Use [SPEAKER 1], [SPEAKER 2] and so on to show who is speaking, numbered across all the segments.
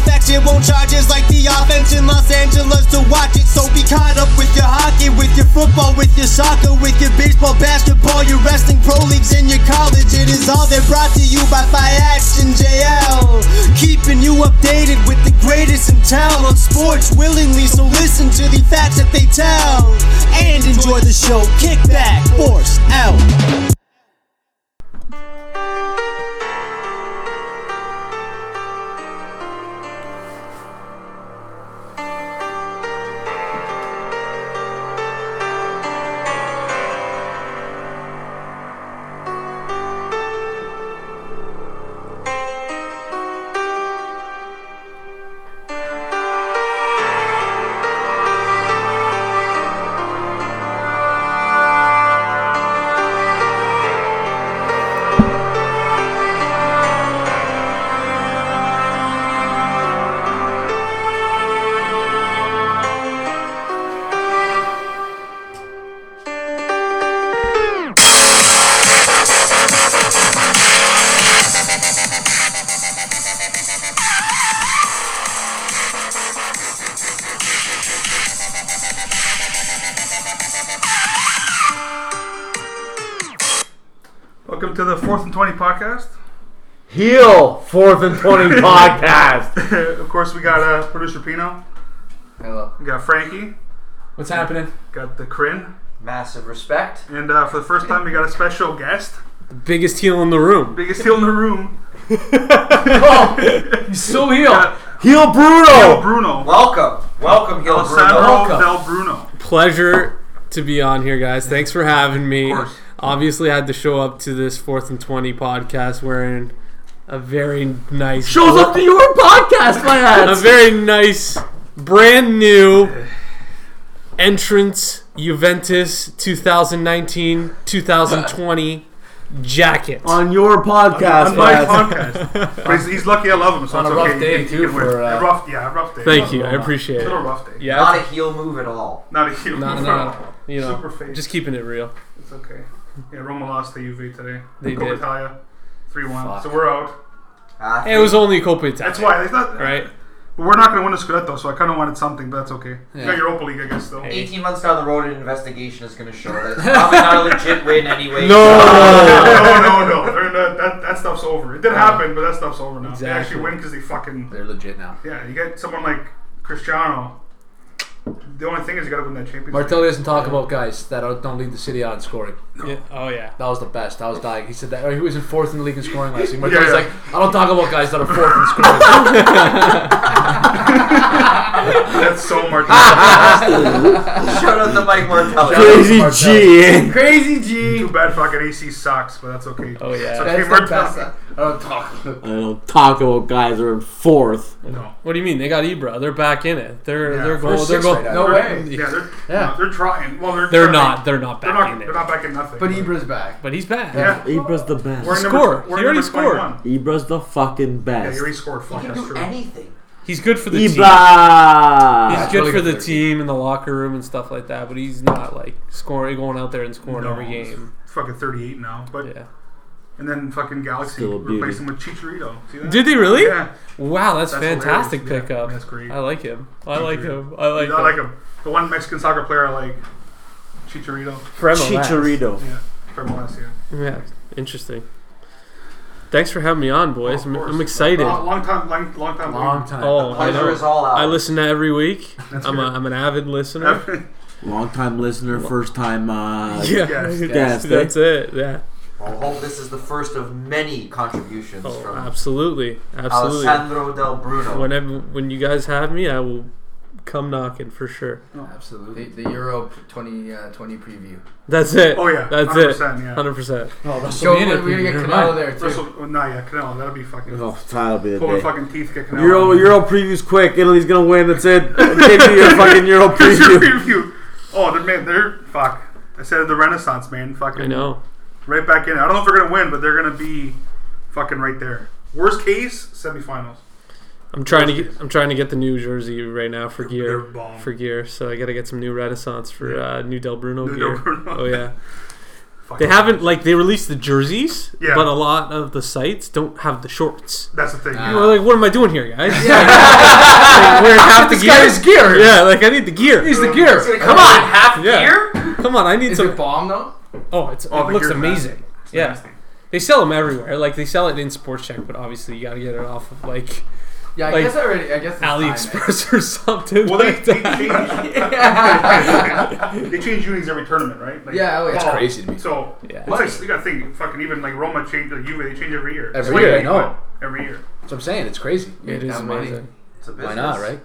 [SPEAKER 1] facts. It won't charge us like the offense in Los Angeles to watch it. So be caught up with your hockey, with your football, with your soccer, with your baseball, basketball, your wrestling, pro leagues, and your college. It is all they're brought to you by Fiats and JL. Keeping you updated with the greatest in town on sports willingly. So listen to the facts that they tell and enjoy the show. Kick back, force out.
[SPEAKER 2] Welcome to the Fourth and Twenty podcast.
[SPEAKER 3] Heel Fourth and Twenty podcast.
[SPEAKER 2] of course, we got uh, producer Pino.
[SPEAKER 4] Hello.
[SPEAKER 2] We got Frankie.
[SPEAKER 5] What's happening?
[SPEAKER 2] Got the Crin.
[SPEAKER 4] Massive respect.
[SPEAKER 2] And uh, for the first time, we got a special guest.
[SPEAKER 3] Biggest heel in the room.
[SPEAKER 2] Biggest heel in the room.
[SPEAKER 5] He's so heel.
[SPEAKER 2] Got
[SPEAKER 3] Heel Bruno.
[SPEAKER 2] Bruno.
[SPEAKER 4] Welcome. Welcome, Hill Bruno.
[SPEAKER 2] Alessandro
[SPEAKER 5] Welcome.
[SPEAKER 2] Del Bruno.
[SPEAKER 3] Pleasure to be on here, guys. Thanks for having me.
[SPEAKER 2] Of course.
[SPEAKER 3] Obviously, had to show up to this Fourth and Twenty podcast wearing a very nice
[SPEAKER 5] Shows up to your podcast, my
[SPEAKER 3] a
[SPEAKER 5] ass.
[SPEAKER 3] very nice brand new entrance Juventus 2019-2020 jacket.
[SPEAKER 5] On your podcast,
[SPEAKER 2] On my
[SPEAKER 5] my ass.
[SPEAKER 2] podcast. but he's, he's lucky I love him, so
[SPEAKER 5] On
[SPEAKER 2] it's
[SPEAKER 5] a rough
[SPEAKER 2] okay.
[SPEAKER 5] day,
[SPEAKER 2] He can
[SPEAKER 5] too,
[SPEAKER 2] wear it.
[SPEAKER 5] for, uh,
[SPEAKER 2] a rough, yeah, a rough day.
[SPEAKER 3] Thank you, I appreciate
[SPEAKER 2] A little
[SPEAKER 3] it.
[SPEAKER 2] rough day.
[SPEAKER 3] Yeah,
[SPEAKER 4] Not a heel move at all.
[SPEAKER 2] Not a heel.
[SPEAKER 3] No,
[SPEAKER 2] move
[SPEAKER 3] no,
[SPEAKER 2] at
[SPEAKER 3] no.
[SPEAKER 2] all.
[SPEAKER 3] you know,
[SPEAKER 2] Super fake.
[SPEAKER 3] just keeping it real.
[SPEAKER 2] It's okay. Yeah, Roma lost to UV today.
[SPEAKER 3] They
[SPEAKER 2] Coppa
[SPEAKER 3] did.
[SPEAKER 2] Italia, 3 1.
[SPEAKER 5] Fuck.
[SPEAKER 2] So we're out.
[SPEAKER 4] Ah,
[SPEAKER 3] It was only Copa Italia,
[SPEAKER 2] That's why. It's not,
[SPEAKER 3] right?
[SPEAKER 2] We're not going to win the Scudetto, so I kind of wanted something, but that's okay. You
[SPEAKER 5] Yeah.
[SPEAKER 2] got Europa League, I guess, though.
[SPEAKER 4] 18 months down the road, an investigation is going to show that it's probably not a legit win anyway.
[SPEAKER 2] no, no, no. They're not, that, that stuff's over. It did happen, but that stuff's over now. They actually
[SPEAKER 3] Exactly.
[SPEAKER 2] win because they fucking.
[SPEAKER 5] They're legit now.
[SPEAKER 2] Yeah, you get someone like Cristiano. The only thing is you got to win that Champions
[SPEAKER 5] Martelli doesn't talk about guys that are- don't lead the city out in scoring.
[SPEAKER 3] Yeah. Oh yeah.
[SPEAKER 5] That was the best. I was dying. He said that or he was in fourth in the league in scoring last year. Martelli's
[SPEAKER 2] Yeah, yeah.
[SPEAKER 5] like, I don't talk about guys that are fourth in scoring.
[SPEAKER 2] League. That's so Martinez.
[SPEAKER 4] Shout out to Mike Martelli.
[SPEAKER 3] G.
[SPEAKER 5] Crazy G.
[SPEAKER 2] Too bad fucking AC sucks, but that's okay.
[SPEAKER 3] Oh
[SPEAKER 2] It's
[SPEAKER 3] yeah.
[SPEAKER 2] okay,
[SPEAKER 5] That's the best.
[SPEAKER 2] Martinez.
[SPEAKER 5] I don't talk. about-
[SPEAKER 6] I don't talk about guys that are in fourth.
[SPEAKER 2] No.
[SPEAKER 3] What do you mean? They got Ibra. They're back in it. They're
[SPEAKER 2] Yeah,
[SPEAKER 3] they're
[SPEAKER 2] for
[SPEAKER 3] going. They're
[SPEAKER 5] six
[SPEAKER 3] going.
[SPEAKER 5] right
[SPEAKER 3] no
[SPEAKER 5] now.
[SPEAKER 3] way.
[SPEAKER 2] Yeah, they're,
[SPEAKER 5] Yeah.
[SPEAKER 2] no, they're trying. Well, they're,
[SPEAKER 3] They're
[SPEAKER 2] trying.
[SPEAKER 3] not. They're not
[SPEAKER 2] They're
[SPEAKER 3] back
[SPEAKER 2] not,
[SPEAKER 3] in
[SPEAKER 2] they're
[SPEAKER 3] it.
[SPEAKER 2] not back in nothing.
[SPEAKER 5] But Ibra's back.
[SPEAKER 3] But he's back.
[SPEAKER 2] Yeah.
[SPEAKER 6] Ibra's the
[SPEAKER 2] We're
[SPEAKER 6] best.
[SPEAKER 2] number-
[SPEAKER 3] Score.
[SPEAKER 2] we're
[SPEAKER 3] He already
[SPEAKER 2] number
[SPEAKER 3] scored.
[SPEAKER 2] 21.
[SPEAKER 6] Ibra's the fucking
[SPEAKER 2] Yeah, he
[SPEAKER 6] best.
[SPEAKER 2] already scored. Fuck,
[SPEAKER 4] He can
[SPEAKER 2] that's
[SPEAKER 4] do
[SPEAKER 2] true.
[SPEAKER 4] anything.
[SPEAKER 3] He's good for the team. He's
[SPEAKER 6] Ibra.
[SPEAKER 5] That's
[SPEAKER 3] good
[SPEAKER 5] really
[SPEAKER 3] for
[SPEAKER 5] good
[SPEAKER 3] the
[SPEAKER 5] for the
[SPEAKER 3] team and the locker room and stuff like that. But he's not like scoring, going out there and scoring
[SPEAKER 2] No,
[SPEAKER 3] every game.
[SPEAKER 2] it's Fucking 38 now. But
[SPEAKER 3] Yeah.
[SPEAKER 2] And then fucking Galaxy
[SPEAKER 6] Still a beauty.
[SPEAKER 2] replaced him with Chicharito. See that?
[SPEAKER 3] Did they really?
[SPEAKER 2] Yeah.
[SPEAKER 3] Wow, that's,
[SPEAKER 2] That's
[SPEAKER 3] fantastic
[SPEAKER 2] hilarious. Yeah,
[SPEAKER 3] pickup.
[SPEAKER 2] that's great.
[SPEAKER 3] I like him. I like
[SPEAKER 2] Agreed.
[SPEAKER 3] him. I like
[SPEAKER 2] I
[SPEAKER 3] him.
[SPEAKER 2] like him. The one Mexican soccer player I like, Chicharito.
[SPEAKER 3] For MLS.
[SPEAKER 6] Chicharito.
[SPEAKER 2] Yeah, from last year.
[SPEAKER 3] Yeah, interesting. Thanks for having me on, boys.
[SPEAKER 2] Of
[SPEAKER 3] I'm,
[SPEAKER 2] course. Oh,
[SPEAKER 3] I'm excited.
[SPEAKER 2] Long, long time, long, long time.
[SPEAKER 5] Long time.
[SPEAKER 3] Oh, I
[SPEAKER 4] Pleasure
[SPEAKER 3] know.
[SPEAKER 4] is all out.
[SPEAKER 3] I listen to every week. I'm, a,
[SPEAKER 2] good.
[SPEAKER 3] I'm an avid listener.
[SPEAKER 2] time.
[SPEAKER 6] Long time listener, first time uh,
[SPEAKER 3] yeah,
[SPEAKER 2] Yes,
[SPEAKER 6] guest. eh?
[SPEAKER 3] that's it. Yeah.
[SPEAKER 4] I hope this is the first of many contributions
[SPEAKER 3] Oh,
[SPEAKER 4] from
[SPEAKER 3] absolutely, absolutely.
[SPEAKER 4] Alessandro Del Bruno.
[SPEAKER 3] Whenever when you guys have me, I will come knocking for sure.
[SPEAKER 7] Absolutely. The, the Euro 20, uh, 20 preview.
[SPEAKER 3] That's it.
[SPEAKER 2] Oh, yeah.
[SPEAKER 3] that's
[SPEAKER 2] 100%,
[SPEAKER 3] it.
[SPEAKER 2] yeah.
[SPEAKER 3] Hundred percent.
[SPEAKER 5] Oh,
[SPEAKER 7] So
[SPEAKER 5] WrestleMania
[SPEAKER 7] we're, we're gonna get
[SPEAKER 5] preview.
[SPEAKER 7] Canelo there too.
[SPEAKER 2] Russell, oh, nah, yeah, Canelo. That'll be fucking.
[SPEAKER 6] Oh, that'll be the
[SPEAKER 2] Pulling
[SPEAKER 6] day.
[SPEAKER 2] fucking teeth, kicking out.
[SPEAKER 6] Euro Euro previews quick. Italy's gonna win. That's it. Give me your fucking Euro
[SPEAKER 2] Here's your
[SPEAKER 6] preview.
[SPEAKER 2] preview. Oh, they're man, they're fuck. I said the Renaissance, man. Fucking.
[SPEAKER 3] I know.
[SPEAKER 2] Right back in. I don't know if they're gonna win, but they're gonna be fucking right there. Worst case, semifinals.
[SPEAKER 3] I'm trying to get, I'm trying to get the new jersey right now for
[SPEAKER 2] They're
[SPEAKER 3] gear
[SPEAKER 2] bomb.
[SPEAKER 3] for gear. So I got to get some new Renaissance for
[SPEAKER 2] Yeah.
[SPEAKER 3] uh, new Del Bruno
[SPEAKER 2] New
[SPEAKER 3] gear.
[SPEAKER 2] Del Bruno.
[SPEAKER 3] Oh yeah,
[SPEAKER 2] Fucking-
[SPEAKER 3] they haven't like they released the jerseys,
[SPEAKER 2] Yeah.
[SPEAKER 3] but a lot of the sites don't have the shorts.
[SPEAKER 2] That's the thing.
[SPEAKER 3] You
[SPEAKER 5] Ah.
[SPEAKER 3] know, like what am I doing here, guys?
[SPEAKER 5] Yeah.
[SPEAKER 3] Like, wearing half the
[SPEAKER 5] this guy
[SPEAKER 3] gear.
[SPEAKER 5] is gear.
[SPEAKER 3] Yeah, like I need the gear.
[SPEAKER 5] He's the gear.
[SPEAKER 4] Come on, half
[SPEAKER 3] Yeah.
[SPEAKER 4] year?
[SPEAKER 3] Come on, I need
[SPEAKER 7] Is
[SPEAKER 3] some.
[SPEAKER 7] it bomb though?
[SPEAKER 3] Oh, it's,
[SPEAKER 2] Oh,
[SPEAKER 3] it
[SPEAKER 2] the
[SPEAKER 3] looks
[SPEAKER 2] gear's
[SPEAKER 3] amazing. Yeah, they sell them everywhere. Like they sell it in Sports Check, but obviously you got to get it off of like
[SPEAKER 7] Yeah, I
[SPEAKER 3] Like,
[SPEAKER 7] guess I already. I guess it's
[SPEAKER 3] AliExpress or something.
[SPEAKER 2] Well, they,
[SPEAKER 3] like
[SPEAKER 2] they,
[SPEAKER 3] that.
[SPEAKER 2] change, they change unis every tournament, right? Like,
[SPEAKER 7] oh, Yeah, oh, yeah. That's
[SPEAKER 5] crazy to me.
[SPEAKER 2] So
[SPEAKER 3] Yeah.
[SPEAKER 2] it's like, you gotta think, fucking even like Roma change, like Juve, they change every year.
[SPEAKER 5] Every
[SPEAKER 2] Like,
[SPEAKER 5] year, I
[SPEAKER 2] they-
[SPEAKER 5] know.
[SPEAKER 2] Every year.
[SPEAKER 5] That's what I'm saying. It's crazy.
[SPEAKER 3] it is
[SPEAKER 7] that money.
[SPEAKER 3] amazing.
[SPEAKER 4] It's a
[SPEAKER 5] Why
[SPEAKER 4] business.
[SPEAKER 5] not, right?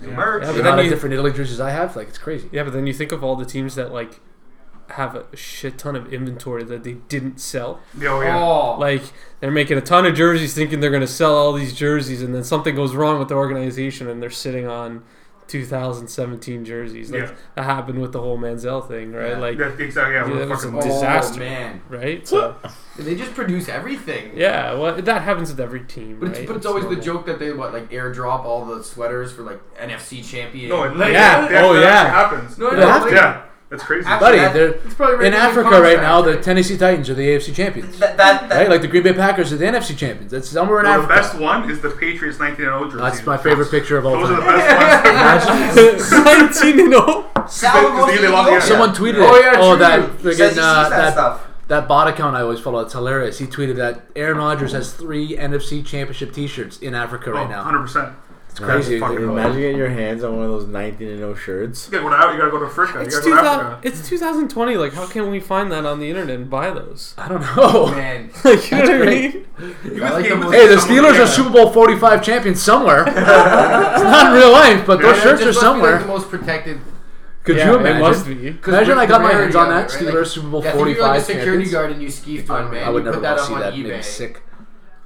[SPEAKER 4] You merge.
[SPEAKER 3] Yeah,
[SPEAKER 5] The
[SPEAKER 3] but
[SPEAKER 5] amount
[SPEAKER 3] then
[SPEAKER 5] of
[SPEAKER 3] you,
[SPEAKER 5] different Italy jerseys I have, like, it's crazy.
[SPEAKER 3] yeah, but then you think of all the teams that like have a shit ton of inventory that they didn't sell.
[SPEAKER 2] Yeah, oh, yeah.
[SPEAKER 7] Oh,
[SPEAKER 3] Like they're making a ton of jerseys, thinking they're going to sell all these jerseys, and then something goes wrong with the organization, and they're sitting on 2017 jerseys. Like,
[SPEAKER 2] Yeah.
[SPEAKER 3] That happened with the whole Manziel thing, right?
[SPEAKER 7] Yeah.
[SPEAKER 3] Like,
[SPEAKER 2] That's exactly. Yeah,
[SPEAKER 3] Yeah,
[SPEAKER 2] we're
[SPEAKER 3] that was
[SPEAKER 2] fucking
[SPEAKER 3] a
[SPEAKER 2] all-
[SPEAKER 3] disaster.
[SPEAKER 7] Oh man,
[SPEAKER 3] right? So,
[SPEAKER 7] they just produce everything.
[SPEAKER 3] yeah, well, that happens with every team,
[SPEAKER 7] But it's,
[SPEAKER 3] right?
[SPEAKER 7] but it's always the
[SPEAKER 3] normal.
[SPEAKER 7] joke that they what like airdrop all the sweaters for like NFC champion.
[SPEAKER 2] No, it, like,
[SPEAKER 3] Yeah.
[SPEAKER 2] that- that
[SPEAKER 3] Oh,
[SPEAKER 2] actually
[SPEAKER 3] yeah.
[SPEAKER 2] happens.
[SPEAKER 7] no, no,
[SPEAKER 5] They
[SPEAKER 7] no,
[SPEAKER 5] have
[SPEAKER 7] like,
[SPEAKER 2] Yeah, that's crazy.
[SPEAKER 7] actually,
[SPEAKER 5] Buddy,
[SPEAKER 7] that-
[SPEAKER 5] they're-
[SPEAKER 7] it's probably right
[SPEAKER 5] In
[SPEAKER 7] there
[SPEAKER 5] Africa
[SPEAKER 7] contract,
[SPEAKER 5] right now, the
[SPEAKER 7] right?
[SPEAKER 5] Tennessee Titans are the AFC champions.
[SPEAKER 4] That, that, that,
[SPEAKER 5] Right? Like the Green Bay Packers are the NFC champions. That's somewhere in
[SPEAKER 2] Well, the
[SPEAKER 5] Africa.
[SPEAKER 2] best one is the Patriots 19-0 jersey.
[SPEAKER 5] That's my favorite picture of all
[SPEAKER 2] Those are the
[SPEAKER 5] time.
[SPEAKER 2] best ones.
[SPEAKER 3] 19 and oh. 0.
[SPEAKER 4] Sal
[SPEAKER 2] Because they- they love-
[SPEAKER 4] Mosinio.
[SPEAKER 5] Someone tweeted
[SPEAKER 7] Oh, yeah,
[SPEAKER 5] it. Oh,
[SPEAKER 7] true.
[SPEAKER 5] that,
[SPEAKER 4] He
[SPEAKER 5] friggin',
[SPEAKER 4] says he sees
[SPEAKER 5] uh,
[SPEAKER 4] that,
[SPEAKER 5] that,
[SPEAKER 4] stuff.
[SPEAKER 5] that bot account I always follow. It's hilarious. He tweeted that Aaron Rodgers has three NFC championship t shirts in Africa
[SPEAKER 2] Oh,
[SPEAKER 5] right now.
[SPEAKER 2] 100%.
[SPEAKER 5] It's crazy.
[SPEAKER 2] fucking
[SPEAKER 5] They-
[SPEAKER 2] hilarious.
[SPEAKER 6] Imagine getting your hands on one of those 19 and 0 shirts.
[SPEAKER 2] You gotta go to, you gotta go to Africa.
[SPEAKER 3] It's,
[SPEAKER 2] you gotta go to
[SPEAKER 3] 2000,
[SPEAKER 2] Africa.
[SPEAKER 3] it's 2020. Like, how can we find that on the internet and buy those?
[SPEAKER 5] I don't know.
[SPEAKER 7] man.
[SPEAKER 3] Like, you know what I
[SPEAKER 5] great.
[SPEAKER 3] mean?
[SPEAKER 7] I
[SPEAKER 2] You would
[SPEAKER 7] like the
[SPEAKER 2] think it was
[SPEAKER 5] Hey, the
[SPEAKER 2] someone-
[SPEAKER 5] Steelers
[SPEAKER 2] yeah.
[SPEAKER 5] are Super Bowl 45 champions somewhere. it's not in real life, but those
[SPEAKER 2] Yeah,
[SPEAKER 5] shirts
[SPEAKER 7] It
[SPEAKER 5] are
[SPEAKER 7] must be,
[SPEAKER 5] somewhere.
[SPEAKER 7] like, the most protected.
[SPEAKER 5] Could
[SPEAKER 3] yeah,
[SPEAKER 5] you
[SPEAKER 3] It must
[SPEAKER 5] imagine?
[SPEAKER 3] be.
[SPEAKER 7] 'cause
[SPEAKER 5] Imagine
[SPEAKER 7] the-
[SPEAKER 5] I
[SPEAKER 7] the
[SPEAKER 5] got my
[SPEAKER 7] rarity
[SPEAKER 5] hands on
[SPEAKER 7] of
[SPEAKER 5] that
[SPEAKER 7] it,
[SPEAKER 5] Steelers
[SPEAKER 7] right? Like,
[SPEAKER 5] Super Bowl
[SPEAKER 7] I think
[SPEAKER 5] 45
[SPEAKER 7] you're like a security
[SPEAKER 5] champions.
[SPEAKER 7] guard and you skeeved one man.
[SPEAKER 5] I would
[SPEAKER 7] you
[SPEAKER 5] never
[SPEAKER 7] put that
[SPEAKER 5] want to
[SPEAKER 7] up
[SPEAKER 5] see
[SPEAKER 7] on
[SPEAKER 5] that. It'd make me
[SPEAKER 7] eBay.
[SPEAKER 5] sick.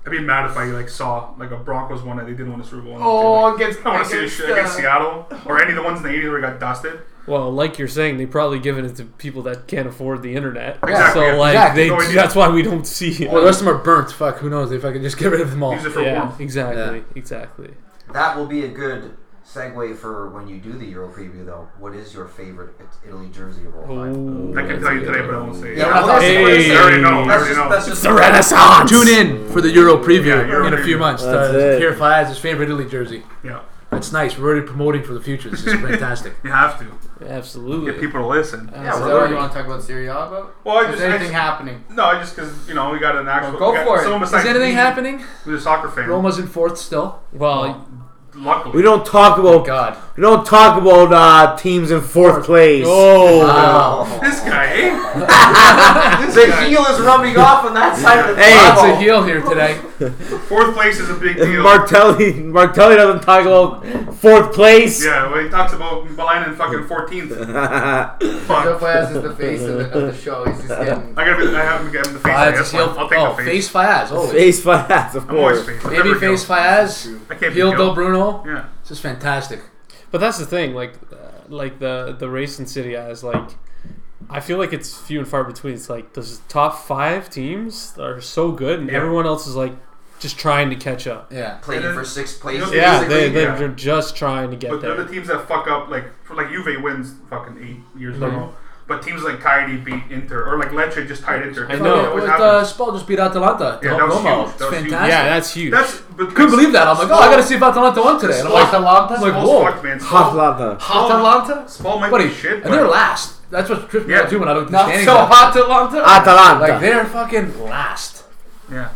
[SPEAKER 2] I'd be mad if I like saw like a Broncos one that they didn't win a Super Bowl.
[SPEAKER 7] Oh, against
[SPEAKER 2] I want to see this
[SPEAKER 7] against,
[SPEAKER 2] shit against
[SPEAKER 7] uh,
[SPEAKER 2] Seattle or any of the ones in the 80s where it got dusted.
[SPEAKER 3] Well, like you're saying, they probably given it to people that can't afford the internet.
[SPEAKER 2] Exactly, yeah.
[SPEAKER 3] So, like,
[SPEAKER 5] Exactly.
[SPEAKER 3] they,
[SPEAKER 2] No idea.
[SPEAKER 3] that's why we don't see it.
[SPEAKER 5] Well, the rest of them are burnt. Fuck, who knows? If I could just get rid of them all.
[SPEAKER 2] Use it for
[SPEAKER 3] yeah,
[SPEAKER 2] warmth.
[SPEAKER 3] exactly. Exactly.
[SPEAKER 4] That will be a good segue for when you do the Euro preview, though. What is your favorite It- Italy jersey of all time?
[SPEAKER 3] Ooh.
[SPEAKER 2] I can tell you today, but I won't say it.
[SPEAKER 4] Yeah,
[SPEAKER 2] I
[SPEAKER 4] well, that's-
[SPEAKER 3] Hey.
[SPEAKER 4] what is it?
[SPEAKER 3] I
[SPEAKER 2] already know. I
[SPEAKER 4] That's
[SPEAKER 2] already
[SPEAKER 4] just,
[SPEAKER 2] know.
[SPEAKER 4] that's just
[SPEAKER 3] The Renaissance!
[SPEAKER 5] Tune in for the Euro preview
[SPEAKER 2] Yeah, Euro
[SPEAKER 5] in a few
[SPEAKER 2] preview.
[SPEAKER 5] months.
[SPEAKER 6] That's
[SPEAKER 5] to
[SPEAKER 6] it.
[SPEAKER 5] hear if I has his favorite Italy jersey.
[SPEAKER 2] yeah,
[SPEAKER 5] That's nice. We're already promoting for the future. This is fantastic.
[SPEAKER 2] you have to
[SPEAKER 3] Absolutely.
[SPEAKER 2] get people to listen.
[SPEAKER 7] Yeah,
[SPEAKER 3] Absolutely.
[SPEAKER 7] well, what do you want to talk about Serie A about?
[SPEAKER 2] Well, I
[SPEAKER 7] Is
[SPEAKER 2] just- I
[SPEAKER 7] anything
[SPEAKER 2] just-
[SPEAKER 7] happening?
[SPEAKER 2] No, I just because you know we got an actual.
[SPEAKER 7] Well, go
[SPEAKER 2] we got
[SPEAKER 7] for it.
[SPEAKER 2] Someone
[SPEAKER 7] Is
[SPEAKER 5] is
[SPEAKER 2] besides
[SPEAKER 5] anything
[SPEAKER 2] me
[SPEAKER 5] happening?
[SPEAKER 2] Who's a soccer fan?
[SPEAKER 5] Roma's in fourth still.
[SPEAKER 3] Well,
[SPEAKER 2] Luckily,
[SPEAKER 6] We don't talk about
[SPEAKER 5] God.
[SPEAKER 6] we don't talk about uh, teams in fourth place.
[SPEAKER 3] oh,
[SPEAKER 4] Wow.
[SPEAKER 2] this guy. Eh?
[SPEAKER 4] The heel is rubbing off on that side of the
[SPEAKER 6] Hey.
[SPEAKER 5] Lots
[SPEAKER 4] table.
[SPEAKER 5] of heel here today.
[SPEAKER 2] Fourth place is a big deal.
[SPEAKER 6] Martelli Martelli doesn't talk about fourth place.
[SPEAKER 2] yeah, well, he talks about Milan and fucking 14th. Fuck.
[SPEAKER 7] Faz is the face of the, of the show. He's just getting.
[SPEAKER 2] I gotta be. I have him get him the face. I
[SPEAKER 5] Fayaz
[SPEAKER 2] guess.
[SPEAKER 5] is heel.
[SPEAKER 2] I'll take
[SPEAKER 5] oh,
[SPEAKER 2] the face.
[SPEAKER 5] face Fayaz. Always.
[SPEAKER 6] Face for ass, of
[SPEAKER 2] I'm always
[SPEAKER 6] course.
[SPEAKER 2] face. I'm
[SPEAKER 5] Baby
[SPEAKER 2] never heel.
[SPEAKER 5] face Fayaz.
[SPEAKER 2] I can't be
[SPEAKER 5] Heel
[SPEAKER 2] heel.
[SPEAKER 5] Del Bruno.
[SPEAKER 2] Yeah.
[SPEAKER 5] This is fantastic.
[SPEAKER 3] But that's the thing, like, uh, like the the race in City is like, I feel like it's few and far between. It's like those top five teams are so good, and
[SPEAKER 2] Yeah.
[SPEAKER 3] everyone else is like just trying to catch up.
[SPEAKER 5] Yeah.
[SPEAKER 4] Playing for sixth place.
[SPEAKER 2] Yeah,
[SPEAKER 3] Yeah,
[SPEAKER 2] Basically,
[SPEAKER 3] they, they
[SPEAKER 2] yeah.
[SPEAKER 3] they're just trying to get
[SPEAKER 2] But
[SPEAKER 3] there.
[SPEAKER 2] they're the teams that fuck up, like for, like Juve wins fucking eight years in a row. But teams like Cagliari beat Inter, or like Lecce just tied Inter.
[SPEAKER 3] I
[SPEAKER 2] It
[SPEAKER 3] know.
[SPEAKER 2] always
[SPEAKER 5] With uh,
[SPEAKER 2] happens.
[SPEAKER 5] Spal just beat Atalanta.
[SPEAKER 2] Yeah,
[SPEAKER 5] to
[SPEAKER 2] that was
[SPEAKER 5] Roma.
[SPEAKER 2] huge.
[SPEAKER 5] It's
[SPEAKER 2] That was huge.
[SPEAKER 5] fantastic.
[SPEAKER 3] yeah, that's huge.
[SPEAKER 2] That's but
[SPEAKER 5] Couldn't believe that. I'm like, oh, I gotta see if Atalanta won today. And I'm like,
[SPEAKER 7] Atalanta?
[SPEAKER 5] I'm like,
[SPEAKER 2] Small
[SPEAKER 5] whoa.
[SPEAKER 2] fuck, man.
[SPEAKER 6] Hot
[SPEAKER 2] Small,
[SPEAKER 6] lava.
[SPEAKER 7] Atalanta?
[SPEAKER 2] small might
[SPEAKER 5] Buddy,
[SPEAKER 2] be shit,
[SPEAKER 5] and they're
[SPEAKER 2] but
[SPEAKER 5] last. That's what tripped me
[SPEAKER 2] Yeah.
[SPEAKER 5] out too when I looked at
[SPEAKER 7] Not
[SPEAKER 5] the standings.
[SPEAKER 7] so
[SPEAKER 5] Like,
[SPEAKER 7] Atalanta?
[SPEAKER 6] Atalanta.
[SPEAKER 5] Like they're fucking last.
[SPEAKER 2] yeah,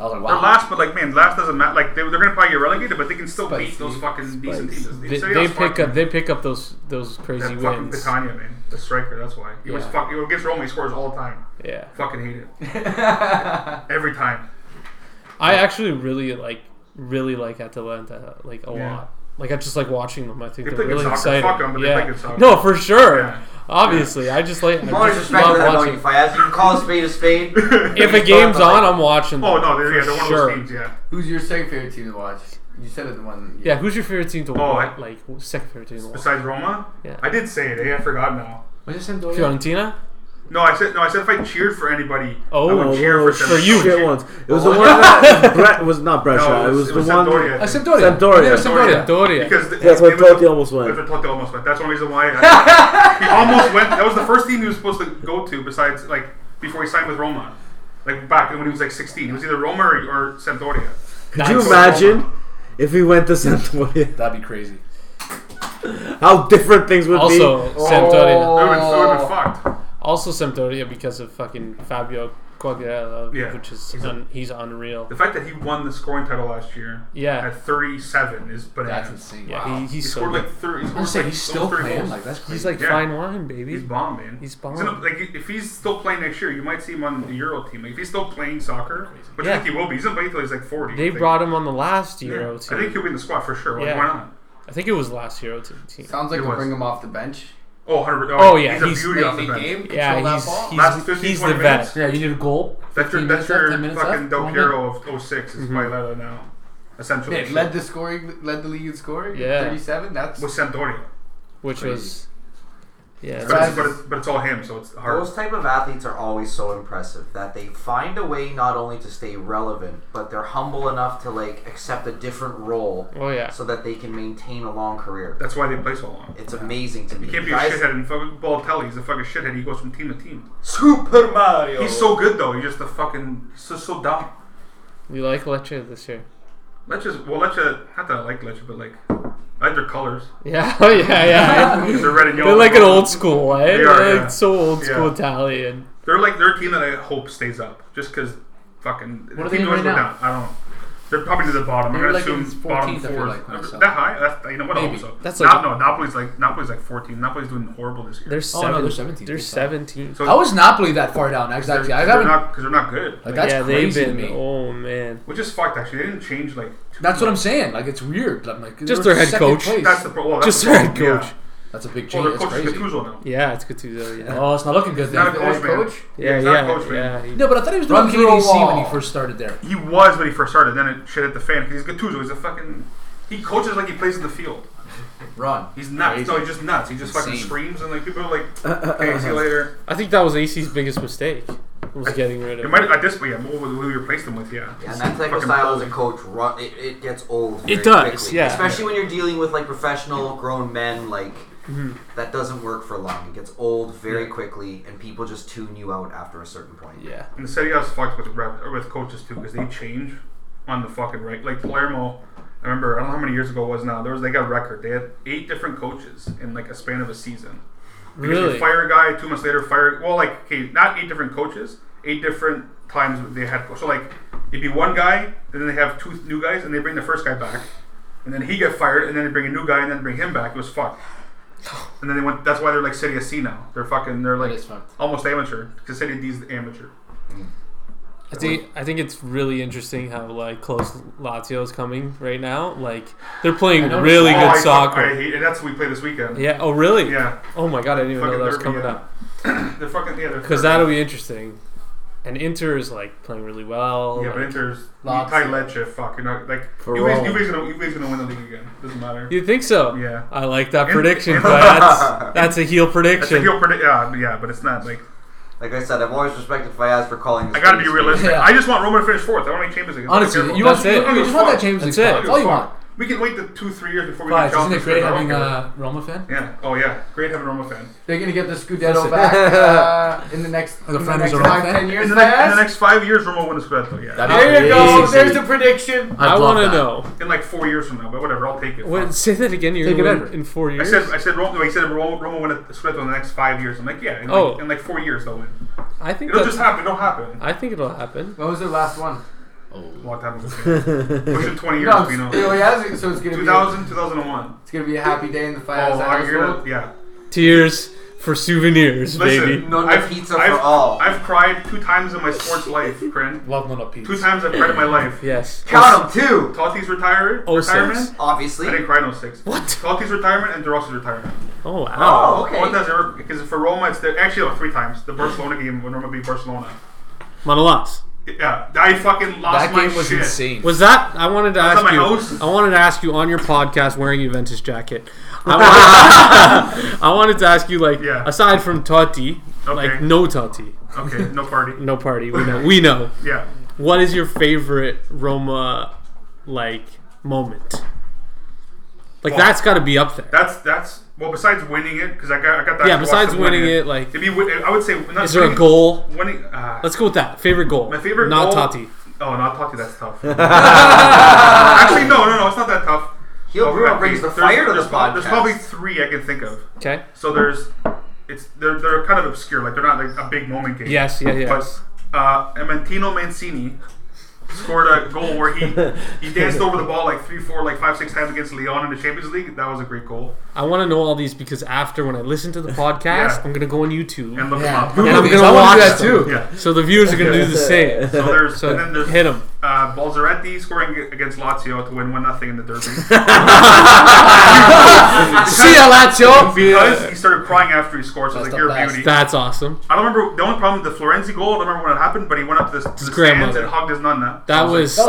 [SPEAKER 5] I was like,
[SPEAKER 2] they're
[SPEAKER 5] wow.
[SPEAKER 2] last. But like, man, last doesn't matter. Like they, they're gonna probably get relegated, but they can still
[SPEAKER 7] Spicy.
[SPEAKER 2] beat those fucking decent teams.
[SPEAKER 3] they,
[SPEAKER 2] Serie
[SPEAKER 3] they
[SPEAKER 2] A's
[SPEAKER 3] pick
[SPEAKER 2] fucking-
[SPEAKER 3] up they pick up those those crazy
[SPEAKER 2] that fucking
[SPEAKER 3] wins.
[SPEAKER 2] Catania, man, the striker. That's why he was
[SPEAKER 3] Yeah.
[SPEAKER 2] fuck. He gets Roma. He scores all the time.
[SPEAKER 3] Yeah,
[SPEAKER 2] Fucking hate it every time.
[SPEAKER 3] I actually really like really like Atalanta like a
[SPEAKER 2] Yeah.
[SPEAKER 3] lot. Like I just like watching them. I think
[SPEAKER 2] They
[SPEAKER 3] they are
[SPEAKER 2] play good
[SPEAKER 3] really
[SPEAKER 2] soccer.
[SPEAKER 3] exciting.
[SPEAKER 2] Fuck 'em, but they
[SPEAKER 3] yeah.
[SPEAKER 2] play good soccer.
[SPEAKER 3] No, for sure.
[SPEAKER 2] Yeah.
[SPEAKER 3] Obviously, I just like
[SPEAKER 4] I'm
[SPEAKER 3] I
[SPEAKER 4] always
[SPEAKER 3] just
[SPEAKER 4] respectful
[SPEAKER 3] love
[SPEAKER 4] of that about you,
[SPEAKER 3] watching.
[SPEAKER 4] Fayaz. You can call a spade a spade.
[SPEAKER 3] If a game's on, I'm watching.
[SPEAKER 2] Oh
[SPEAKER 3] them,
[SPEAKER 2] no, they're, yeah,
[SPEAKER 3] for
[SPEAKER 2] they're one
[SPEAKER 3] sure.
[SPEAKER 2] of those teams. Yeah,
[SPEAKER 7] Who's your second favorite team to watch? You said it the one.
[SPEAKER 3] Yeah, who's your favorite team to
[SPEAKER 2] Oh,
[SPEAKER 3] watch?
[SPEAKER 2] I-
[SPEAKER 3] like second favorite team to watch?
[SPEAKER 2] besides Roma,
[SPEAKER 3] Yeah.
[SPEAKER 2] I did say it. Eh? I forgot now.
[SPEAKER 5] Was this Sampdoria?
[SPEAKER 3] Fiorentina.
[SPEAKER 2] No, I said no. I said if I cheered for anybody, I
[SPEAKER 3] Oh,
[SPEAKER 6] Oh,
[SPEAKER 2] would cheer
[SPEAKER 6] those
[SPEAKER 2] for, them.
[SPEAKER 6] shit ones. It was the one that Bre- was not Brescia.
[SPEAKER 2] Oh, No,
[SPEAKER 6] it, was, the one.
[SPEAKER 2] Sampdoria, I
[SPEAKER 3] Uh,
[SPEAKER 2] think.
[SPEAKER 3] Sampdoria.
[SPEAKER 6] Sampdoria.
[SPEAKER 3] Yeah, Sampdoria. Sampdoria.
[SPEAKER 2] Because th-
[SPEAKER 6] That's
[SPEAKER 2] it
[SPEAKER 6] where
[SPEAKER 2] was the-
[SPEAKER 6] Totti almost went.
[SPEAKER 2] That's where Totti almost went. That's one reason why I, he almost went. That was the first team he was supposed to go to, besides like before he signed with Roma, like back when he was like 16. It was either Roma or, or Sampdoria.
[SPEAKER 6] Could you imagine if we went to Sampdoria?
[SPEAKER 5] That'd be crazy.
[SPEAKER 6] How different things would be. Oh.
[SPEAKER 3] Also, Sampdoria.
[SPEAKER 2] It would have been fucked.
[SPEAKER 3] Also, Sampdoria because of fucking Fabio Quagliarella,
[SPEAKER 2] Yeah.
[SPEAKER 3] which is un- he's unreal.
[SPEAKER 2] The fact that he won the scoring title last year,
[SPEAKER 3] Yeah.
[SPEAKER 2] at 37 is
[SPEAKER 5] That's
[SPEAKER 2] bananas.
[SPEAKER 5] insane.
[SPEAKER 3] Yeah,
[SPEAKER 5] Wow.
[SPEAKER 3] he,
[SPEAKER 2] He
[SPEAKER 3] he's so
[SPEAKER 2] scored
[SPEAKER 3] good.
[SPEAKER 2] like 30. He
[SPEAKER 5] I'm
[SPEAKER 2] scored
[SPEAKER 5] saying
[SPEAKER 2] like
[SPEAKER 5] he's still
[SPEAKER 2] almost 30
[SPEAKER 5] playing.
[SPEAKER 2] goals.
[SPEAKER 5] Like that's crazy.
[SPEAKER 3] He's like
[SPEAKER 2] Yeah.
[SPEAKER 3] fine wine, baby.
[SPEAKER 2] He's bomb, man.
[SPEAKER 3] He's
[SPEAKER 2] gonna-
[SPEAKER 3] bomb.
[SPEAKER 2] like if he's still playing next year, you might see him on the Euro team. Like, if he's still playing soccer, which
[SPEAKER 3] Yeah.
[SPEAKER 2] I think he will be, he's gonna play until he's like forty. I
[SPEAKER 3] they
[SPEAKER 2] think.
[SPEAKER 3] brought him on the last
[SPEAKER 2] Yeah.
[SPEAKER 3] Euro team.
[SPEAKER 2] I think he'll be in the squad for sure. Like,
[SPEAKER 3] Yeah.
[SPEAKER 2] Why not?
[SPEAKER 3] it was last Euro team. team.
[SPEAKER 7] Sounds like
[SPEAKER 2] It
[SPEAKER 7] they'll
[SPEAKER 2] was.
[SPEAKER 7] bring him off the bench.
[SPEAKER 2] Oh, 100
[SPEAKER 3] Oh, yeah,
[SPEAKER 2] he's,
[SPEAKER 3] he's
[SPEAKER 2] a beauty off the
[SPEAKER 7] Late
[SPEAKER 2] bench.
[SPEAKER 7] game,
[SPEAKER 3] Yeah,
[SPEAKER 7] control
[SPEAKER 3] he's
[SPEAKER 7] that ball.
[SPEAKER 2] Last
[SPEAKER 3] he's,
[SPEAKER 2] 15,
[SPEAKER 3] he's the
[SPEAKER 2] 20
[SPEAKER 3] vet.
[SPEAKER 5] yeah, you need a goal.
[SPEAKER 2] That's your,
[SPEAKER 7] 15 minutes
[SPEAKER 2] that's
[SPEAKER 7] left,
[SPEAKER 2] your
[SPEAKER 7] 10 minutes
[SPEAKER 2] fucking
[SPEAKER 7] left,
[SPEAKER 2] Del
[SPEAKER 7] one
[SPEAKER 2] Piero of 06 is Mailata now, essentially.
[SPEAKER 7] Nick led the scoring, led the league in scoring.
[SPEAKER 3] Yeah.
[SPEAKER 7] thirty-seven. That's
[SPEAKER 2] with Sampdoria,
[SPEAKER 3] Which was, yeah,
[SPEAKER 2] but it's,
[SPEAKER 7] Right.
[SPEAKER 2] but, it's, but it's all him, so it's hard.
[SPEAKER 4] Those type of athletes are always so impressive that they find a way not only to stay relevant, but they're humble enough to like accept a different role
[SPEAKER 3] oh yeah.
[SPEAKER 4] so that they can maintain a long career.
[SPEAKER 2] That's why they play so long.
[SPEAKER 4] It's amazing to me.
[SPEAKER 2] He can't be a
[SPEAKER 4] Guys,
[SPEAKER 2] shithead and fucking Balotelli. He's a fucking shithead. He goes from team to team.
[SPEAKER 4] Super Mario.
[SPEAKER 2] He's so good though. He's just a fucking he's just so dumb.
[SPEAKER 3] You like Lecce this year?
[SPEAKER 2] Lecce's well, Lecce. Not that I like Lecce, but like I like their colors.
[SPEAKER 3] Yeah, oh yeah, yeah.
[SPEAKER 2] They're red and yellow.
[SPEAKER 3] They're like an old school, eh?
[SPEAKER 2] They are,
[SPEAKER 3] They're
[SPEAKER 2] yeah.
[SPEAKER 3] like so old school
[SPEAKER 2] Yeah.
[SPEAKER 3] Italian.
[SPEAKER 2] They're like their team that I hope stays up, just because fucking
[SPEAKER 7] What are
[SPEAKER 2] the team
[SPEAKER 7] they in
[SPEAKER 2] numbers
[SPEAKER 7] right
[SPEAKER 2] go
[SPEAKER 7] now?
[SPEAKER 2] down. I don't. know. They're probably to the bottom. I'm
[SPEAKER 5] They're
[SPEAKER 2] gonna
[SPEAKER 5] like in
[SPEAKER 2] assume
[SPEAKER 5] 14th,
[SPEAKER 2] bottom
[SPEAKER 5] I feel
[SPEAKER 2] four.
[SPEAKER 5] like, when I saw
[SPEAKER 2] that high? That's, you know what? I
[SPEAKER 5] Maybe.
[SPEAKER 2] hope so.
[SPEAKER 3] That's
[SPEAKER 2] That's like
[SPEAKER 3] like-
[SPEAKER 2] no, Napoli's like Napoli's like 14. Napoli's doing horrible this year.
[SPEAKER 3] They're
[SPEAKER 5] Oh,
[SPEAKER 3] seven.
[SPEAKER 5] no, they're 17th,
[SPEAKER 3] They're
[SPEAKER 5] they suck.
[SPEAKER 3] 17.
[SPEAKER 2] So
[SPEAKER 5] I was Napoli that far down. Exactly. I
[SPEAKER 2] they're,
[SPEAKER 5] haven't.
[SPEAKER 2] not because they're not good.
[SPEAKER 5] like that's
[SPEAKER 3] yeah, they've
[SPEAKER 5] crazy
[SPEAKER 3] been.
[SPEAKER 5] to me.
[SPEAKER 3] Oh man.
[SPEAKER 2] Which is fucked actually. They didn't change like. Too
[SPEAKER 5] That's what I'm
[SPEAKER 2] much.
[SPEAKER 5] saying. Like it's weird. I'm like
[SPEAKER 3] Just
[SPEAKER 5] they're
[SPEAKER 3] their head
[SPEAKER 5] second
[SPEAKER 3] coach.
[SPEAKER 5] place.
[SPEAKER 2] That's the problem. Well, that's
[SPEAKER 3] Just
[SPEAKER 2] the
[SPEAKER 3] their head
[SPEAKER 2] problem,
[SPEAKER 3] coach.
[SPEAKER 5] That's a big
[SPEAKER 2] Yeah.
[SPEAKER 5] change.
[SPEAKER 2] Well, their
[SPEAKER 5] It's
[SPEAKER 2] coach is
[SPEAKER 5] crazy.
[SPEAKER 2] Gattuso now.
[SPEAKER 3] Yeah, it's Gattuso. Yeah.
[SPEAKER 5] Oh, it's not looking good.
[SPEAKER 2] He's not a
[SPEAKER 5] Then.
[SPEAKER 2] coach, man.
[SPEAKER 7] coach?
[SPEAKER 3] yeah,
[SPEAKER 2] he's
[SPEAKER 3] yeah,
[SPEAKER 2] not a coach,
[SPEAKER 3] yeah.
[SPEAKER 2] man.
[SPEAKER 3] he-
[SPEAKER 5] No, but I thought he was doing
[SPEAKER 7] Run through a
[SPEAKER 5] KDC when he
[SPEAKER 7] wall.
[SPEAKER 5] first started there.
[SPEAKER 2] He was when he first started. Then it shit hit the fan because he's Gattuso. He's a fucking. He coaches like he plays in the field.
[SPEAKER 7] Run.
[SPEAKER 2] He's nuts. No, he's just nuts. He just fucking
[SPEAKER 7] Insane.
[SPEAKER 2] screams and like people are like, "Okay, see you later."
[SPEAKER 3] I think that was AC's biggest mistake. Was getting rid
[SPEAKER 2] It
[SPEAKER 3] of.
[SPEAKER 2] might at this point, yeah. What would we replace them with? Yeah.
[SPEAKER 4] And that type of
[SPEAKER 2] Fucking
[SPEAKER 4] style as a
[SPEAKER 2] old.
[SPEAKER 4] coach, run, it, it gets old. Very
[SPEAKER 3] It does,
[SPEAKER 4] quickly.
[SPEAKER 3] yeah.
[SPEAKER 4] Especially when you're dealing with like professional grown men, like
[SPEAKER 3] Mm-hmm.
[SPEAKER 4] that doesn't work for long. It gets old very quickly, and people just tune you out after a certain point.
[SPEAKER 3] Yeah.
[SPEAKER 2] And the Serie A is fucked with rep, or with coaches too because they change on the fucking right. Like Palermo, I remember I don't know how many years ago it was now. There was they got a record. They had eight different coaches in like a span of a season. Because
[SPEAKER 3] Really?
[SPEAKER 2] You fire a guy two months later. Fire well, like okay, not eight different coaches, eight different times they had. So like it'd be one guy, and then they have two new guys, and they bring the first guy back, and then he get fired, and then they bring a new guy, and then bring him back. It was fucked. And then they went. That's why they're like City of C now. They're fucking. They're like
[SPEAKER 7] is fucked.
[SPEAKER 2] almost amateur because City D's amateur.
[SPEAKER 3] I think I think it's really interesting how like close Lazio is coming right now. Like they're playing
[SPEAKER 7] noticed
[SPEAKER 3] really
[SPEAKER 2] Oh,
[SPEAKER 3] good
[SPEAKER 2] I fuck-
[SPEAKER 3] soccer.
[SPEAKER 2] I hate, and that's what we play this weekend.
[SPEAKER 3] yeah. Oh really?
[SPEAKER 2] Yeah.
[SPEAKER 3] Oh my god, I didn't even know
[SPEAKER 2] Fucking
[SPEAKER 3] that was
[SPEAKER 2] derby,
[SPEAKER 3] coming
[SPEAKER 2] yeah.
[SPEAKER 3] up.
[SPEAKER 2] They're fucking yeah. They're
[SPEAKER 3] Because
[SPEAKER 2] third.
[SPEAKER 3] that'll be interesting. And Inter is like playing really well.
[SPEAKER 2] Yeah, but
[SPEAKER 3] like-
[SPEAKER 2] Inter's you
[SPEAKER 7] Lazio.
[SPEAKER 2] tie Lecce. Fuck, you're not like
[SPEAKER 6] Rome.
[SPEAKER 2] Juve's, Juve's, gonna, Juve's gonna win the league again. Doesn't matter.
[SPEAKER 3] you think so?
[SPEAKER 2] Yeah.
[SPEAKER 3] I like that
[SPEAKER 2] In-
[SPEAKER 3] prediction, but that's that's a heel
[SPEAKER 2] That's like
[SPEAKER 3] prediction.
[SPEAKER 2] you'll predict. Yeah, yeah, but it's not like
[SPEAKER 4] Like I said, I've always respected Fayaz for calling. This
[SPEAKER 2] I gotta be
[SPEAKER 4] space.
[SPEAKER 2] realistic.
[SPEAKER 5] Yeah.
[SPEAKER 2] I just want Roma to finish fourth. I want to make Champions League.
[SPEAKER 5] Honestly,
[SPEAKER 2] That's terrible.
[SPEAKER 5] you want,
[SPEAKER 3] That's
[SPEAKER 5] you,
[SPEAKER 3] it.
[SPEAKER 5] you just want that Champions League
[SPEAKER 3] That's
[SPEAKER 5] spot.
[SPEAKER 3] it.
[SPEAKER 5] That's all you want.
[SPEAKER 2] We can wait the two, three years before we
[SPEAKER 5] Guys,
[SPEAKER 2] get
[SPEAKER 5] isn't it
[SPEAKER 2] Champions League.
[SPEAKER 5] great
[SPEAKER 2] I don't care.
[SPEAKER 5] having a Roma fan?
[SPEAKER 2] Yeah. Oh yeah. Great having a Roma fan.
[SPEAKER 7] They're gonna get the Scudetto back uh, in the next, in the
[SPEAKER 5] friend
[SPEAKER 7] next
[SPEAKER 5] is a Roma
[SPEAKER 7] five,
[SPEAKER 5] fan?
[SPEAKER 7] ten years.
[SPEAKER 2] In the, next, in the
[SPEAKER 7] Fayaz?
[SPEAKER 2] next five years, Roma will win the Scudetto. Yeah.
[SPEAKER 5] That'd be
[SPEAKER 7] There you go.
[SPEAKER 5] crazy.
[SPEAKER 7] There's the prediction.
[SPEAKER 5] I'd
[SPEAKER 3] I
[SPEAKER 5] love
[SPEAKER 3] want to
[SPEAKER 5] that.
[SPEAKER 3] know.
[SPEAKER 2] in like four years from now, but whatever. I'll take it.
[SPEAKER 3] What, say that again. You're
[SPEAKER 5] Take it
[SPEAKER 3] gonna win
[SPEAKER 5] over.
[SPEAKER 3] in four
[SPEAKER 2] I
[SPEAKER 3] years.
[SPEAKER 2] said, I said, Roma, no, he said Roma, Roma win a Scudetto in the next five years. I'm like, yeah, in,
[SPEAKER 3] Oh.
[SPEAKER 2] like, in like four years they'll win.
[SPEAKER 3] I think
[SPEAKER 2] It'll
[SPEAKER 3] that's,
[SPEAKER 2] just happen. It'll happen.
[SPEAKER 3] I think it'll happen.
[SPEAKER 7] When was their last one?
[SPEAKER 2] A lot of Pushing 20 years,
[SPEAKER 7] No,
[SPEAKER 2] we know.
[SPEAKER 7] it's- it has- so it's gonna be
[SPEAKER 2] 2000, 2001.
[SPEAKER 7] it's gonna be a happy day in the
[SPEAKER 2] Oh,
[SPEAKER 7] Fayaz
[SPEAKER 2] I
[SPEAKER 7] house.
[SPEAKER 2] hear
[SPEAKER 7] world.
[SPEAKER 2] that. Yeah.
[SPEAKER 3] Tears for souvenirs,
[SPEAKER 2] Listen,
[SPEAKER 3] baby.
[SPEAKER 4] No, no
[SPEAKER 2] I've,
[SPEAKER 4] pizza for
[SPEAKER 2] I've,
[SPEAKER 4] all.
[SPEAKER 2] I've cried two times in my sports life, Corinne.
[SPEAKER 5] Love Nona Pete.
[SPEAKER 2] Two times I've cried in my life.
[SPEAKER 3] Yes.
[SPEAKER 4] Count them too.
[SPEAKER 2] Totti's retire,
[SPEAKER 3] Oh, six.
[SPEAKER 2] retirement.
[SPEAKER 4] Obviously.
[SPEAKER 2] I didn't cry in 06.
[SPEAKER 3] What?
[SPEAKER 2] Totti's retirement and De Rossi's retirement.
[SPEAKER 3] Oh wow.
[SPEAKER 4] Oh, okay.
[SPEAKER 2] What does it Because for Roma, it's the, actually no, three times. The Barcelona game when Roma beat Barcelona. Oh.
[SPEAKER 3] Manolas.
[SPEAKER 2] Yeah, I fucking lost
[SPEAKER 5] That
[SPEAKER 2] my
[SPEAKER 5] game was
[SPEAKER 2] shit.
[SPEAKER 5] insane.
[SPEAKER 3] Was that? I wanted to
[SPEAKER 2] That's
[SPEAKER 3] ask
[SPEAKER 2] not my
[SPEAKER 3] you.
[SPEAKER 2] house.
[SPEAKER 3] I wanted to ask you on your podcast wearing a Juventus jacket. I wanted, I wanted to ask you, like,
[SPEAKER 2] Yeah.
[SPEAKER 3] aside from Totti, Like
[SPEAKER 2] Okay.
[SPEAKER 3] no Totti,
[SPEAKER 2] Okay, no party.
[SPEAKER 3] no party. We know. We know.
[SPEAKER 2] Yeah.
[SPEAKER 3] What is your favorite Roma like moment? Like
[SPEAKER 2] Well,
[SPEAKER 3] that's got to be up there.
[SPEAKER 2] That's that's well. Besides winning it, because I got I got that.
[SPEAKER 3] Yeah,
[SPEAKER 2] watch
[SPEAKER 3] besides
[SPEAKER 2] them
[SPEAKER 3] winning
[SPEAKER 2] win
[SPEAKER 3] it, like-
[SPEAKER 2] It'd be win- I would say not
[SPEAKER 3] Is there a
[SPEAKER 2] winning-
[SPEAKER 3] goal?
[SPEAKER 2] Winning. Uh,
[SPEAKER 3] Let's go with that. Favorite goal.
[SPEAKER 2] my favorite.
[SPEAKER 3] Not
[SPEAKER 2] goal,
[SPEAKER 3] Totti.
[SPEAKER 2] Oh, not Totti. That's tough. Actually, no, no, no. It's not that tough.
[SPEAKER 4] He'll
[SPEAKER 2] Oh,
[SPEAKER 4] Bruno
[SPEAKER 2] okay,
[SPEAKER 4] brings the
[SPEAKER 2] there's-
[SPEAKER 4] fire to
[SPEAKER 2] there's
[SPEAKER 4] this
[SPEAKER 2] prob-
[SPEAKER 4] podcast.
[SPEAKER 2] There's probably three I can think of.
[SPEAKER 3] Okay.
[SPEAKER 2] So there's, it's they're they're kind of obscure. Like they're not like a big moment game.
[SPEAKER 3] Yes. Yeah. Yeah.
[SPEAKER 2] But uh, Amantino Mancini scored a goal where he he danced over the ball like three, four, like five, six times against Leon in the Champions League. That was a great goal.
[SPEAKER 3] I want to know all these because after when I listen to the podcast,
[SPEAKER 2] Yeah.
[SPEAKER 3] I'm gonna go on YouTube
[SPEAKER 2] And
[SPEAKER 3] and,
[SPEAKER 2] look him
[SPEAKER 3] I'm
[SPEAKER 2] up.
[SPEAKER 3] gonna
[SPEAKER 6] these. I wanna
[SPEAKER 3] watch
[SPEAKER 6] do that
[SPEAKER 3] them.
[SPEAKER 6] too.
[SPEAKER 2] Yeah.
[SPEAKER 3] So the viewers are gonna do the same.
[SPEAKER 2] So there's
[SPEAKER 3] So
[SPEAKER 2] and then there's
[SPEAKER 3] hit him.
[SPEAKER 2] Uh, Balzaretti scoring against Lazio to win one nothing in the derby.
[SPEAKER 6] See ya, Lazio.
[SPEAKER 2] because he started crying after he scored, so I was
[SPEAKER 7] That's
[SPEAKER 2] like,
[SPEAKER 7] the
[SPEAKER 2] "You're a
[SPEAKER 7] best.
[SPEAKER 2] beauty."
[SPEAKER 3] That's awesome.
[SPEAKER 2] I don't remember the only problem with the Florenzi goal. I don't remember when it happened, but he went up to the, to the stands
[SPEAKER 3] grandmother.
[SPEAKER 2] and hugged his nonna.
[SPEAKER 3] That was
[SPEAKER 7] Oh,
[SPEAKER 2] That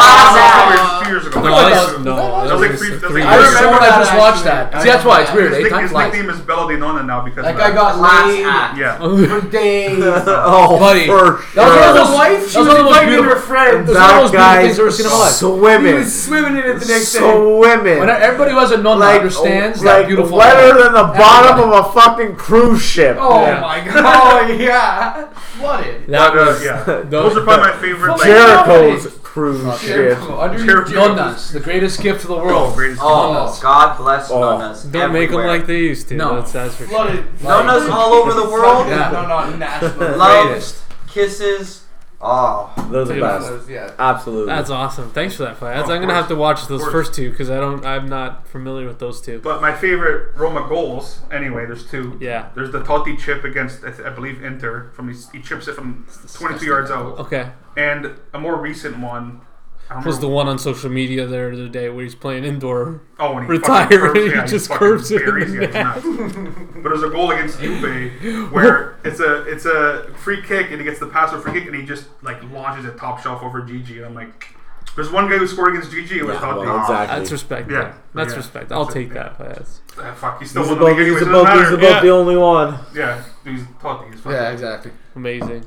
[SPEAKER 2] was probably two years ago.
[SPEAKER 3] no,
[SPEAKER 2] That
[SPEAKER 3] that's-
[SPEAKER 2] was-
[SPEAKER 3] no,
[SPEAKER 2] that was like
[SPEAKER 3] was
[SPEAKER 2] three- that was
[SPEAKER 3] three
[SPEAKER 2] like-
[SPEAKER 6] I
[SPEAKER 3] years.
[SPEAKER 6] remember when I just watched that.
[SPEAKER 7] I
[SPEAKER 6] See, that's why it's
[SPEAKER 7] remember
[SPEAKER 6] weird.
[SPEAKER 2] His,
[SPEAKER 6] Eh?
[SPEAKER 2] nick-
[SPEAKER 6] Time
[SPEAKER 2] his
[SPEAKER 6] flies.
[SPEAKER 2] nickname is Bella Di Nonna now because
[SPEAKER 7] That
[SPEAKER 2] of that.
[SPEAKER 7] guy got
[SPEAKER 4] Last
[SPEAKER 7] laid
[SPEAKER 4] act.
[SPEAKER 2] yeah.
[SPEAKER 7] for days. that
[SPEAKER 6] Oh,
[SPEAKER 5] Buddy.
[SPEAKER 6] for
[SPEAKER 7] was
[SPEAKER 6] sure.
[SPEAKER 7] his wife. She was
[SPEAKER 5] That was one of the most
[SPEAKER 7] inviting her
[SPEAKER 5] beautiful-
[SPEAKER 7] friend.
[SPEAKER 5] That one of those beautiful
[SPEAKER 6] guy's
[SPEAKER 5] things I've ever seen in my life.
[SPEAKER 7] He
[SPEAKER 6] Swimming.
[SPEAKER 7] was swimming in it the next day.
[SPEAKER 6] Swimming.
[SPEAKER 5] When everybody who has a nun
[SPEAKER 6] like,
[SPEAKER 5] understands
[SPEAKER 6] like
[SPEAKER 5] that beautiful.
[SPEAKER 6] wetter than the bottom of a fucking cruise ship.
[SPEAKER 7] Oh
[SPEAKER 3] Yeah.
[SPEAKER 7] my god. Oh yeah. Flooded.
[SPEAKER 3] That
[SPEAKER 2] Uh,
[SPEAKER 3] was
[SPEAKER 2] yeah. Those are probably my favorite. Like,
[SPEAKER 6] Jericho's cruise ship.
[SPEAKER 7] Jericho, under your
[SPEAKER 2] Jericho.
[SPEAKER 5] Nonnas, the greatest gift to the world.
[SPEAKER 2] Greatest
[SPEAKER 4] Oh, God bless nonnas.
[SPEAKER 3] Don't make them
[SPEAKER 4] everywhere.
[SPEAKER 3] like they used to.
[SPEAKER 5] No.
[SPEAKER 3] That's, that's for sure.
[SPEAKER 7] Flooded.
[SPEAKER 4] nonnas all over the world.
[SPEAKER 7] Yeah. No, no, national.
[SPEAKER 4] Love,
[SPEAKER 5] Greatest.
[SPEAKER 4] kisses. Oh,
[SPEAKER 6] Those are the best.
[SPEAKER 7] Those, yeah.
[SPEAKER 6] Absolutely.
[SPEAKER 3] That's awesome. Thanks for that, Fiat.
[SPEAKER 2] Of
[SPEAKER 3] I'm gonna
[SPEAKER 2] course.
[SPEAKER 3] have to watch those
[SPEAKER 2] course.
[SPEAKER 3] first two because I don't. I'm not familiar with those two.
[SPEAKER 2] But my favorite Roma goals, anyway, there's two.
[SPEAKER 3] Yeah.
[SPEAKER 2] There's the Totti chip against, I, th- I believe, Inter. From his, he chips it from 22 yards out.
[SPEAKER 3] Okay.
[SPEAKER 2] And a more recent one. I don't
[SPEAKER 3] Was the
[SPEAKER 2] remember-
[SPEAKER 3] one on social media the other day where he's playing indoor.
[SPEAKER 2] oh, when he
[SPEAKER 3] retired
[SPEAKER 2] fucking curves-
[SPEAKER 3] and he
[SPEAKER 2] yeah,
[SPEAKER 3] just
[SPEAKER 2] fucking
[SPEAKER 3] curves it in
[SPEAKER 2] buries it.
[SPEAKER 3] the
[SPEAKER 2] It's nuts. but there's a goal against Juve where it's a it's a free kick and he gets the pass for free kick and he just like launches it top shelf over Gigi. And I'm like, there's one guy who scored against Gigi. It was Totti.
[SPEAKER 6] well, exactly.
[SPEAKER 3] That's respect.
[SPEAKER 2] Yeah.
[SPEAKER 3] That's
[SPEAKER 2] Yeah.
[SPEAKER 3] respect. I'll
[SPEAKER 2] That's
[SPEAKER 3] take
[SPEAKER 2] it.
[SPEAKER 3] that, Fiat.
[SPEAKER 2] Ah, fuck, he's still
[SPEAKER 6] He's
[SPEAKER 2] one of the
[SPEAKER 6] about,
[SPEAKER 2] league anyway, so
[SPEAKER 6] he's
[SPEAKER 2] it
[SPEAKER 6] about,
[SPEAKER 2] doesn't
[SPEAKER 6] he's
[SPEAKER 2] matter.
[SPEAKER 6] about the only one.
[SPEAKER 2] Yeah, he's Totti. He's fucking-
[SPEAKER 7] Yeah, exactly.
[SPEAKER 3] Amazing.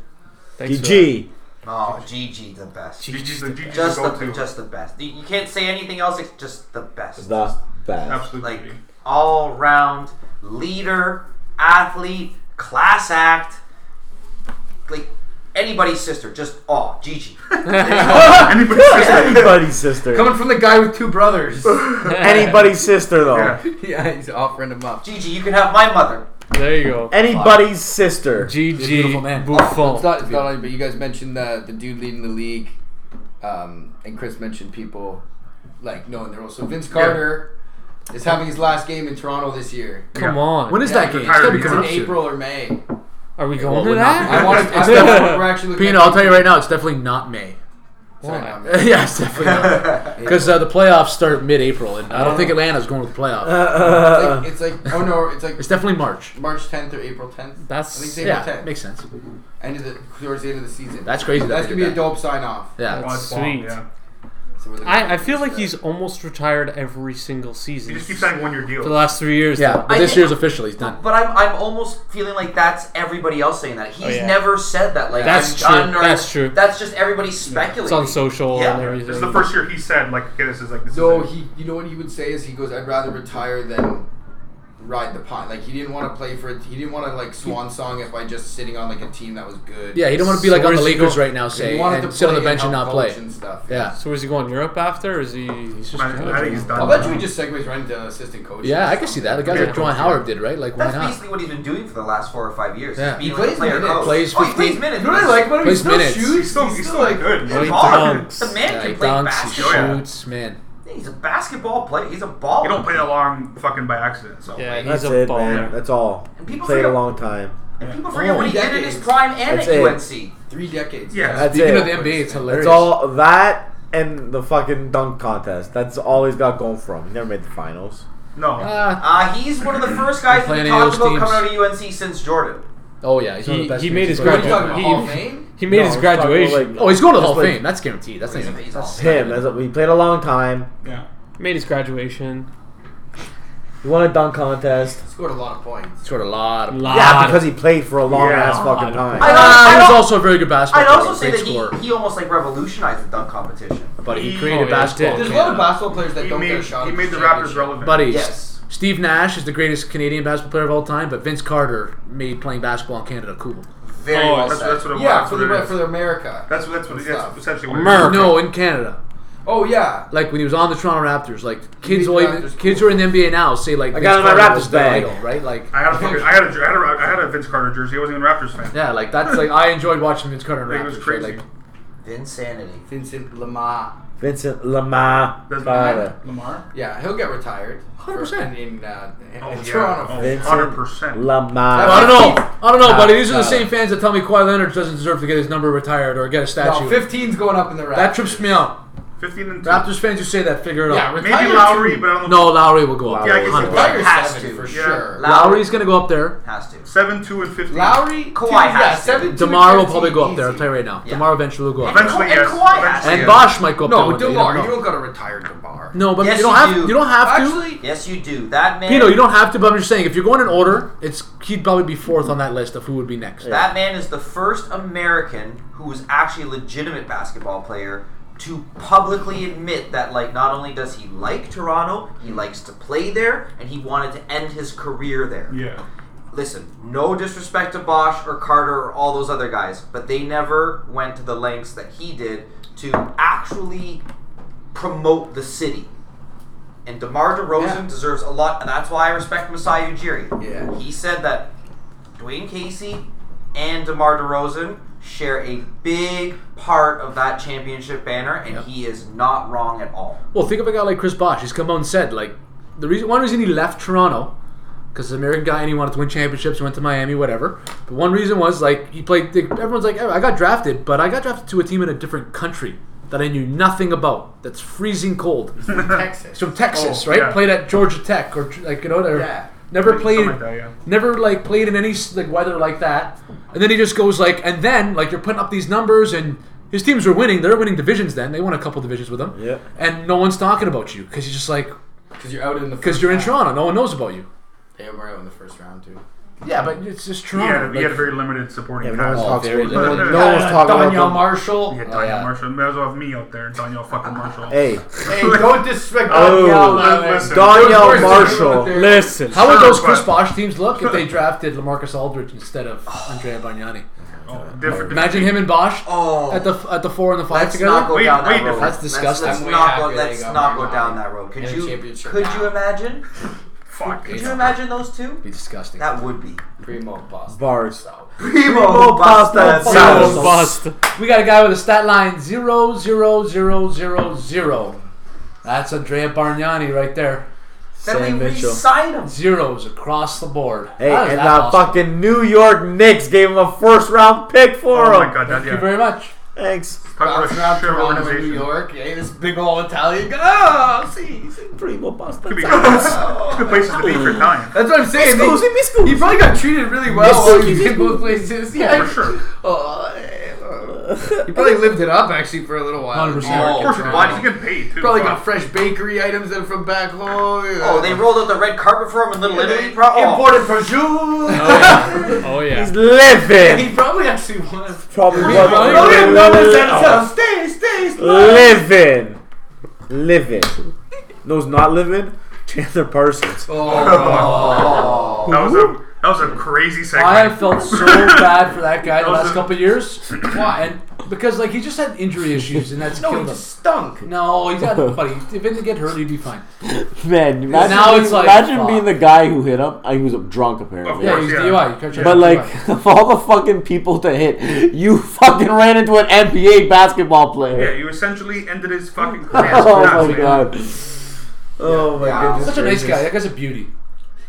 [SPEAKER 3] Thanks for that.
[SPEAKER 6] GG.
[SPEAKER 4] oh, Gigi, the best.
[SPEAKER 2] Gigi's the Gigi's
[SPEAKER 4] Just
[SPEAKER 2] the
[SPEAKER 4] the,
[SPEAKER 2] go-to.
[SPEAKER 4] just the best. You, you can't say anything else. It's just the best.
[SPEAKER 6] The best.
[SPEAKER 2] Absolute
[SPEAKER 4] like
[SPEAKER 2] beauty.
[SPEAKER 4] all round leader, athlete, class act, like anybody's sister. Just oh, Gigi.
[SPEAKER 2] Anybody's sister.
[SPEAKER 6] Anybody's sister.
[SPEAKER 7] Coming from the guy with two brothers.
[SPEAKER 6] Anybody's sister, though.
[SPEAKER 2] Yeah.
[SPEAKER 7] yeah, he's offering him up.
[SPEAKER 4] Gigi, you can have my mother.
[SPEAKER 3] There you go. Oh,
[SPEAKER 6] Anybody's sister.
[SPEAKER 5] beautiful man.
[SPEAKER 3] GG
[SPEAKER 7] It's
[SPEAKER 3] Buffon.
[SPEAKER 7] not, it's not only, but you guys mentioned uh, the dude leading the league, um, and Chris mentioned people like knowing their role. So Vince Carter is having his last game in Toronto this year.
[SPEAKER 3] Come
[SPEAKER 2] Yeah.
[SPEAKER 3] on.
[SPEAKER 5] When is
[SPEAKER 7] Yeah,
[SPEAKER 5] that game? It's
[SPEAKER 2] retired
[SPEAKER 5] gotta be
[SPEAKER 2] now.
[SPEAKER 7] It's
[SPEAKER 5] coming
[SPEAKER 7] in
[SPEAKER 5] up soon.
[SPEAKER 7] April or May.
[SPEAKER 3] Are we going to
[SPEAKER 5] would not
[SPEAKER 3] that?
[SPEAKER 7] I want to. I
[SPEAKER 5] It's-
[SPEAKER 7] we're actually looking.
[SPEAKER 5] Pino,
[SPEAKER 7] at-
[SPEAKER 5] I'll tell you right now, it's definitely not May.
[SPEAKER 7] Sorry,
[SPEAKER 3] Why?
[SPEAKER 7] not me.
[SPEAKER 5] yeah, it's definitely not because uh, the playoffs start mid-April, and I don't think Atlanta's going to the playoffs.
[SPEAKER 7] Uh,
[SPEAKER 6] Uh,
[SPEAKER 7] It's like, it's like oh no, it's like
[SPEAKER 5] it's definitely March.
[SPEAKER 7] March 10th or April 10th.
[SPEAKER 3] That's-
[SPEAKER 7] I think it's April
[SPEAKER 5] Yeah,
[SPEAKER 7] 10th.
[SPEAKER 5] makes sense.
[SPEAKER 7] End of the towards the end of the season.
[SPEAKER 5] That's crazy.
[SPEAKER 7] That's
[SPEAKER 5] that
[SPEAKER 7] gonna be
[SPEAKER 5] they
[SPEAKER 7] a
[SPEAKER 5] did that.
[SPEAKER 7] dope sign off.
[SPEAKER 5] Yeah,
[SPEAKER 2] Oh, it's bomb,
[SPEAKER 3] Sweet.
[SPEAKER 2] yeah.
[SPEAKER 7] So we're looking
[SPEAKER 3] I, I feel
[SPEAKER 7] forward
[SPEAKER 3] like
[SPEAKER 7] to
[SPEAKER 3] he's almost retired every single
[SPEAKER 2] You
[SPEAKER 3] season.
[SPEAKER 2] just keep
[SPEAKER 3] For
[SPEAKER 2] signing one-year
[SPEAKER 3] the
[SPEAKER 2] deals.
[SPEAKER 3] last three years.
[SPEAKER 5] yeah.
[SPEAKER 3] though.
[SPEAKER 5] But
[SPEAKER 4] I
[SPEAKER 5] this
[SPEAKER 4] think-
[SPEAKER 5] year's officially he's done.
[SPEAKER 4] But I'm I'm almost feeling like that's everybody else saying that. He's
[SPEAKER 3] yeah.
[SPEAKER 4] never said that. Like
[SPEAKER 3] That's
[SPEAKER 4] I'm
[SPEAKER 3] true.
[SPEAKER 4] done. Or
[SPEAKER 3] That's true.
[SPEAKER 4] That's just everybody speculating.
[SPEAKER 3] It's on social
[SPEAKER 4] Yeah.
[SPEAKER 3] and everything.
[SPEAKER 2] This is the first year he said, like, okay, this is like, this
[SPEAKER 7] No,
[SPEAKER 2] is it.
[SPEAKER 7] he. You know what he would say is he goes, "I'd rather retire than ride the pine." Like he didn't want to play for. it. He didn't want to like swan song it by just sitting on like a team that was good.
[SPEAKER 5] Yeah, he don't want to be like
[SPEAKER 3] So
[SPEAKER 5] on the
[SPEAKER 3] where's he
[SPEAKER 5] Lakers
[SPEAKER 3] going?
[SPEAKER 5] right now,
[SPEAKER 7] He
[SPEAKER 5] say,
[SPEAKER 7] wanted
[SPEAKER 5] and
[SPEAKER 7] to
[SPEAKER 5] sit on the
[SPEAKER 7] play
[SPEAKER 5] bench and
[SPEAKER 7] and
[SPEAKER 5] not
[SPEAKER 7] help
[SPEAKER 5] play.
[SPEAKER 7] coach and stuff.
[SPEAKER 5] Yeah,
[SPEAKER 3] So is he going Europe after? Or is he? He's just
[SPEAKER 2] I, I think he's done.
[SPEAKER 7] I bet you he just segues right into assistant coach.
[SPEAKER 5] yeah, I can see that. The guys like John Howard did, right? Like, why
[SPEAKER 4] That's
[SPEAKER 5] not?
[SPEAKER 4] basically what he's been doing for the last four or five years.
[SPEAKER 5] Yeah.
[SPEAKER 7] He
[SPEAKER 4] He's being like
[SPEAKER 7] plays
[SPEAKER 4] a player
[SPEAKER 7] minutes.
[SPEAKER 4] coach.
[SPEAKER 5] Plays
[SPEAKER 4] oh, he plays
[SPEAKER 5] 15
[SPEAKER 4] minutes.
[SPEAKER 7] You really like, but he
[SPEAKER 5] Plays
[SPEAKER 7] still
[SPEAKER 5] minutes.
[SPEAKER 7] shoots.
[SPEAKER 2] He's still, he's still good.
[SPEAKER 4] He's
[SPEAKER 2] man.
[SPEAKER 3] he
[SPEAKER 4] hard.
[SPEAKER 3] dunks.
[SPEAKER 4] The man
[SPEAKER 5] Yeah, he
[SPEAKER 4] can play Oh,
[SPEAKER 5] dunks, he
[SPEAKER 4] basketball.
[SPEAKER 2] yeah.
[SPEAKER 5] shoots, man.
[SPEAKER 4] He's a basketball player. He's a baller.
[SPEAKER 2] You don't play that long fucking by accident. So
[SPEAKER 3] Yeah,
[SPEAKER 2] like,
[SPEAKER 3] he's
[SPEAKER 6] That's
[SPEAKER 3] a
[SPEAKER 6] it,
[SPEAKER 3] baller.
[SPEAKER 6] man. That's all.
[SPEAKER 4] And people
[SPEAKER 6] Played a
[SPEAKER 4] forget-
[SPEAKER 6] long time.
[SPEAKER 4] And people forget
[SPEAKER 5] Oh.
[SPEAKER 4] what he did in his
[SPEAKER 7] Decades.
[SPEAKER 4] prime and
[SPEAKER 6] That's
[SPEAKER 4] at
[SPEAKER 6] it.
[SPEAKER 4] UNC.
[SPEAKER 7] Three decades.
[SPEAKER 2] Yeah.
[SPEAKER 6] That's
[SPEAKER 5] Speaking
[SPEAKER 6] it.
[SPEAKER 5] of the NBA, it's hilarious.
[SPEAKER 6] It's all that and the fucking dunk contest. That's all he's got going for him. He never made the finals.
[SPEAKER 2] no,
[SPEAKER 5] Ah,
[SPEAKER 4] Uh, he's one of the first guys that
[SPEAKER 5] Playing
[SPEAKER 4] we
[SPEAKER 5] any of
[SPEAKER 4] talked
[SPEAKER 5] those
[SPEAKER 4] about coming
[SPEAKER 5] teams.
[SPEAKER 4] out of UNC since Jordan.
[SPEAKER 5] oh yeah, he's one of
[SPEAKER 3] He-
[SPEAKER 5] the best.
[SPEAKER 3] he
[SPEAKER 5] teams
[SPEAKER 3] made his
[SPEAKER 5] ever.
[SPEAKER 7] What are you talking about?
[SPEAKER 3] He-
[SPEAKER 7] Hall of Fame?
[SPEAKER 3] He made
[SPEAKER 6] No,
[SPEAKER 3] his
[SPEAKER 6] I'm talking about,
[SPEAKER 3] graduation.
[SPEAKER 6] like,
[SPEAKER 5] Oh, he's going to the
[SPEAKER 6] Just
[SPEAKER 5] Hall of
[SPEAKER 6] like-
[SPEAKER 5] Fame. That's guaranteed. That's not
[SPEAKER 4] He's,
[SPEAKER 5] even.
[SPEAKER 4] he's all
[SPEAKER 6] Him. That's, he played a long time.
[SPEAKER 2] yeah.
[SPEAKER 3] Made his graduation.
[SPEAKER 6] He won a dunk contest.
[SPEAKER 8] Scored a lot of points.
[SPEAKER 5] Scored a lot of
[SPEAKER 3] Lot.
[SPEAKER 6] Yeah, because he played for a long ass
[SPEAKER 2] Yeah.
[SPEAKER 6] fucking time.
[SPEAKER 4] I don't-
[SPEAKER 5] Ah,
[SPEAKER 4] I
[SPEAKER 5] he was
[SPEAKER 4] don't-
[SPEAKER 5] also a very good basketball
[SPEAKER 4] I'd also
[SPEAKER 5] player,
[SPEAKER 4] say
[SPEAKER 5] great
[SPEAKER 4] that
[SPEAKER 5] scorer.
[SPEAKER 4] he, he almost like revolutionized the dunk competition.
[SPEAKER 5] but he
[SPEAKER 2] he-
[SPEAKER 5] created
[SPEAKER 3] oh, yeah, he
[SPEAKER 5] basketball.
[SPEAKER 3] did.
[SPEAKER 8] There's
[SPEAKER 5] in
[SPEAKER 8] a lot of
[SPEAKER 5] Canada.
[SPEAKER 8] basketball players that
[SPEAKER 2] He
[SPEAKER 8] don't
[SPEAKER 2] made,
[SPEAKER 8] get a shot.
[SPEAKER 2] he
[SPEAKER 8] at
[SPEAKER 2] made the Raptors
[SPEAKER 8] championship.
[SPEAKER 2] relevant.
[SPEAKER 5] Buddies.
[SPEAKER 4] Yes.
[SPEAKER 5] Steve Nash is the greatest Canadian basketball player of all time, but Vince Carter made playing basketball in Canada cool.
[SPEAKER 8] Very
[SPEAKER 3] Oh,
[SPEAKER 8] well
[SPEAKER 2] that's-
[SPEAKER 8] said.
[SPEAKER 2] that's what it
[SPEAKER 8] Yeah,
[SPEAKER 2] was,
[SPEAKER 8] for
[SPEAKER 2] that's what
[SPEAKER 8] the
[SPEAKER 2] it
[SPEAKER 8] for the America.
[SPEAKER 2] That's that's what
[SPEAKER 8] Stop.
[SPEAKER 2] that's essentially what.
[SPEAKER 3] Mer-
[SPEAKER 2] It
[SPEAKER 3] Okay.
[SPEAKER 5] No, in Canada.
[SPEAKER 8] oh yeah.
[SPEAKER 5] Like when he was on the Toronto Raptors, like kids,
[SPEAKER 8] made
[SPEAKER 5] all,
[SPEAKER 8] Raptors cool.
[SPEAKER 5] kids who are in the NBA now say like I
[SPEAKER 6] got it in my Raptors bag.
[SPEAKER 5] right? Like
[SPEAKER 2] I had a fucking, I had a I had a I had a Vince Carter jersey. I wasn't even a Raptors fan.
[SPEAKER 5] yeah, like that's like I enjoyed watching Vince Carter.
[SPEAKER 2] Like,
[SPEAKER 5] And
[SPEAKER 2] it
[SPEAKER 5] Raptors,
[SPEAKER 2] was crazy.
[SPEAKER 5] Right? Like
[SPEAKER 4] Vinsanity.
[SPEAKER 8] Vincent Lamar.
[SPEAKER 6] Vincent Lamar.
[SPEAKER 2] That's
[SPEAKER 6] Carter.
[SPEAKER 2] Lamar.
[SPEAKER 8] Yeah, he'll get retired.
[SPEAKER 5] 100%.
[SPEAKER 8] For- In, in, uh, in
[SPEAKER 2] Oh yeah.
[SPEAKER 8] Toronto.
[SPEAKER 2] Oh,
[SPEAKER 6] Vincent
[SPEAKER 2] 100%.
[SPEAKER 6] Lamar.
[SPEAKER 5] I don't know. I don't know,
[SPEAKER 6] Nah,
[SPEAKER 5] buddy. These are the
[SPEAKER 6] nah.
[SPEAKER 5] same fans that tell me Kawhi Leonard doesn't deserve to get his number retired or get a statue.
[SPEAKER 8] No, 15's going up in the Raptors.
[SPEAKER 5] that trips me out.
[SPEAKER 2] 15 and 2.
[SPEAKER 5] Raptors fans who say that figure it
[SPEAKER 8] Yeah,
[SPEAKER 5] out.
[SPEAKER 8] retired
[SPEAKER 2] Maybe
[SPEAKER 8] two.
[SPEAKER 2] Lowry, but I don't know.
[SPEAKER 5] No, Lowry will go up.
[SPEAKER 2] Yeah, I guess he will.
[SPEAKER 8] Retired
[SPEAKER 4] Has
[SPEAKER 8] seven
[SPEAKER 4] to.
[SPEAKER 8] for
[SPEAKER 2] Yeah.
[SPEAKER 8] sure.
[SPEAKER 5] Lowry's gonna go up there.
[SPEAKER 4] Has to.
[SPEAKER 2] 7 2 and 15.
[SPEAKER 8] Lowry,
[SPEAKER 4] Kawhi
[SPEAKER 8] two, yeah,
[SPEAKER 4] has to.
[SPEAKER 8] seven, two,
[SPEAKER 5] Demar will
[SPEAKER 8] thirteen,
[SPEAKER 5] probably go up there. I'll
[SPEAKER 8] easy.
[SPEAKER 5] tell you right now.
[SPEAKER 4] Yeah.
[SPEAKER 5] Demar eventually will go up. there.
[SPEAKER 2] Eventually,
[SPEAKER 4] And
[SPEAKER 2] yes.
[SPEAKER 4] Kawhi has
[SPEAKER 2] Eventually,
[SPEAKER 5] And
[SPEAKER 2] yes.
[SPEAKER 4] Yeah.
[SPEAKER 5] Bosch might go up there.
[SPEAKER 8] No,
[SPEAKER 5] one day, you
[SPEAKER 8] Demar,
[SPEAKER 5] don't
[SPEAKER 8] you
[SPEAKER 5] know.
[SPEAKER 8] don't gotta retire Demar.
[SPEAKER 5] No, but
[SPEAKER 4] Yes,
[SPEAKER 5] you don't
[SPEAKER 4] you
[SPEAKER 5] have.
[SPEAKER 4] do.
[SPEAKER 5] You don't have to.
[SPEAKER 8] Actually,
[SPEAKER 4] Yes, you do. That man.
[SPEAKER 5] Pino, you don't have to. But I'm just saying, if you're going in order, it's he'd probably be fourth on that list of who would be next.
[SPEAKER 4] That man is the first American who was actually a legitimate basketball player to publicly admit that, like, not only does he like Toronto, he likes to play there, and he wanted to end his career there.
[SPEAKER 2] Yeah.
[SPEAKER 4] Listen, no disrespect to Bosch or Carter or all those other guys, but they never went to the lengths that he did to actually promote the city. And DeMar DeRozan
[SPEAKER 8] Yeah.
[SPEAKER 4] deserves a lot, and that's why I respect Masai Ujiri.
[SPEAKER 8] Yeah.
[SPEAKER 4] He said that Dwayne Casey and DeMar DeRozan share a big part of that championship banner, and he is not wrong at all.
[SPEAKER 5] Well, think of a guy like Chris Bosch. He's come out and said like the reason one reason he left Toronto because the American guy and he wanted to win championships, went to Miami, whatever. But one reason was like he played. The, everyone's like, "Oh, I got drafted, but I got drafted to a team in a different country that I knew nothing about. That's freezing cold. He's
[SPEAKER 8] Texas.
[SPEAKER 5] from Texas,
[SPEAKER 2] Oh,
[SPEAKER 5] right?
[SPEAKER 2] yeah.
[SPEAKER 5] Played at Georgia Tech or like you know, or
[SPEAKER 8] Yeah.
[SPEAKER 5] never
[SPEAKER 2] Like,
[SPEAKER 5] played.
[SPEAKER 2] something like that, yeah.
[SPEAKER 5] Never like played in any s- like weather like that, and then he just goes like, and then like you're putting up these numbers, and his teams are winning. They're winning divisions. Then they won a couple divisions with him.
[SPEAKER 6] Yeah.
[SPEAKER 5] And no one's talking about you because you're just like
[SPEAKER 8] Because you're out in the.
[SPEAKER 5] because
[SPEAKER 8] first
[SPEAKER 5] you're in
[SPEAKER 8] round.
[SPEAKER 5] Toronto. No one knows about you.
[SPEAKER 8] They were out in the first round too.
[SPEAKER 5] Yeah, but it's just
[SPEAKER 2] He
[SPEAKER 5] Toronto.
[SPEAKER 2] had, a, he had a
[SPEAKER 5] like-
[SPEAKER 2] very limited supporting
[SPEAKER 6] Yeah, no
[SPEAKER 2] cast.
[SPEAKER 6] one's
[SPEAKER 5] Oh,
[SPEAKER 6] talking
[SPEAKER 5] very
[SPEAKER 6] about
[SPEAKER 2] limited.
[SPEAKER 6] No one's talking about
[SPEAKER 5] Daniel
[SPEAKER 6] them.
[SPEAKER 5] Marshall.
[SPEAKER 2] Yeah,
[SPEAKER 5] Oh,
[SPEAKER 2] Daniel
[SPEAKER 5] yeah.
[SPEAKER 2] Marshall. Might as well have me out there, Daniel fucking Marshall.
[SPEAKER 6] Hey,
[SPEAKER 8] Hey, don't disrespect
[SPEAKER 6] Oh,
[SPEAKER 8] Daniel
[SPEAKER 2] listen.
[SPEAKER 6] Daniel Marshall.
[SPEAKER 3] Listen,
[SPEAKER 5] How would
[SPEAKER 2] Sure,
[SPEAKER 5] those Chris
[SPEAKER 2] but-
[SPEAKER 5] Bosh teams look if they drafted Lamarcus Aldridge instead of Andrea Bargnani?
[SPEAKER 2] Oh, different,
[SPEAKER 5] Imagine him and Bosch
[SPEAKER 4] Oh.
[SPEAKER 5] at the at the four and the five
[SPEAKER 4] Let's
[SPEAKER 5] together.
[SPEAKER 4] not go
[SPEAKER 2] Wait,
[SPEAKER 4] down
[SPEAKER 2] wait,
[SPEAKER 4] that road.
[SPEAKER 5] that's disgusting.
[SPEAKER 4] Let's, let's
[SPEAKER 8] I'm way
[SPEAKER 4] not go.
[SPEAKER 8] happier they
[SPEAKER 4] Let's
[SPEAKER 8] got
[SPEAKER 4] not go
[SPEAKER 8] Martin
[SPEAKER 4] down
[SPEAKER 8] Luther
[SPEAKER 4] that road. Could
[SPEAKER 8] and a
[SPEAKER 4] you?
[SPEAKER 8] championship
[SPEAKER 4] Could
[SPEAKER 8] now.
[SPEAKER 4] you imagine?
[SPEAKER 2] Fuck.
[SPEAKER 4] Could you imagine those two?
[SPEAKER 5] be disgusting.
[SPEAKER 4] That would be
[SPEAKER 8] Primo Boston.
[SPEAKER 6] bars.
[SPEAKER 4] primo
[SPEAKER 6] pasta
[SPEAKER 4] salad.
[SPEAKER 6] salad.
[SPEAKER 3] bust.
[SPEAKER 5] we got a guy with a stat line zero zero zero zero zero. That's Andrea Bargnani right there.
[SPEAKER 4] Then
[SPEAKER 6] Sam
[SPEAKER 4] we
[SPEAKER 6] Mitchell.
[SPEAKER 4] re-sign him.
[SPEAKER 5] Zeros across the board.
[SPEAKER 6] Hey,
[SPEAKER 5] How is
[SPEAKER 6] and
[SPEAKER 5] that
[SPEAKER 6] the
[SPEAKER 5] possible?
[SPEAKER 6] fucking New York Knicks gave him a first round pick
[SPEAKER 2] Oh
[SPEAKER 6] for him.
[SPEAKER 2] my god, that,
[SPEAKER 5] Thank you
[SPEAKER 2] yeah.
[SPEAKER 5] very much.
[SPEAKER 6] Thanks.
[SPEAKER 2] Talk
[SPEAKER 8] Bouncing
[SPEAKER 2] about a shit
[SPEAKER 8] around Toronto and New
[SPEAKER 2] organization.
[SPEAKER 8] York. Hey, this big old Italian guy. Oh, see, see.
[SPEAKER 6] Primo pasta.
[SPEAKER 2] Could be
[SPEAKER 9] Ah,
[SPEAKER 2] good, good places to be for time.
[SPEAKER 8] That's what I'm saying. They-
[SPEAKER 6] Scusi, mi scusi.
[SPEAKER 8] He probably got treated really well while he was in both places. Yeah,
[SPEAKER 2] For sure.
[SPEAKER 8] Oh, eh, he probably lived it up actually for a little while.
[SPEAKER 5] 100%.
[SPEAKER 8] Oh,
[SPEAKER 2] Of course,
[SPEAKER 8] Toronto.
[SPEAKER 2] why he's getting paid too?
[SPEAKER 8] Probably
[SPEAKER 2] Fuck.
[SPEAKER 8] got fresh bakery items that are from back home.
[SPEAKER 4] Oh, they rolled out the red carpet for him in Little Italy.
[SPEAKER 8] They
[SPEAKER 4] Pro- oh.
[SPEAKER 8] imported prosciutto.
[SPEAKER 3] Oh yeah.
[SPEAKER 6] He's living.
[SPEAKER 8] He probably actually was.
[SPEAKER 6] Probably
[SPEAKER 3] probably
[SPEAKER 8] Oh, yeah,
[SPEAKER 3] was.
[SPEAKER 8] no, that's- that's- Stay, stay, stay.
[SPEAKER 6] living. Living. Those not living? Chandler Parsons.
[SPEAKER 4] Oh,
[SPEAKER 8] Oh,
[SPEAKER 2] That was a that was a crazy segment.
[SPEAKER 5] I have felt so bad for that guy the
[SPEAKER 2] was
[SPEAKER 5] last
[SPEAKER 2] a-
[SPEAKER 5] couple of years,
[SPEAKER 8] why?
[SPEAKER 5] and because like he just had injury issues, and that's
[SPEAKER 8] no,
[SPEAKER 5] killed
[SPEAKER 8] he
[SPEAKER 5] him.
[SPEAKER 8] just stunk.
[SPEAKER 5] No, he's not buddy. If he didn't get hurt, he'd be fine.
[SPEAKER 9] Man, imagine,
[SPEAKER 5] now
[SPEAKER 9] being,
[SPEAKER 5] it's like,
[SPEAKER 9] imagine
[SPEAKER 5] fuck.
[SPEAKER 9] being the guy who hit him. I, he was drunk, apparently.
[SPEAKER 2] Of
[SPEAKER 5] Yeah,
[SPEAKER 2] course,
[SPEAKER 5] he's
[SPEAKER 2] yeah.
[SPEAKER 5] DUI. You can't
[SPEAKER 9] But like,
[SPEAKER 5] DUI.
[SPEAKER 9] of all the fucking people to hit, you fucking ran into an NBA basketball
[SPEAKER 2] yeah,
[SPEAKER 9] player.
[SPEAKER 2] you essentially ended his fucking career.
[SPEAKER 9] oh my
[SPEAKER 2] Nuts, man.
[SPEAKER 9] god.
[SPEAKER 6] Oh my goodness.
[SPEAKER 5] such a nice
[SPEAKER 6] gracious.
[SPEAKER 5] guy. That guy's a beauty.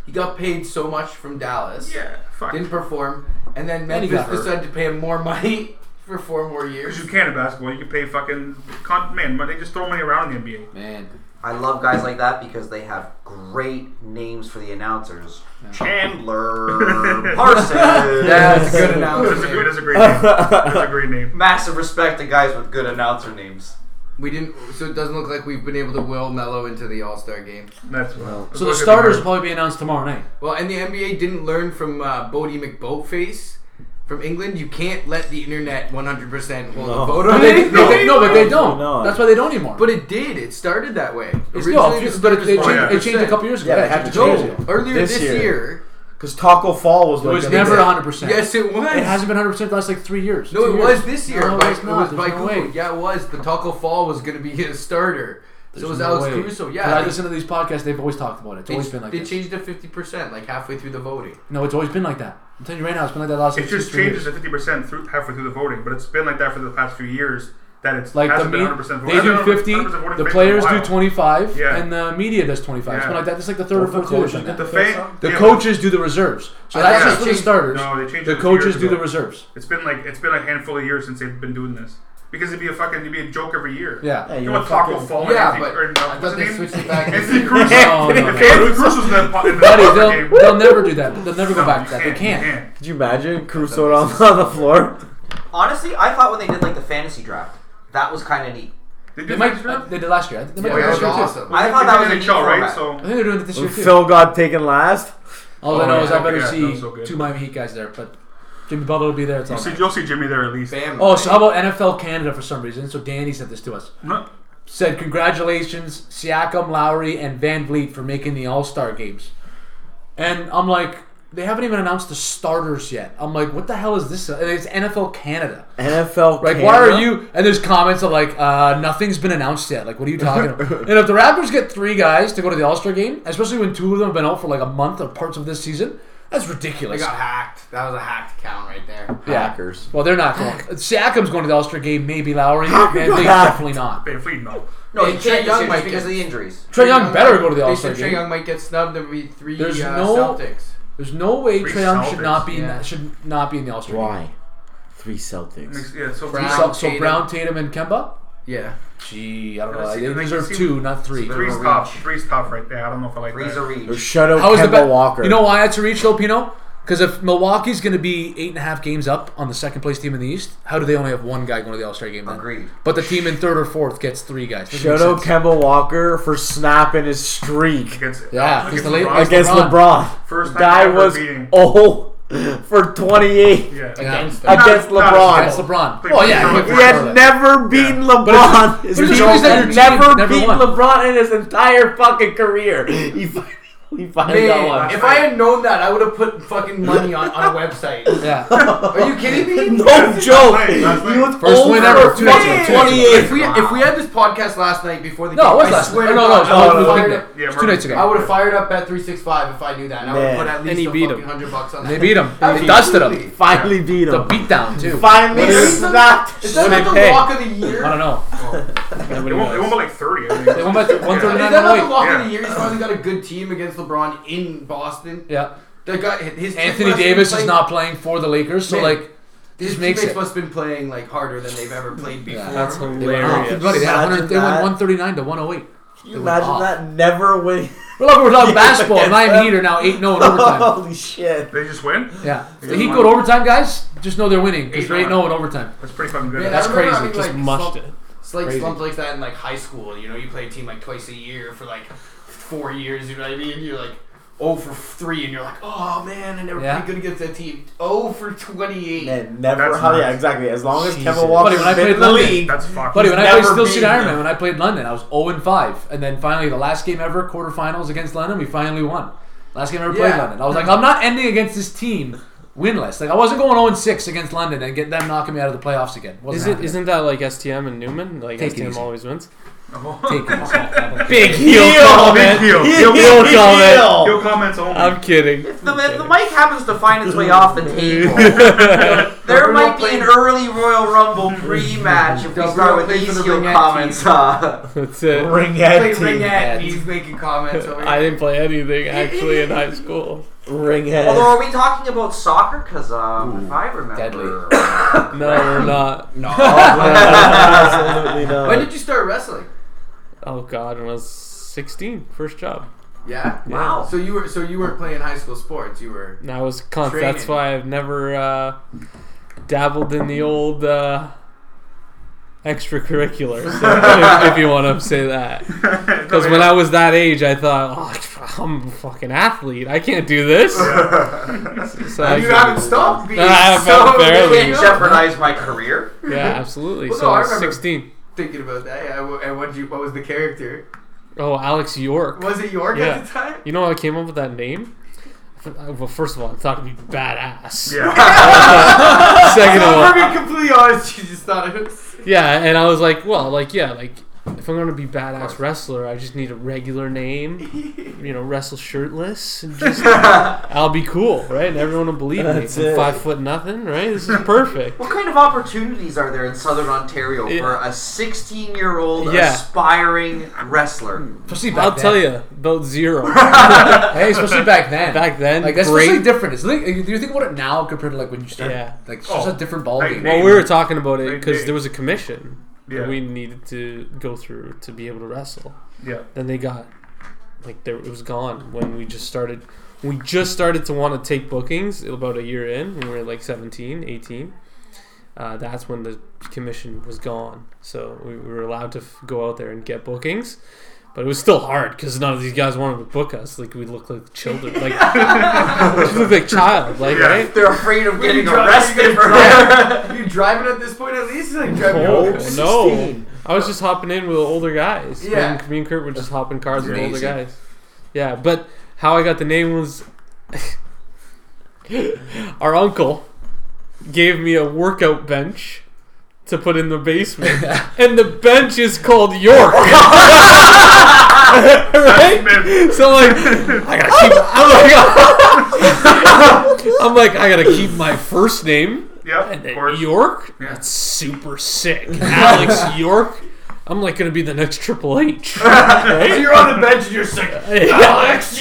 [SPEAKER 8] He got paid so much from Dallas.
[SPEAKER 2] Yeah, fuck.
[SPEAKER 8] Didn't perform, and then
[SPEAKER 5] And
[SPEAKER 8] Memphis
[SPEAKER 5] he got hurt.
[SPEAKER 8] decided to pay him more money for four more years.
[SPEAKER 2] Because you can in basketball, you can pay fucking con- man. They just throw money around in the NBA.
[SPEAKER 5] Man,
[SPEAKER 4] I love guys like that because they have great names for the announcers. Chandler Parsons.
[SPEAKER 8] Yeah, that's a good
[SPEAKER 2] That's a,
[SPEAKER 8] announcement.
[SPEAKER 2] that's a great name. That's a great name.
[SPEAKER 4] Massive respect to guys with good announcer names.
[SPEAKER 8] We didn't, so it doesn't look like we've been able to will Mello into the All Star game.
[SPEAKER 2] That's well.
[SPEAKER 5] So the starters will probably be announced tomorrow night.
[SPEAKER 8] Well, and the NBA didn't learn from uh, Bodie McBoatface from England. You can't let the internet 100% hold a vote
[SPEAKER 5] But
[SPEAKER 8] on
[SPEAKER 5] they,
[SPEAKER 8] it.
[SPEAKER 5] no, they, no, but they
[SPEAKER 6] No.
[SPEAKER 5] don't.
[SPEAKER 6] No.
[SPEAKER 5] That's why they don't anymore.
[SPEAKER 8] But it did. It started that way.
[SPEAKER 5] it's no,
[SPEAKER 8] Originally, the
[SPEAKER 5] but it, they
[SPEAKER 8] starters
[SPEAKER 5] changed,
[SPEAKER 8] were
[SPEAKER 5] it changed a
[SPEAKER 8] 100%.
[SPEAKER 5] couple years ago.
[SPEAKER 6] Yeah, they had to
[SPEAKER 8] No,
[SPEAKER 6] change it.
[SPEAKER 8] earlier
[SPEAKER 6] This
[SPEAKER 8] this,
[SPEAKER 6] year.
[SPEAKER 8] year.
[SPEAKER 6] Because Taco Fall was
[SPEAKER 5] It
[SPEAKER 6] like
[SPEAKER 5] was
[SPEAKER 6] a-
[SPEAKER 5] never 100%.
[SPEAKER 8] Yes, it was.
[SPEAKER 5] It hasn't been 100% for the last like three years.
[SPEAKER 8] No,
[SPEAKER 5] two
[SPEAKER 8] it
[SPEAKER 5] years.
[SPEAKER 8] was this year.
[SPEAKER 5] No,
[SPEAKER 8] by,
[SPEAKER 5] it's not.
[SPEAKER 8] It was by
[SPEAKER 5] There's no way.
[SPEAKER 8] Google. Yeah, it was. But Taco Fall was going to be his starter. so it was
[SPEAKER 5] There's no
[SPEAKER 8] Alex
[SPEAKER 5] way.
[SPEAKER 8] Caruso.
[SPEAKER 5] 'Cause
[SPEAKER 8] Yeah.
[SPEAKER 5] I listen to these podcasts. They've always talked about it. It's
[SPEAKER 8] they,
[SPEAKER 5] always been like
[SPEAKER 8] they
[SPEAKER 5] that.
[SPEAKER 8] changed it 50%, like halfway through the voting.
[SPEAKER 5] No, it's always been like that. I'm telling you right now, it's been like that last.
[SPEAKER 2] It just
[SPEAKER 5] three
[SPEAKER 2] changes to
[SPEAKER 5] years.
[SPEAKER 2] fifty percent through halfway through the voting, but it's been like that for the past few years. That it's
[SPEAKER 5] Like the
[SPEAKER 2] hasn't been 100%
[SPEAKER 5] media,
[SPEAKER 2] voting.
[SPEAKER 5] they do
[SPEAKER 2] Hasn't been
[SPEAKER 5] 50.
[SPEAKER 2] 100% voting
[SPEAKER 5] The
[SPEAKER 2] for a
[SPEAKER 5] players do
[SPEAKER 2] while.
[SPEAKER 5] 25,
[SPEAKER 2] Yeah.
[SPEAKER 5] and the media does 25. It's
[SPEAKER 2] Yeah.
[SPEAKER 5] been like that. It's like the third or
[SPEAKER 6] Well, the
[SPEAKER 5] fourth year. it's
[SPEAKER 6] coaches
[SPEAKER 5] like that.
[SPEAKER 2] The fan,
[SPEAKER 5] The
[SPEAKER 2] yeah,
[SPEAKER 5] coaches do the reserves, so
[SPEAKER 8] thought
[SPEAKER 5] that's just
[SPEAKER 8] they
[SPEAKER 5] for the
[SPEAKER 8] changed-
[SPEAKER 5] starters.
[SPEAKER 2] No, they changed
[SPEAKER 5] the
[SPEAKER 2] it a few years
[SPEAKER 5] coaches do
[SPEAKER 2] ago.
[SPEAKER 5] the reserves.
[SPEAKER 2] It's been like it's been a handful of years since they've been doing this because it'd be a fucking it'd be a joke every year.
[SPEAKER 5] Yeah.
[SPEAKER 6] Yeah,
[SPEAKER 2] You
[SPEAKER 6] you're
[SPEAKER 2] know what
[SPEAKER 6] a
[SPEAKER 2] Taco
[SPEAKER 6] fucking-
[SPEAKER 2] Fall?
[SPEAKER 8] Yeah,
[SPEAKER 2] and
[SPEAKER 8] but
[SPEAKER 2] or,
[SPEAKER 8] I
[SPEAKER 2] uh,
[SPEAKER 8] thought
[SPEAKER 2] what's his name?
[SPEAKER 8] they switched it back.
[SPEAKER 2] Anthony Cruz.
[SPEAKER 5] No, no, no.
[SPEAKER 2] Anthony Cruz was in that po- in the
[SPEAKER 5] Buddy,
[SPEAKER 2] All-Star
[SPEAKER 5] they'll,
[SPEAKER 2] game.
[SPEAKER 5] they'll never do that. They'll never go
[SPEAKER 2] No,
[SPEAKER 5] back
[SPEAKER 2] you
[SPEAKER 5] to that. They
[SPEAKER 2] you
[SPEAKER 5] can't.
[SPEAKER 6] Could you imagine Caruso on, on the floor?
[SPEAKER 4] Honestly, I thought when they did like the fantasy draft, that was kind of neat.
[SPEAKER 2] Did
[SPEAKER 5] They
[SPEAKER 2] you
[SPEAKER 5] might.
[SPEAKER 2] might,
[SPEAKER 5] uh, They did last year. I think They might
[SPEAKER 8] Yeah,
[SPEAKER 5] do it
[SPEAKER 8] that's
[SPEAKER 5] this year too.
[SPEAKER 8] awesome.
[SPEAKER 4] I thought that was a neat
[SPEAKER 2] NHL, right?
[SPEAKER 4] format.
[SPEAKER 2] So
[SPEAKER 5] I think they're doing it this year too.
[SPEAKER 6] Phil got taken last.
[SPEAKER 5] All I
[SPEAKER 2] Oh,
[SPEAKER 5] know
[SPEAKER 2] yeah.
[SPEAKER 5] is I better
[SPEAKER 2] Yeah,
[SPEAKER 5] see
[SPEAKER 2] that's so good.
[SPEAKER 5] two Miami Heat guys there, but Jimmy Butler will be there. It's all
[SPEAKER 2] you'll see,
[SPEAKER 5] right.
[SPEAKER 2] you'll see Jimmy there at least.
[SPEAKER 8] Bam.
[SPEAKER 5] Oh, so how about NFL Canada for some reason? So Danny sent this to us.
[SPEAKER 2] No,
[SPEAKER 5] Said congratulations, Siakam, Lowry, and Van Vliet for making the All Star games. And I'm like, they haven't even announced the starters yet. I'm like, what the hell is this? And it's NFL Canada.
[SPEAKER 6] NFL.
[SPEAKER 5] Like, why are you? And there's comments of like, uh, nothing's been announced yet. Like, what are you talking about? and if the Raptors get three guys to go to the All Star game, especially when two of them have been out for like a month or parts of this season, that's
[SPEAKER 8] They
[SPEAKER 5] ridiculous.
[SPEAKER 8] got hacked. That was a hacked account right there.
[SPEAKER 5] Yeah.
[SPEAKER 6] Hackers.
[SPEAKER 5] Well, they're not going. Siakam's going to the All Star game, maybe Lowry, and Lee's
[SPEAKER 6] hacked?
[SPEAKER 5] definitely not.
[SPEAKER 2] Van Fleet, no.
[SPEAKER 4] No,
[SPEAKER 8] Hey,
[SPEAKER 4] you
[SPEAKER 8] Trae
[SPEAKER 4] can't
[SPEAKER 8] Young
[SPEAKER 4] Young
[SPEAKER 8] might
[SPEAKER 4] because of
[SPEAKER 8] get-
[SPEAKER 4] the injuries.
[SPEAKER 5] Trey Young better go to the
[SPEAKER 8] They
[SPEAKER 5] All Star
[SPEAKER 8] said Trae
[SPEAKER 5] game.
[SPEAKER 8] Young might get snubbed. There'll be three
[SPEAKER 5] There's
[SPEAKER 8] uh,
[SPEAKER 5] no-
[SPEAKER 8] Celtics.
[SPEAKER 5] There's no way
[SPEAKER 2] Three
[SPEAKER 5] Trey Young should
[SPEAKER 2] Celtics.
[SPEAKER 5] not be in
[SPEAKER 8] Yeah.
[SPEAKER 5] that, should not be in the All Star game.
[SPEAKER 6] Why? Three Celtics.
[SPEAKER 2] Makes- Yeah, so
[SPEAKER 8] Brown.
[SPEAKER 5] So, so
[SPEAKER 8] Tatum.
[SPEAKER 5] Brown, Tatum, and Kemba.
[SPEAKER 8] Yeah.
[SPEAKER 5] Gee, I don't
[SPEAKER 2] Yeah,
[SPEAKER 5] know.
[SPEAKER 2] see,
[SPEAKER 5] They
[SPEAKER 2] like,
[SPEAKER 5] deserve
[SPEAKER 2] see-
[SPEAKER 5] two, not three.
[SPEAKER 2] three's top. Three's top right there. I don't know if I like
[SPEAKER 4] Three's
[SPEAKER 2] that.
[SPEAKER 4] a
[SPEAKER 6] Or
[SPEAKER 4] reach.
[SPEAKER 6] Shut out
[SPEAKER 5] How is the
[SPEAKER 6] Kemba
[SPEAKER 5] best?
[SPEAKER 6] Walker.
[SPEAKER 5] You know why it's a reach, though, Pino? Because if Milwaukee's going to be eight and a half games up on the second place team in the East, how do they only have one guy going to the All Star game? Then?
[SPEAKER 4] Agreed.
[SPEAKER 5] But the team in third or fourth gets three guys. Doesn't make
[SPEAKER 6] Shout out
[SPEAKER 5] sense.
[SPEAKER 6] Kemba Walker for snapping his streak
[SPEAKER 2] Against,
[SPEAKER 5] Yeah,
[SPEAKER 2] against
[SPEAKER 5] because the late-
[SPEAKER 2] Bronx.
[SPEAKER 5] Against
[SPEAKER 6] against
[SPEAKER 5] LeBron.
[SPEAKER 6] LeBron.
[SPEAKER 2] First time
[SPEAKER 6] guy
[SPEAKER 2] ever
[SPEAKER 6] was
[SPEAKER 2] beating.
[SPEAKER 6] oh for 28
[SPEAKER 2] yeah.
[SPEAKER 5] Yeah.
[SPEAKER 6] against
[SPEAKER 2] Not-
[SPEAKER 6] LeBron.
[SPEAKER 2] not
[SPEAKER 5] That's LeBron.
[SPEAKER 2] Please,
[SPEAKER 5] Oh yeah,
[SPEAKER 2] please,
[SPEAKER 5] quick
[SPEAKER 2] please.
[SPEAKER 6] He
[SPEAKER 5] word.
[SPEAKER 6] had never beaten LeBron.
[SPEAKER 5] But
[SPEAKER 6] His
[SPEAKER 5] it's- but it's
[SPEAKER 6] team
[SPEAKER 5] always that
[SPEAKER 6] had
[SPEAKER 5] your team
[SPEAKER 6] never
[SPEAKER 5] never
[SPEAKER 6] beat
[SPEAKER 5] won.
[SPEAKER 6] LeBron in his entire fucking career. He finally, he finally got one.
[SPEAKER 8] Man, if I had known that, I would have put fucking money on, on a website.
[SPEAKER 5] Yeah.
[SPEAKER 8] Are you kidding me?
[SPEAKER 6] No joke.
[SPEAKER 2] night, last
[SPEAKER 6] He
[SPEAKER 2] night.
[SPEAKER 6] was
[SPEAKER 5] First
[SPEAKER 6] over
[SPEAKER 5] win ever,
[SPEAKER 6] fucking
[SPEAKER 5] two days ago, two
[SPEAKER 6] 28.
[SPEAKER 8] If
[SPEAKER 5] days ago.
[SPEAKER 8] we if we had this podcast last night before the
[SPEAKER 5] No,
[SPEAKER 8] game,
[SPEAKER 5] it was
[SPEAKER 8] I
[SPEAKER 5] last night.
[SPEAKER 8] swear
[SPEAKER 5] No,
[SPEAKER 8] to
[SPEAKER 5] no, no.
[SPEAKER 8] God,
[SPEAKER 5] It
[SPEAKER 8] I would've
[SPEAKER 5] was, it was
[SPEAKER 8] fired
[SPEAKER 5] big
[SPEAKER 8] up-
[SPEAKER 5] day.
[SPEAKER 2] Yeah,
[SPEAKER 5] It was two
[SPEAKER 2] Murray.
[SPEAKER 5] nights ago.
[SPEAKER 8] I would have fired up bet three six five if I knew that. And I would
[SPEAKER 6] Man.
[SPEAKER 8] have put at least
[SPEAKER 3] he
[SPEAKER 8] a
[SPEAKER 3] beat
[SPEAKER 8] fucking
[SPEAKER 3] him.
[SPEAKER 8] hundred bucks on that.
[SPEAKER 5] They beat him. They dusted him.
[SPEAKER 6] Finally beat
[SPEAKER 5] The
[SPEAKER 6] him.
[SPEAKER 5] beatdown too.
[SPEAKER 6] Finally
[SPEAKER 8] What is-
[SPEAKER 6] snapped.
[SPEAKER 8] Is that
[SPEAKER 5] What'd
[SPEAKER 8] not
[SPEAKER 5] they
[SPEAKER 8] the
[SPEAKER 5] pay?
[SPEAKER 8] walk of the year?
[SPEAKER 5] I don't know.
[SPEAKER 2] It
[SPEAKER 3] Nobody
[SPEAKER 2] won't, it
[SPEAKER 3] knows.
[SPEAKER 2] won't be like 30. I mean,
[SPEAKER 5] They won by th- one
[SPEAKER 8] Is
[SPEAKER 5] thirty-nine
[SPEAKER 8] that
[SPEAKER 5] to
[SPEAKER 8] not the
[SPEAKER 5] eight.
[SPEAKER 8] walk of
[SPEAKER 2] Yeah.
[SPEAKER 8] the year? He's finally got a good team against LeBron in Boston.
[SPEAKER 5] Yeah.
[SPEAKER 8] That guy, his two
[SPEAKER 5] Anthony
[SPEAKER 8] must
[SPEAKER 5] Davis
[SPEAKER 8] been
[SPEAKER 5] is
[SPEAKER 8] playing-
[SPEAKER 5] not playing for the Lakers, so
[SPEAKER 8] Man.
[SPEAKER 5] like
[SPEAKER 8] His
[SPEAKER 5] just makes
[SPEAKER 8] teammates
[SPEAKER 5] it.
[SPEAKER 8] must have been playing like harder than they've ever played before.
[SPEAKER 3] That's
[SPEAKER 5] buddy,
[SPEAKER 3] hilarious.
[SPEAKER 5] oh, they, had 100, they went
[SPEAKER 6] that.
[SPEAKER 5] one thirty-nine to one hundred eight.
[SPEAKER 6] you imagine that never winning?
[SPEAKER 5] We're talking, we're talking basketball. and I am Heat are now eight 0 in overtime.
[SPEAKER 6] Holy shit.
[SPEAKER 2] They just win?
[SPEAKER 5] Yeah, If the Heat go to overtime, guys. Just know they're winning because they're eight 0 in overtime.
[SPEAKER 2] That's pretty fucking good.
[SPEAKER 8] Man,
[SPEAKER 5] That's
[SPEAKER 8] I remember
[SPEAKER 5] crazy.
[SPEAKER 8] having,
[SPEAKER 5] Just
[SPEAKER 8] like,
[SPEAKER 3] Mushed
[SPEAKER 8] slump-
[SPEAKER 3] it.
[SPEAKER 8] Slight slumps like that in like high school. You know, you play a team like twice a year for like four years. You know what I mean? You're like oh for three, and you're like, oh man, I never
[SPEAKER 5] Yeah.
[SPEAKER 8] played good against that team. Oh for twenty eight.
[SPEAKER 6] Man, never.
[SPEAKER 2] That's
[SPEAKER 6] How, yeah,
[SPEAKER 2] nuts.
[SPEAKER 6] exactly. As long as
[SPEAKER 5] Jesus.
[SPEAKER 6] Kevin Walker
[SPEAKER 5] Buddy, when I
[SPEAKER 6] has been
[SPEAKER 5] played
[SPEAKER 6] in the
[SPEAKER 5] London-
[SPEAKER 6] league,
[SPEAKER 2] That's fucked.
[SPEAKER 5] Buddy, when I
[SPEAKER 6] Never
[SPEAKER 5] played Steel City
[SPEAKER 6] beaten
[SPEAKER 5] Ironman,
[SPEAKER 6] them.
[SPEAKER 5] when I played London, I was 0 and 5. And then finally, the last game ever, quarterfinals against London, we finally won. Last game I ever played
[SPEAKER 8] Yeah.
[SPEAKER 5] London. I was like, I'm not ending against this team winless. Like, I wasn't going 0 and 6 against London and get them knocking me out of the playoffs again. Wasn't
[SPEAKER 3] Is it,
[SPEAKER 5] happening.
[SPEAKER 3] isn't that like STM and Newman? Like
[SPEAKER 5] Take it
[SPEAKER 3] STM
[SPEAKER 5] easy.
[SPEAKER 3] always wins.
[SPEAKER 5] Take it
[SPEAKER 3] Big
[SPEAKER 5] easy.
[SPEAKER 2] Big heel. Heel,
[SPEAKER 6] Heel
[SPEAKER 2] heel.
[SPEAKER 6] comment.
[SPEAKER 2] heel comments only.
[SPEAKER 3] I'm kidding.
[SPEAKER 4] If the, if the mic happens to find its way off the table, there might be an early Royal Rumble pre-match if we
[SPEAKER 8] Don't
[SPEAKER 4] start
[SPEAKER 8] real
[SPEAKER 4] with
[SPEAKER 8] play
[SPEAKER 4] these
[SPEAKER 8] for the
[SPEAKER 4] heel
[SPEAKER 8] ringette
[SPEAKER 4] comments.
[SPEAKER 8] team.
[SPEAKER 4] uh,
[SPEAKER 3] That's it.
[SPEAKER 6] Ringhead team.
[SPEAKER 8] Ringette, he's making comments. Over
[SPEAKER 3] I didn't play anything actually in high school.
[SPEAKER 6] Ringhead.
[SPEAKER 4] Although, are we talking about soccer? Because um, if I remember,
[SPEAKER 3] No, we're not.
[SPEAKER 8] no.
[SPEAKER 6] Absolutely not.
[SPEAKER 8] when did you start wrestling?
[SPEAKER 3] Oh God, when I was 16, first job.
[SPEAKER 8] Yeah.
[SPEAKER 4] Wow.
[SPEAKER 8] So you were so you weren't playing high school sports. You were.
[SPEAKER 3] And I was cunt. That's
[SPEAKER 8] Training.
[SPEAKER 3] why I've never uh, dabbled in the old uh, extracurricular, so if, if you want to say that. Because when I was that age, I thought, oh, I'm a fucking athlete. I can't do this. So I-
[SPEAKER 8] you haven't stopped being
[SPEAKER 3] No, I haven't,
[SPEAKER 8] so
[SPEAKER 3] barely.
[SPEAKER 8] big.
[SPEAKER 4] It jeopardized my career.
[SPEAKER 3] yeah, absolutely.
[SPEAKER 8] Well,
[SPEAKER 3] so
[SPEAKER 8] no, I
[SPEAKER 3] I was
[SPEAKER 8] remember.
[SPEAKER 3] 16.
[SPEAKER 8] Thinking about that, yeah, wh- and what did you? What was the character?
[SPEAKER 3] Oh, Alex York.
[SPEAKER 8] Was it York
[SPEAKER 3] Yeah.
[SPEAKER 8] at the time?
[SPEAKER 3] You know how I came up with that name? Uh, Well, first of all, I thought it'd be badass.
[SPEAKER 2] Yeah.
[SPEAKER 3] Second of
[SPEAKER 8] If
[SPEAKER 3] all,
[SPEAKER 8] I'm being completely honest, you just thought it was.
[SPEAKER 3] yeah, and I was like, well, like, yeah, like, if I'm gonna be badass wrestler, I just need a regular name, you know, wrestle shirtless, and just I'll be cool, right? And everyone will believe
[SPEAKER 6] That's
[SPEAKER 3] me. I'm
[SPEAKER 6] it.
[SPEAKER 3] five foot nothing, right? This is perfect.
[SPEAKER 4] What kind of opportunities are there in Southern Ontario
[SPEAKER 3] Yeah.
[SPEAKER 4] for a 16 year old
[SPEAKER 3] Yeah. Hmm.
[SPEAKER 4] aspiring wrestler?
[SPEAKER 7] Especially back
[SPEAKER 3] I'll
[SPEAKER 7] then.
[SPEAKER 3] tell you, about zero
[SPEAKER 5] Hey, especially back then.
[SPEAKER 3] back then.
[SPEAKER 5] like that's
[SPEAKER 3] great.
[SPEAKER 5] especially different. It's like, do you think about it now compared to like when you started?
[SPEAKER 3] Yeah.
[SPEAKER 5] Like it's just
[SPEAKER 2] Oh,
[SPEAKER 5] a different ball
[SPEAKER 2] like
[SPEAKER 5] game.
[SPEAKER 2] now.
[SPEAKER 3] Well, we were talking about it
[SPEAKER 2] Great
[SPEAKER 3] because
[SPEAKER 2] name.
[SPEAKER 3] there was a commission
[SPEAKER 2] Yeah.
[SPEAKER 3] that we needed to go through to be able to wrestle.
[SPEAKER 2] yeah.
[SPEAKER 3] then they got like there it was gone when we just started we just started to want to take bookings about a year in when we were like 17 18 uh, that's when the commission was gone so we, we were allowed to f- go out there and get bookings but it was still hard because none of these guys wanted to book us like we looked like children like we looked like child like
[SPEAKER 2] Yeah.
[SPEAKER 3] right
[SPEAKER 4] They're afraid of getting arrested for
[SPEAKER 8] You're driving at this point at least. Like driving
[SPEAKER 3] Oh
[SPEAKER 8] over.
[SPEAKER 3] no! I was just hopping in with older guys.
[SPEAKER 8] Yeah.
[SPEAKER 3] Yeah, me and Kurt would just hop in cars with older
[SPEAKER 7] Amazing.
[SPEAKER 3] guys. Yeah, but how I got the name was our uncle gave me a workout bench to put in the basement, and the bench is called York. right?
[SPEAKER 2] Man,
[SPEAKER 3] So like, I gotta keep. I'm like, I'm like, I gotta keep my first name
[SPEAKER 2] yeah,
[SPEAKER 3] and
[SPEAKER 2] of
[SPEAKER 3] then
[SPEAKER 2] course.
[SPEAKER 3] York?
[SPEAKER 2] Yeah.
[SPEAKER 3] That's super sick. Alex York? I'm like gonna be the next Triple H.
[SPEAKER 8] So you're on the bench and you're sick.
[SPEAKER 3] Alex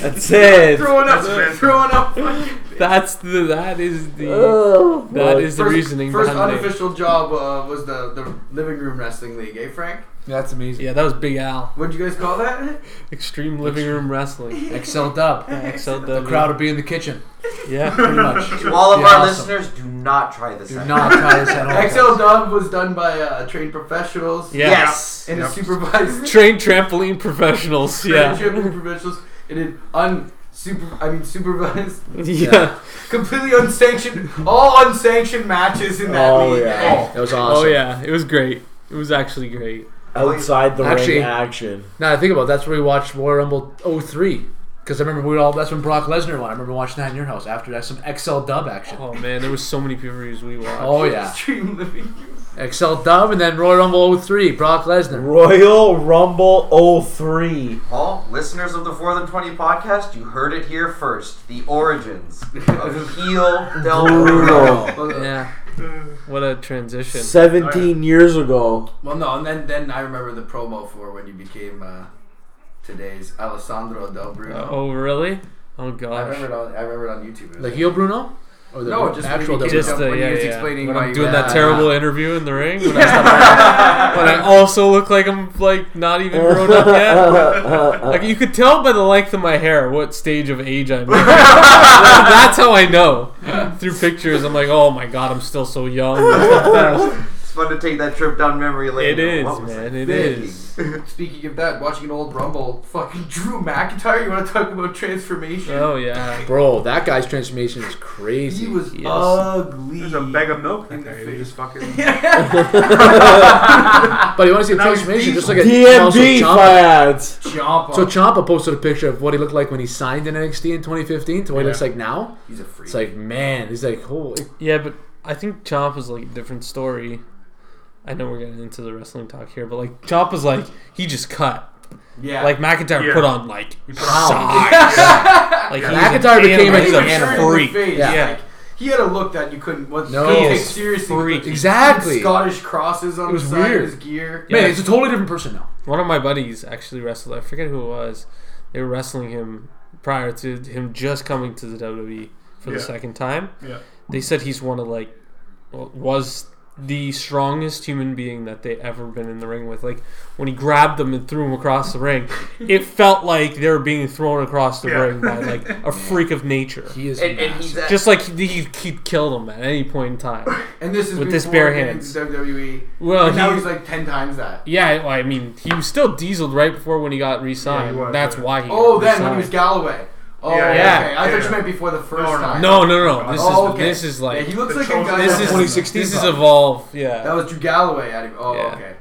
[SPEAKER 6] That's it.
[SPEAKER 8] Throwing up,
[SPEAKER 2] That's it.
[SPEAKER 8] throwing up. fucking-
[SPEAKER 3] That's the that is the
[SPEAKER 10] Oh,
[SPEAKER 3] that
[SPEAKER 10] boy.
[SPEAKER 3] is the reasoning
[SPEAKER 8] first
[SPEAKER 3] behind the name.
[SPEAKER 8] unofficial job uh, was the, the living room wrestling league, eh, Frank?
[SPEAKER 5] That's amazing.
[SPEAKER 3] Yeah, that was Big Al.
[SPEAKER 8] What'd you guys call that?
[SPEAKER 3] Extreme Living Room Wrestling.
[SPEAKER 5] Excel dub. The
[SPEAKER 3] XLW.
[SPEAKER 5] crowd would be in the kitchen,
[SPEAKER 3] Yeah.
[SPEAKER 5] pretty much.
[SPEAKER 4] To all of
[SPEAKER 5] Yeah,
[SPEAKER 4] our
[SPEAKER 5] awesome.
[SPEAKER 4] listeners, do not try this.
[SPEAKER 5] Do
[SPEAKER 4] out.
[SPEAKER 5] not try this at all.
[SPEAKER 8] XL Dub was done by uh, trained professionals.
[SPEAKER 3] Yeah.
[SPEAKER 4] Yes.
[SPEAKER 8] And supervised
[SPEAKER 3] Trained trampoline professionals. Yeah.
[SPEAKER 8] friendship and professionals in an un super I mean supervised
[SPEAKER 3] Yeah.
[SPEAKER 8] completely unsanctioned all unsanctioned matches in that
[SPEAKER 6] Oh
[SPEAKER 8] league.
[SPEAKER 6] yeah.
[SPEAKER 5] That was awesome.
[SPEAKER 3] Oh yeah. It was great. It was actually great.
[SPEAKER 6] Outside the
[SPEAKER 5] Actually-
[SPEAKER 6] ring action.
[SPEAKER 5] Now that I think about it, that's where we watched Royal Rumble 03. Because I remember we all that's when Brock Lesnar won. I remember watching that in your house after that some XL dub action.
[SPEAKER 3] Oh man, there was so many pay views we watched.
[SPEAKER 5] Oh yeah.
[SPEAKER 8] Extreme living.
[SPEAKER 5] XL dub and then Royal Rumble 03, Brock Lesnar.
[SPEAKER 6] Royal Rumble 03.
[SPEAKER 4] All listeners of the Four Than Twenty podcast, you heard it here first. The origins of heel Del Rio.
[SPEAKER 6] Brutal.
[SPEAKER 3] Yeah. What a transition.
[SPEAKER 6] 17 years ago.
[SPEAKER 8] Well no, and then then I remember the promo for when you became uh, today's Alessandro Del Bruno.
[SPEAKER 3] Oh really? Oh
[SPEAKER 8] I
[SPEAKER 3] gosh.
[SPEAKER 8] remember it on I remember it on YouTube. It was
[SPEAKER 5] The heel Bruno? Or the
[SPEAKER 8] No, just
[SPEAKER 5] actual
[SPEAKER 8] when
[SPEAKER 5] dub
[SPEAKER 8] he
[SPEAKER 3] Just
[SPEAKER 8] came
[SPEAKER 5] Bruno?
[SPEAKER 3] the,
[SPEAKER 8] when he
[SPEAKER 3] yeah,
[SPEAKER 8] was
[SPEAKER 3] yeah.
[SPEAKER 8] explaining
[SPEAKER 3] when
[SPEAKER 8] why
[SPEAKER 3] I'm
[SPEAKER 8] he
[SPEAKER 3] doing
[SPEAKER 8] was-
[SPEAKER 3] that
[SPEAKER 8] Yeah.
[SPEAKER 3] terrible interview in the ring. When, I, when I also look like I'm like not even grown up yet. Like you could tell by the length of my hair what stage of age I'm. in. That's how I know through pictures. I'm like, oh my god, I'm still so young.
[SPEAKER 4] It's fun to take that trip down memory lane.
[SPEAKER 3] it is,
[SPEAKER 4] What was
[SPEAKER 3] man.
[SPEAKER 4] I
[SPEAKER 3] It
[SPEAKER 4] thinking?
[SPEAKER 3] is.
[SPEAKER 8] Speaking of that, watching an old Rumble, fucking Drew McIntyre. You want to talk about transformation?
[SPEAKER 3] Oh yeah.
[SPEAKER 5] Bro, that guy's transformation is crazy.
[SPEAKER 8] He was
[SPEAKER 3] Yes.
[SPEAKER 8] ugly.
[SPEAKER 2] There's a bag of milk in
[SPEAKER 8] the
[SPEAKER 2] there.
[SPEAKER 8] face.
[SPEAKER 2] You just fucking.
[SPEAKER 5] But you want to see a
[SPEAKER 2] Now he's
[SPEAKER 5] transformation, just like a
[SPEAKER 6] DMD
[SPEAKER 5] also Ciampa.
[SPEAKER 6] fans.
[SPEAKER 8] Jump.
[SPEAKER 4] Oh.
[SPEAKER 5] So Champa posted a picture of what he looked like when he signed in NXT in 2015 to what he looks like now.
[SPEAKER 8] he's a freak.
[SPEAKER 5] It's like, man, he's like, holy.
[SPEAKER 3] Yeah, but I think Chomp is like a different story. I know we're getting into the wrestling talk here, but like Chomp was like he just cut.
[SPEAKER 8] yeah.
[SPEAKER 3] Like McIntyre
[SPEAKER 2] Yeah.
[SPEAKER 3] put on like
[SPEAKER 2] You put on-
[SPEAKER 3] size. like he was
[SPEAKER 5] McIntyre
[SPEAKER 3] an
[SPEAKER 5] became
[SPEAKER 3] animal.
[SPEAKER 5] a
[SPEAKER 3] He's
[SPEAKER 8] He was
[SPEAKER 5] animal.
[SPEAKER 8] turning
[SPEAKER 3] freak.
[SPEAKER 8] the face,
[SPEAKER 5] Yeah.
[SPEAKER 8] Like, he had a look that you couldn't. What
[SPEAKER 5] No.
[SPEAKER 8] you
[SPEAKER 5] He
[SPEAKER 8] couldn't take
[SPEAKER 3] is
[SPEAKER 8] seriously. with
[SPEAKER 3] freak.
[SPEAKER 8] the-
[SPEAKER 5] Exactly.
[SPEAKER 8] Scottish crosses on
[SPEAKER 5] It was
[SPEAKER 8] the side
[SPEAKER 5] weird.
[SPEAKER 8] of his gear.
[SPEAKER 5] Man, he's a totally different person now.
[SPEAKER 3] One of my buddies actually wrestled. I forget who it was. They were wrestling him prior to him just coming to the WWE for the
[SPEAKER 2] Yeah.
[SPEAKER 3] second time.
[SPEAKER 2] Yeah.
[SPEAKER 3] They said he's one of like well, was the strongest human being that they ever been in the ring with. Like when he grabbed them and threw them across the ring, it felt like they were being thrown across the
[SPEAKER 2] Yeah.
[SPEAKER 3] ring by like a freak of nature.
[SPEAKER 5] He is
[SPEAKER 4] And, and he's at,
[SPEAKER 3] Just like he, he could kill them at any point in time.
[SPEAKER 8] And this is
[SPEAKER 3] With this
[SPEAKER 8] before
[SPEAKER 3] bare
[SPEAKER 8] he
[SPEAKER 3] hands.
[SPEAKER 8] did WWE.
[SPEAKER 3] Well,
[SPEAKER 8] E. And now
[SPEAKER 3] he-
[SPEAKER 8] he's like ten times that.
[SPEAKER 3] Yeah, well, I mean, he was still dieseled right before when he got
[SPEAKER 2] Yeah,
[SPEAKER 3] re-signed.
[SPEAKER 2] he was,
[SPEAKER 3] That's
[SPEAKER 2] yeah.
[SPEAKER 3] why he.
[SPEAKER 8] Oh,
[SPEAKER 3] got
[SPEAKER 8] then when he was
[SPEAKER 3] re-signed.
[SPEAKER 8] Galloway. Oh,
[SPEAKER 2] Yeah,
[SPEAKER 3] yeah,
[SPEAKER 8] okay. I
[SPEAKER 2] yeah.
[SPEAKER 8] thought you meant before the first
[SPEAKER 2] No, no.
[SPEAKER 8] time.
[SPEAKER 3] No, no, no. This
[SPEAKER 8] Oh,
[SPEAKER 3] is
[SPEAKER 8] okay.
[SPEAKER 3] this is
[SPEAKER 8] Yeah,
[SPEAKER 3] like
[SPEAKER 8] he looks
[SPEAKER 2] The
[SPEAKER 8] like a guy.
[SPEAKER 2] chosen-
[SPEAKER 3] this
[SPEAKER 8] that-
[SPEAKER 3] is
[SPEAKER 5] 2016
[SPEAKER 3] This is
[SPEAKER 5] probably.
[SPEAKER 3] evolve. Yeah.
[SPEAKER 8] That was Drew Galloway at him. Oh,
[SPEAKER 3] Yeah.
[SPEAKER 8] okay.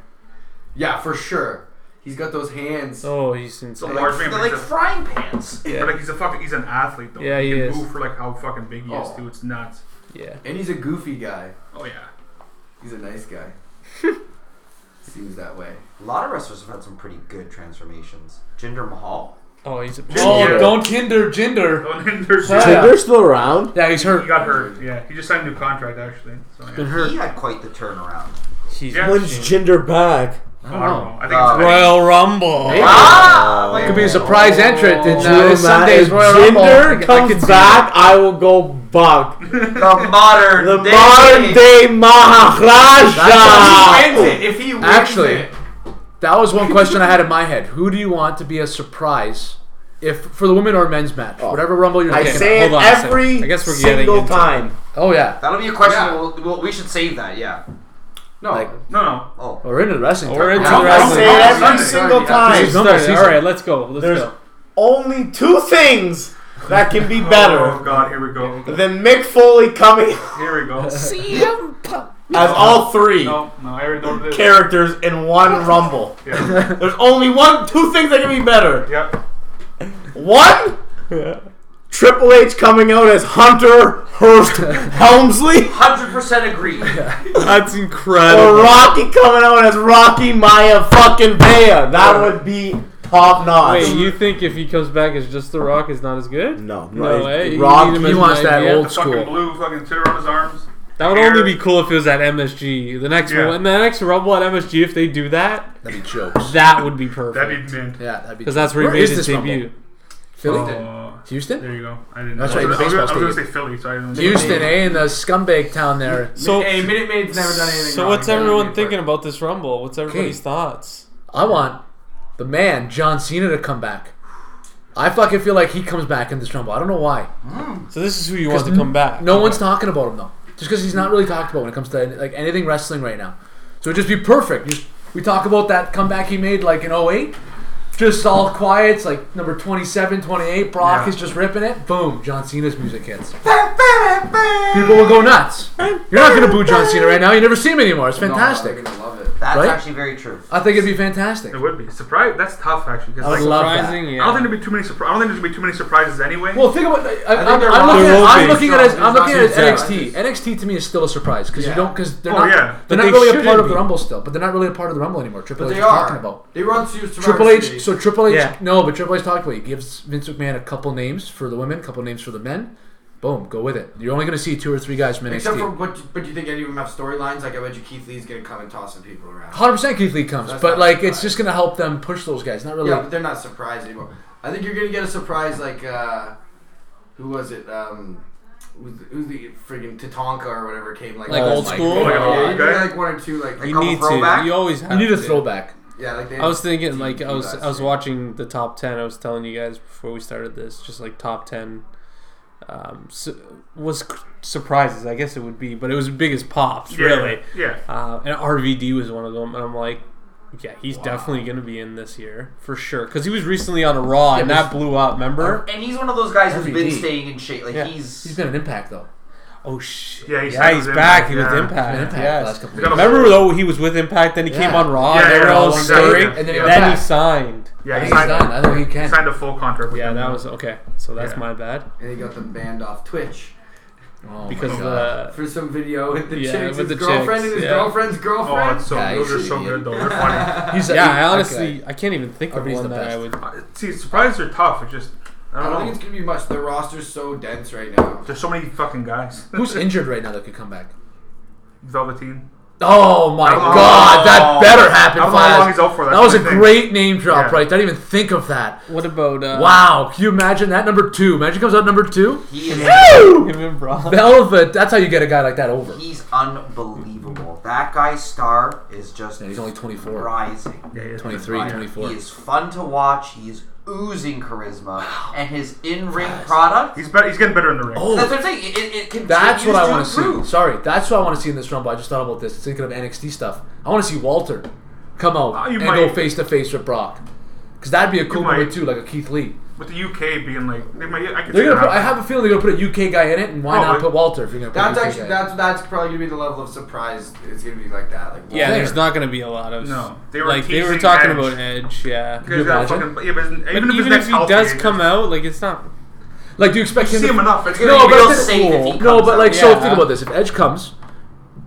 [SPEAKER 8] Yeah, for sure. He's got those hands.
[SPEAKER 3] oh, he's insane.
[SPEAKER 2] Large
[SPEAKER 4] they're
[SPEAKER 2] man, but
[SPEAKER 4] like
[SPEAKER 2] he's a-
[SPEAKER 4] frying pans.
[SPEAKER 2] But like he's a fucking he's an athlete though.
[SPEAKER 3] Yeah, he
[SPEAKER 2] can
[SPEAKER 3] is.
[SPEAKER 2] move for like how fucking big he is
[SPEAKER 8] Oh.
[SPEAKER 2] too. It's nuts.
[SPEAKER 3] Yeah.
[SPEAKER 8] And he's a goofy guy.
[SPEAKER 2] Oh yeah.
[SPEAKER 8] He's a nice guy. Seems that way.
[SPEAKER 4] A lot of wrestlers have had some pretty good transformations. Jinder Mahal.
[SPEAKER 3] Oh, he's. A,
[SPEAKER 5] Oh,
[SPEAKER 2] Yeah.
[SPEAKER 5] don't kinder, Jinder.
[SPEAKER 2] Oh, and then there's
[SPEAKER 5] Yeah.
[SPEAKER 6] Tinder's still around.
[SPEAKER 5] Yeah, he's
[SPEAKER 2] he
[SPEAKER 5] hurt.
[SPEAKER 2] got hurt. Yeah, he just signed a new contract actually. So yeah.
[SPEAKER 5] Been
[SPEAKER 4] He
[SPEAKER 5] hurt.
[SPEAKER 4] had quite the turnaround.
[SPEAKER 3] he's
[SPEAKER 2] Yeah.
[SPEAKER 6] When's Ginger back?
[SPEAKER 5] I
[SPEAKER 2] I
[SPEAKER 5] don't
[SPEAKER 2] don't
[SPEAKER 5] know.
[SPEAKER 2] know. I think
[SPEAKER 4] Uh,
[SPEAKER 2] it's
[SPEAKER 3] Royal Rumble.
[SPEAKER 5] Hey,
[SPEAKER 4] Ah!
[SPEAKER 5] Could be a surprise entrant in
[SPEAKER 6] Could
[SPEAKER 5] uh,
[SPEAKER 6] you
[SPEAKER 5] this Sunday's
[SPEAKER 6] imagine-
[SPEAKER 5] Royal
[SPEAKER 6] if
[SPEAKER 5] Rumble.
[SPEAKER 6] Jinder
[SPEAKER 5] I could
[SPEAKER 6] comes
[SPEAKER 5] see
[SPEAKER 6] back, I will go buck.
[SPEAKER 4] The modern
[SPEAKER 6] The
[SPEAKER 4] day.
[SPEAKER 6] modern day Maharaja.
[SPEAKER 8] Wins it if he wins
[SPEAKER 5] Actually,
[SPEAKER 8] it.
[SPEAKER 5] That was one question I had in my head. Who do you want to be a surprise if for the women or men's match? Whatever Rumble you're
[SPEAKER 6] I
[SPEAKER 5] thinking
[SPEAKER 6] say it
[SPEAKER 5] of.
[SPEAKER 3] hold on a second.
[SPEAKER 6] every
[SPEAKER 3] I guess we're getting
[SPEAKER 6] single
[SPEAKER 3] into-
[SPEAKER 6] time.
[SPEAKER 5] Oh, yeah.
[SPEAKER 4] That'll be a question.
[SPEAKER 8] Yeah.
[SPEAKER 4] We'll, we'll, we should save that. Yeah.
[SPEAKER 8] no.
[SPEAKER 5] like-
[SPEAKER 2] no, no.
[SPEAKER 4] Oh.
[SPEAKER 5] We're into the wrestling.
[SPEAKER 3] We're into
[SPEAKER 5] talk now.
[SPEAKER 3] the
[SPEAKER 6] I say it
[SPEAKER 2] Wrestling.
[SPEAKER 6] every single
[SPEAKER 5] This is
[SPEAKER 6] time.
[SPEAKER 5] not-
[SPEAKER 3] Started.
[SPEAKER 5] season.
[SPEAKER 3] All right, let's go. Let's
[SPEAKER 6] There's
[SPEAKER 3] go.
[SPEAKER 6] only two things that can be
[SPEAKER 2] Oh
[SPEAKER 6] better
[SPEAKER 2] god, here we go.
[SPEAKER 6] than Mick Foley coming
[SPEAKER 2] Here we go.
[SPEAKER 6] as all three
[SPEAKER 2] No, no, I already know this.
[SPEAKER 6] characters in one Rumble.
[SPEAKER 2] Yeah.
[SPEAKER 6] There's only one, two things that can be better.
[SPEAKER 2] Yep.
[SPEAKER 6] One, Triple H coming out as Hunter Hurst Helmsley,
[SPEAKER 4] 100% agree.
[SPEAKER 3] That's
[SPEAKER 6] or
[SPEAKER 3] incredible.
[SPEAKER 6] Rocky coming out as Rocky Maya fucking Vea. That would be top notch.
[SPEAKER 3] Wait, you think if he comes back as just The Rock is not as good?
[SPEAKER 6] No,
[SPEAKER 3] No
[SPEAKER 6] no,
[SPEAKER 3] way. You need
[SPEAKER 6] Rocky.
[SPEAKER 3] him
[SPEAKER 5] He
[SPEAKER 3] as
[SPEAKER 5] wants
[SPEAKER 3] an
[SPEAKER 5] that
[SPEAKER 3] idea.
[SPEAKER 5] old
[SPEAKER 2] The fucking
[SPEAKER 5] school.
[SPEAKER 2] blue fucking tear on his arms.
[SPEAKER 3] That would only be cool if it was at MSG. The next
[SPEAKER 2] Yeah.
[SPEAKER 3] one, the next Rumble at MSG, if they do that,
[SPEAKER 5] That'd be jokes.
[SPEAKER 3] that would be perfect.
[SPEAKER 2] That'd be mint.
[SPEAKER 5] Yeah, that'd be
[SPEAKER 3] because that's where he
[SPEAKER 5] Where
[SPEAKER 3] made
[SPEAKER 5] is
[SPEAKER 3] his
[SPEAKER 5] this Rumble?
[SPEAKER 3] debut.
[SPEAKER 5] Philly?
[SPEAKER 2] Oh,
[SPEAKER 5] Houston?
[SPEAKER 2] there you go. I didn't.
[SPEAKER 5] That's
[SPEAKER 2] know.
[SPEAKER 5] right,
[SPEAKER 2] I was,
[SPEAKER 5] baseball
[SPEAKER 2] I was gonna say
[SPEAKER 5] stadium.
[SPEAKER 2] Philly, so I didn't.
[SPEAKER 5] Houston, eh? In the scumbag town there.
[SPEAKER 3] So,
[SPEAKER 8] hey, Minute Maid's never done anything.
[SPEAKER 3] so
[SPEAKER 8] wrong.
[SPEAKER 3] what's
[SPEAKER 8] They're
[SPEAKER 3] everyone
[SPEAKER 8] doing it
[SPEAKER 3] thinking
[SPEAKER 8] right.
[SPEAKER 3] about this Rumble? What's everybody's
[SPEAKER 5] Okay.
[SPEAKER 3] thoughts?
[SPEAKER 5] I want the man, John Cena, to come back. I fucking feel like he comes back in this Rumble. I don't know why.
[SPEAKER 3] So this is who you want to come back.
[SPEAKER 5] No one's talking about him though, just because he's not really talked about when it comes to like anything wrestling right now. So it'd just be perfect. Just, we talk about that comeback he made like in 08. Just all quiet. It's like number 27, 28. Brock
[SPEAKER 2] Yeah.
[SPEAKER 5] is just ripping it. Boom. John Cena's music hits. People will go nuts. You're not going to boo John Cena right now. You never see him anymore. It's
[SPEAKER 8] No,
[SPEAKER 5] fantastic.
[SPEAKER 8] I'm gonna love it.
[SPEAKER 4] That's
[SPEAKER 5] Right?
[SPEAKER 4] actually very true.
[SPEAKER 5] I think it'd be fantastic.
[SPEAKER 2] It would be surprise. That's tough actually. Because like,
[SPEAKER 5] love that.
[SPEAKER 2] I
[SPEAKER 3] surprising.
[SPEAKER 2] don't
[SPEAKER 3] Yeah.
[SPEAKER 2] think there'd be too many. Surpri- I don't think there's gonna be too many surprises anyway.
[SPEAKER 5] Well, think about. I, I, I'm,
[SPEAKER 8] they're
[SPEAKER 5] I'm looking
[SPEAKER 3] They're
[SPEAKER 5] at, I'm
[SPEAKER 3] low-key.
[SPEAKER 5] looking at it. as- I'm
[SPEAKER 8] It's not
[SPEAKER 5] looking at it as
[SPEAKER 8] too bad.
[SPEAKER 5] NXT. NXT to me is still a surprise because you
[SPEAKER 8] Yeah.
[SPEAKER 5] don't because they're
[SPEAKER 2] Oh,
[SPEAKER 5] not
[SPEAKER 2] yeah.
[SPEAKER 5] they're
[SPEAKER 3] But
[SPEAKER 5] not
[SPEAKER 3] they
[SPEAKER 5] really a
[SPEAKER 3] should
[SPEAKER 5] part of
[SPEAKER 3] be.
[SPEAKER 5] the Rumble still, but they're not really a part of the Rumble anymore. Triple
[SPEAKER 8] But
[SPEAKER 5] H
[SPEAKER 8] they
[SPEAKER 5] is
[SPEAKER 8] are.
[SPEAKER 5] talking about.
[SPEAKER 8] They run through
[SPEAKER 5] Triple H. So Triple H.
[SPEAKER 3] Yeah.
[SPEAKER 5] No, but Triple H talked about. He gives Vince McMahon a couple names for the women, couple names for the men. Boom, go with it. You're only going to see two or three guys from
[SPEAKER 8] Except for
[SPEAKER 5] NXT.
[SPEAKER 8] what? But do you think any of them have storylines? Like I bet you Keith Lee's gonna come and toss some people around.
[SPEAKER 5] 100% Keith Lee comes,
[SPEAKER 8] That's
[SPEAKER 5] but
[SPEAKER 8] not
[SPEAKER 5] like it's
[SPEAKER 8] surprising.
[SPEAKER 5] just going to help them push those guys. Not really.
[SPEAKER 8] Yeah, but they're not surprised anymore. I think you're gonna get a surprise like uh, who was it? Um, who's, who's the friggin' Tatanka or whatever came like
[SPEAKER 3] Like
[SPEAKER 5] Oh
[SPEAKER 3] old
[SPEAKER 5] my
[SPEAKER 3] school.
[SPEAKER 2] God.
[SPEAKER 8] Yeah, you
[SPEAKER 2] Okay.
[SPEAKER 8] get, like one or two like
[SPEAKER 3] You
[SPEAKER 4] couple
[SPEAKER 3] need to.
[SPEAKER 4] throwback?
[SPEAKER 3] You always have
[SPEAKER 5] you need a
[SPEAKER 3] to.
[SPEAKER 5] throwback.
[SPEAKER 8] yeah like they
[SPEAKER 3] I was thinking like I
[SPEAKER 8] DVD
[SPEAKER 3] was
[SPEAKER 8] last
[SPEAKER 3] I was
[SPEAKER 8] year.
[SPEAKER 3] watching the top ten. I was telling you guys before we started this, just like top ten. Um, su- was c- surprises. I guess it would be, but it was biggest pops
[SPEAKER 2] yeah,
[SPEAKER 3] really.
[SPEAKER 2] Yeah.
[SPEAKER 3] Uh, and RVD was one of them, and I'm like, yeah, he's definitely gonna be in this year for sure because he was recently on a Raw and
[SPEAKER 5] but-
[SPEAKER 3] that blew up. Remember?
[SPEAKER 4] And he's one of those guys who's been
[SPEAKER 5] RVD.
[SPEAKER 4] staying in shape. Like
[SPEAKER 3] Yeah.
[SPEAKER 4] he's,
[SPEAKER 5] He's been an impact though.
[SPEAKER 3] Oh shit!
[SPEAKER 2] Yeah, he's
[SPEAKER 3] yeah,
[SPEAKER 2] back
[SPEAKER 3] he's
[SPEAKER 2] with
[SPEAKER 3] back.
[SPEAKER 2] Impact,
[SPEAKER 3] He was
[SPEAKER 2] yeah.
[SPEAKER 5] He's been
[SPEAKER 3] Impact.
[SPEAKER 5] an impact
[SPEAKER 3] Uh, yes.
[SPEAKER 5] the last couple
[SPEAKER 2] He's
[SPEAKER 5] of
[SPEAKER 2] got
[SPEAKER 5] years.
[SPEAKER 2] a-
[SPEAKER 3] Remember though he was with Impact, then he
[SPEAKER 5] Yeah.
[SPEAKER 3] came on Raw,
[SPEAKER 2] Yeah,
[SPEAKER 3] and they
[SPEAKER 2] yeah,
[SPEAKER 3] were
[SPEAKER 2] yeah,
[SPEAKER 3] all
[SPEAKER 2] one
[SPEAKER 3] stirring,
[SPEAKER 2] guy.
[SPEAKER 3] and
[SPEAKER 5] Yeah.
[SPEAKER 3] then he
[SPEAKER 5] Yeah.
[SPEAKER 3] signed.
[SPEAKER 2] Yeah, he
[SPEAKER 5] He's done.
[SPEAKER 2] signed,
[SPEAKER 5] I think he
[SPEAKER 2] he
[SPEAKER 5] can. Oh
[SPEAKER 2] signed a full contract with
[SPEAKER 3] Yeah,
[SPEAKER 2] them.
[SPEAKER 3] that was okay. So that's
[SPEAKER 2] Yeah.
[SPEAKER 3] my bad
[SPEAKER 8] and they got them banned off Twitch
[SPEAKER 5] Oh
[SPEAKER 3] because
[SPEAKER 5] my God.
[SPEAKER 3] uh,
[SPEAKER 8] for some video with the
[SPEAKER 3] Yeah,
[SPEAKER 8] chicks,
[SPEAKER 3] with
[SPEAKER 8] his
[SPEAKER 3] the
[SPEAKER 8] girlfriend
[SPEAKER 3] chicks,
[SPEAKER 8] and his
[SPEAKER 3] yeah.
[SPEAKER 8] girlfriend's
[SPEAKER 2] Oh,
[SPEAKER 8] girlfriend.
[SPEAKER 2] it's so
[SPEAKER 5] Guys,
[SPEAKER 2] those are
[SPEAKER 5] he's
[SPEAKER 2] so
[SPEAKER 5] an
[SPEAKER 2] good though. They're funny.
[SPEAKER 5] He's
[SPEAKER 3] yeah, I
[SPEAKER 5] okay.
[SPEAKER 3] honestly I can't even think of
[SPEAKER 5] Everybody's
[SPEAKER 3] one
[SPEAKER 5] the
[SPEAKER 3] that I
[SPEAKER 5] best.
[SPEAKER 3] would.
[SPEAKER 2] Uh, See, surprises are tough. It's just I
[SPEAKER 8] I
[SPEAKER 2] don't,
[SPEAKER 8] don't think
[SPEAKER 2] know.
[SPEAKER 8] it's gonna be much. The roster's so dense right now.
[SPEAKER 2] There's so many fucking guys.
[SPEAKER 5] Who's injured right now that could come back?
[SPEAKER 2] Velveteen.
[SPEAKER 5] Oh my
[SPEAKER 2] I don't know-
[SPEAKER 5] god, that better happen,
[SPEAKER 2] I don't know Oh. how
[SPEAKER 5] Fias.
[SPEAKER 2] long he's out for, that's
[SPEAKER 5] That was a
[SPEAKER 2] what I think.
[SPEAKER 5] great name drop,
[SPEAKER 2] Yeah.
[SPEAKER 5] right? Didn't even think of that.
[SPEAKER 3] What about uh,
[SPEAKER 5] Wow, can you imagine that number two? Imagine comes out number two.
[SPEAKER 4] He is
[SPEAKER 3] Him and Brock.
[SPEAKER 5] Velvet. That's how you get a guy like that over.
[SPEAKER 4] He's unbelievable. That guy's star is just
[SPEAKER 5] And he's only 24.
[SPEAKER 4] rising.
[SPEAKER 2] yeah.
[SPEAKER 5] 23,
[SPEAKER 4] Right.
[SPEAKER 5] 24.
[SPEAKER 4] He is fun to watch. He is oozing charisma, and his in-ring product.
[SPEAKER 2] He's better. He's getting better in the ring.
[SPEAKER 5] Oh,
[SPEAKER 4] That's what I'm saying. It, it, it continues
[SPEAKER 5] That's what I
[SPEAKER 4] want to
[SPEAKER 5] see.
[SPEAKER 4] improve.
[SPEAKER 5] Sorry, that's what I want to see in this rumble. I just thought about this. Thinking of NXT stuff, I want to see Walter come out
[SPEAKER 2] Oh, you
[SPEAKER 5] and
[SPEAKER 2] might.
[SPEAKER 5] go face to face with Brock, because that'd be a cool
[SPEAKER 2] might.
[SPEAKER 5] moment too, like a Keith Lee.
[SPEAKER 2] With the UK being like, they might, I can see
[SPEAKER 5] They're gonna.
[SPEAKER 2] that
[SPEAKER 5] Put, I
[SPEAKER 2] happening.
[SPEAKER 5] have a feeling they're gonna put a UK guy in it, and why not
[SPEAKER 2] Probably.
[SPEAKER 5] put Walter if you're gonna put
[SPEAKER 8] That's
[SPEAKER 5] a UK
[SPEAKER 8] actually
[SPEAKER 5] guy?
[SPEAKER 8] that's that's probably gonna be the level of surprise. It's gonna be like that. Like
[SPEAKER 3] Yeah,
[SPEAKER 5] Fair.
[SPEAKER 3] there's not going to be a lot of.
[SPEAKER 2] No, they were
[SPEAKER 3] like they were
[SPEAKER 2] teasing
[SPEAKER 3] talking
[SPEAKER 2] Edge.
[SPEAKER 3] about Edge. Yeah,
[SPEAKER 2] You guys gotta
[SPEAKER 5] imagine?
[SPEAKER 2] fucking- yeah, but isn't-
[SPEAKER 3] but
[SPEAKER 2] even if, his
[SPEAKER 3] even
[SPEAKER 2] next
[SPEAKER 3] if he does come out, like it's not.
[SPEAKER 5] in? Like, do you expect
[SPEAKER 2] you
[SPEAKER 5] him?
[SPEAKER 2] see
[SPEAKER 5] to-
[SPEAKER 2] him enough. It's gonna
[SPEAKER 5] No,
[SPEAKER 2] be
[SPEAKER 5] but
[SPEAKER 4] Real
[SPEAKER 5] I think-
[SPEAKER 4] safe if he
[SPEAKER 5] no,
[SPEAKER 4] comes
[SPEAKER 5] but
[SPEAKER 4] out.
[SPEAKER 5] like, so
[SPEAKER 3] Yeah.
[SPEAKER 5] think about this: if Edge comes.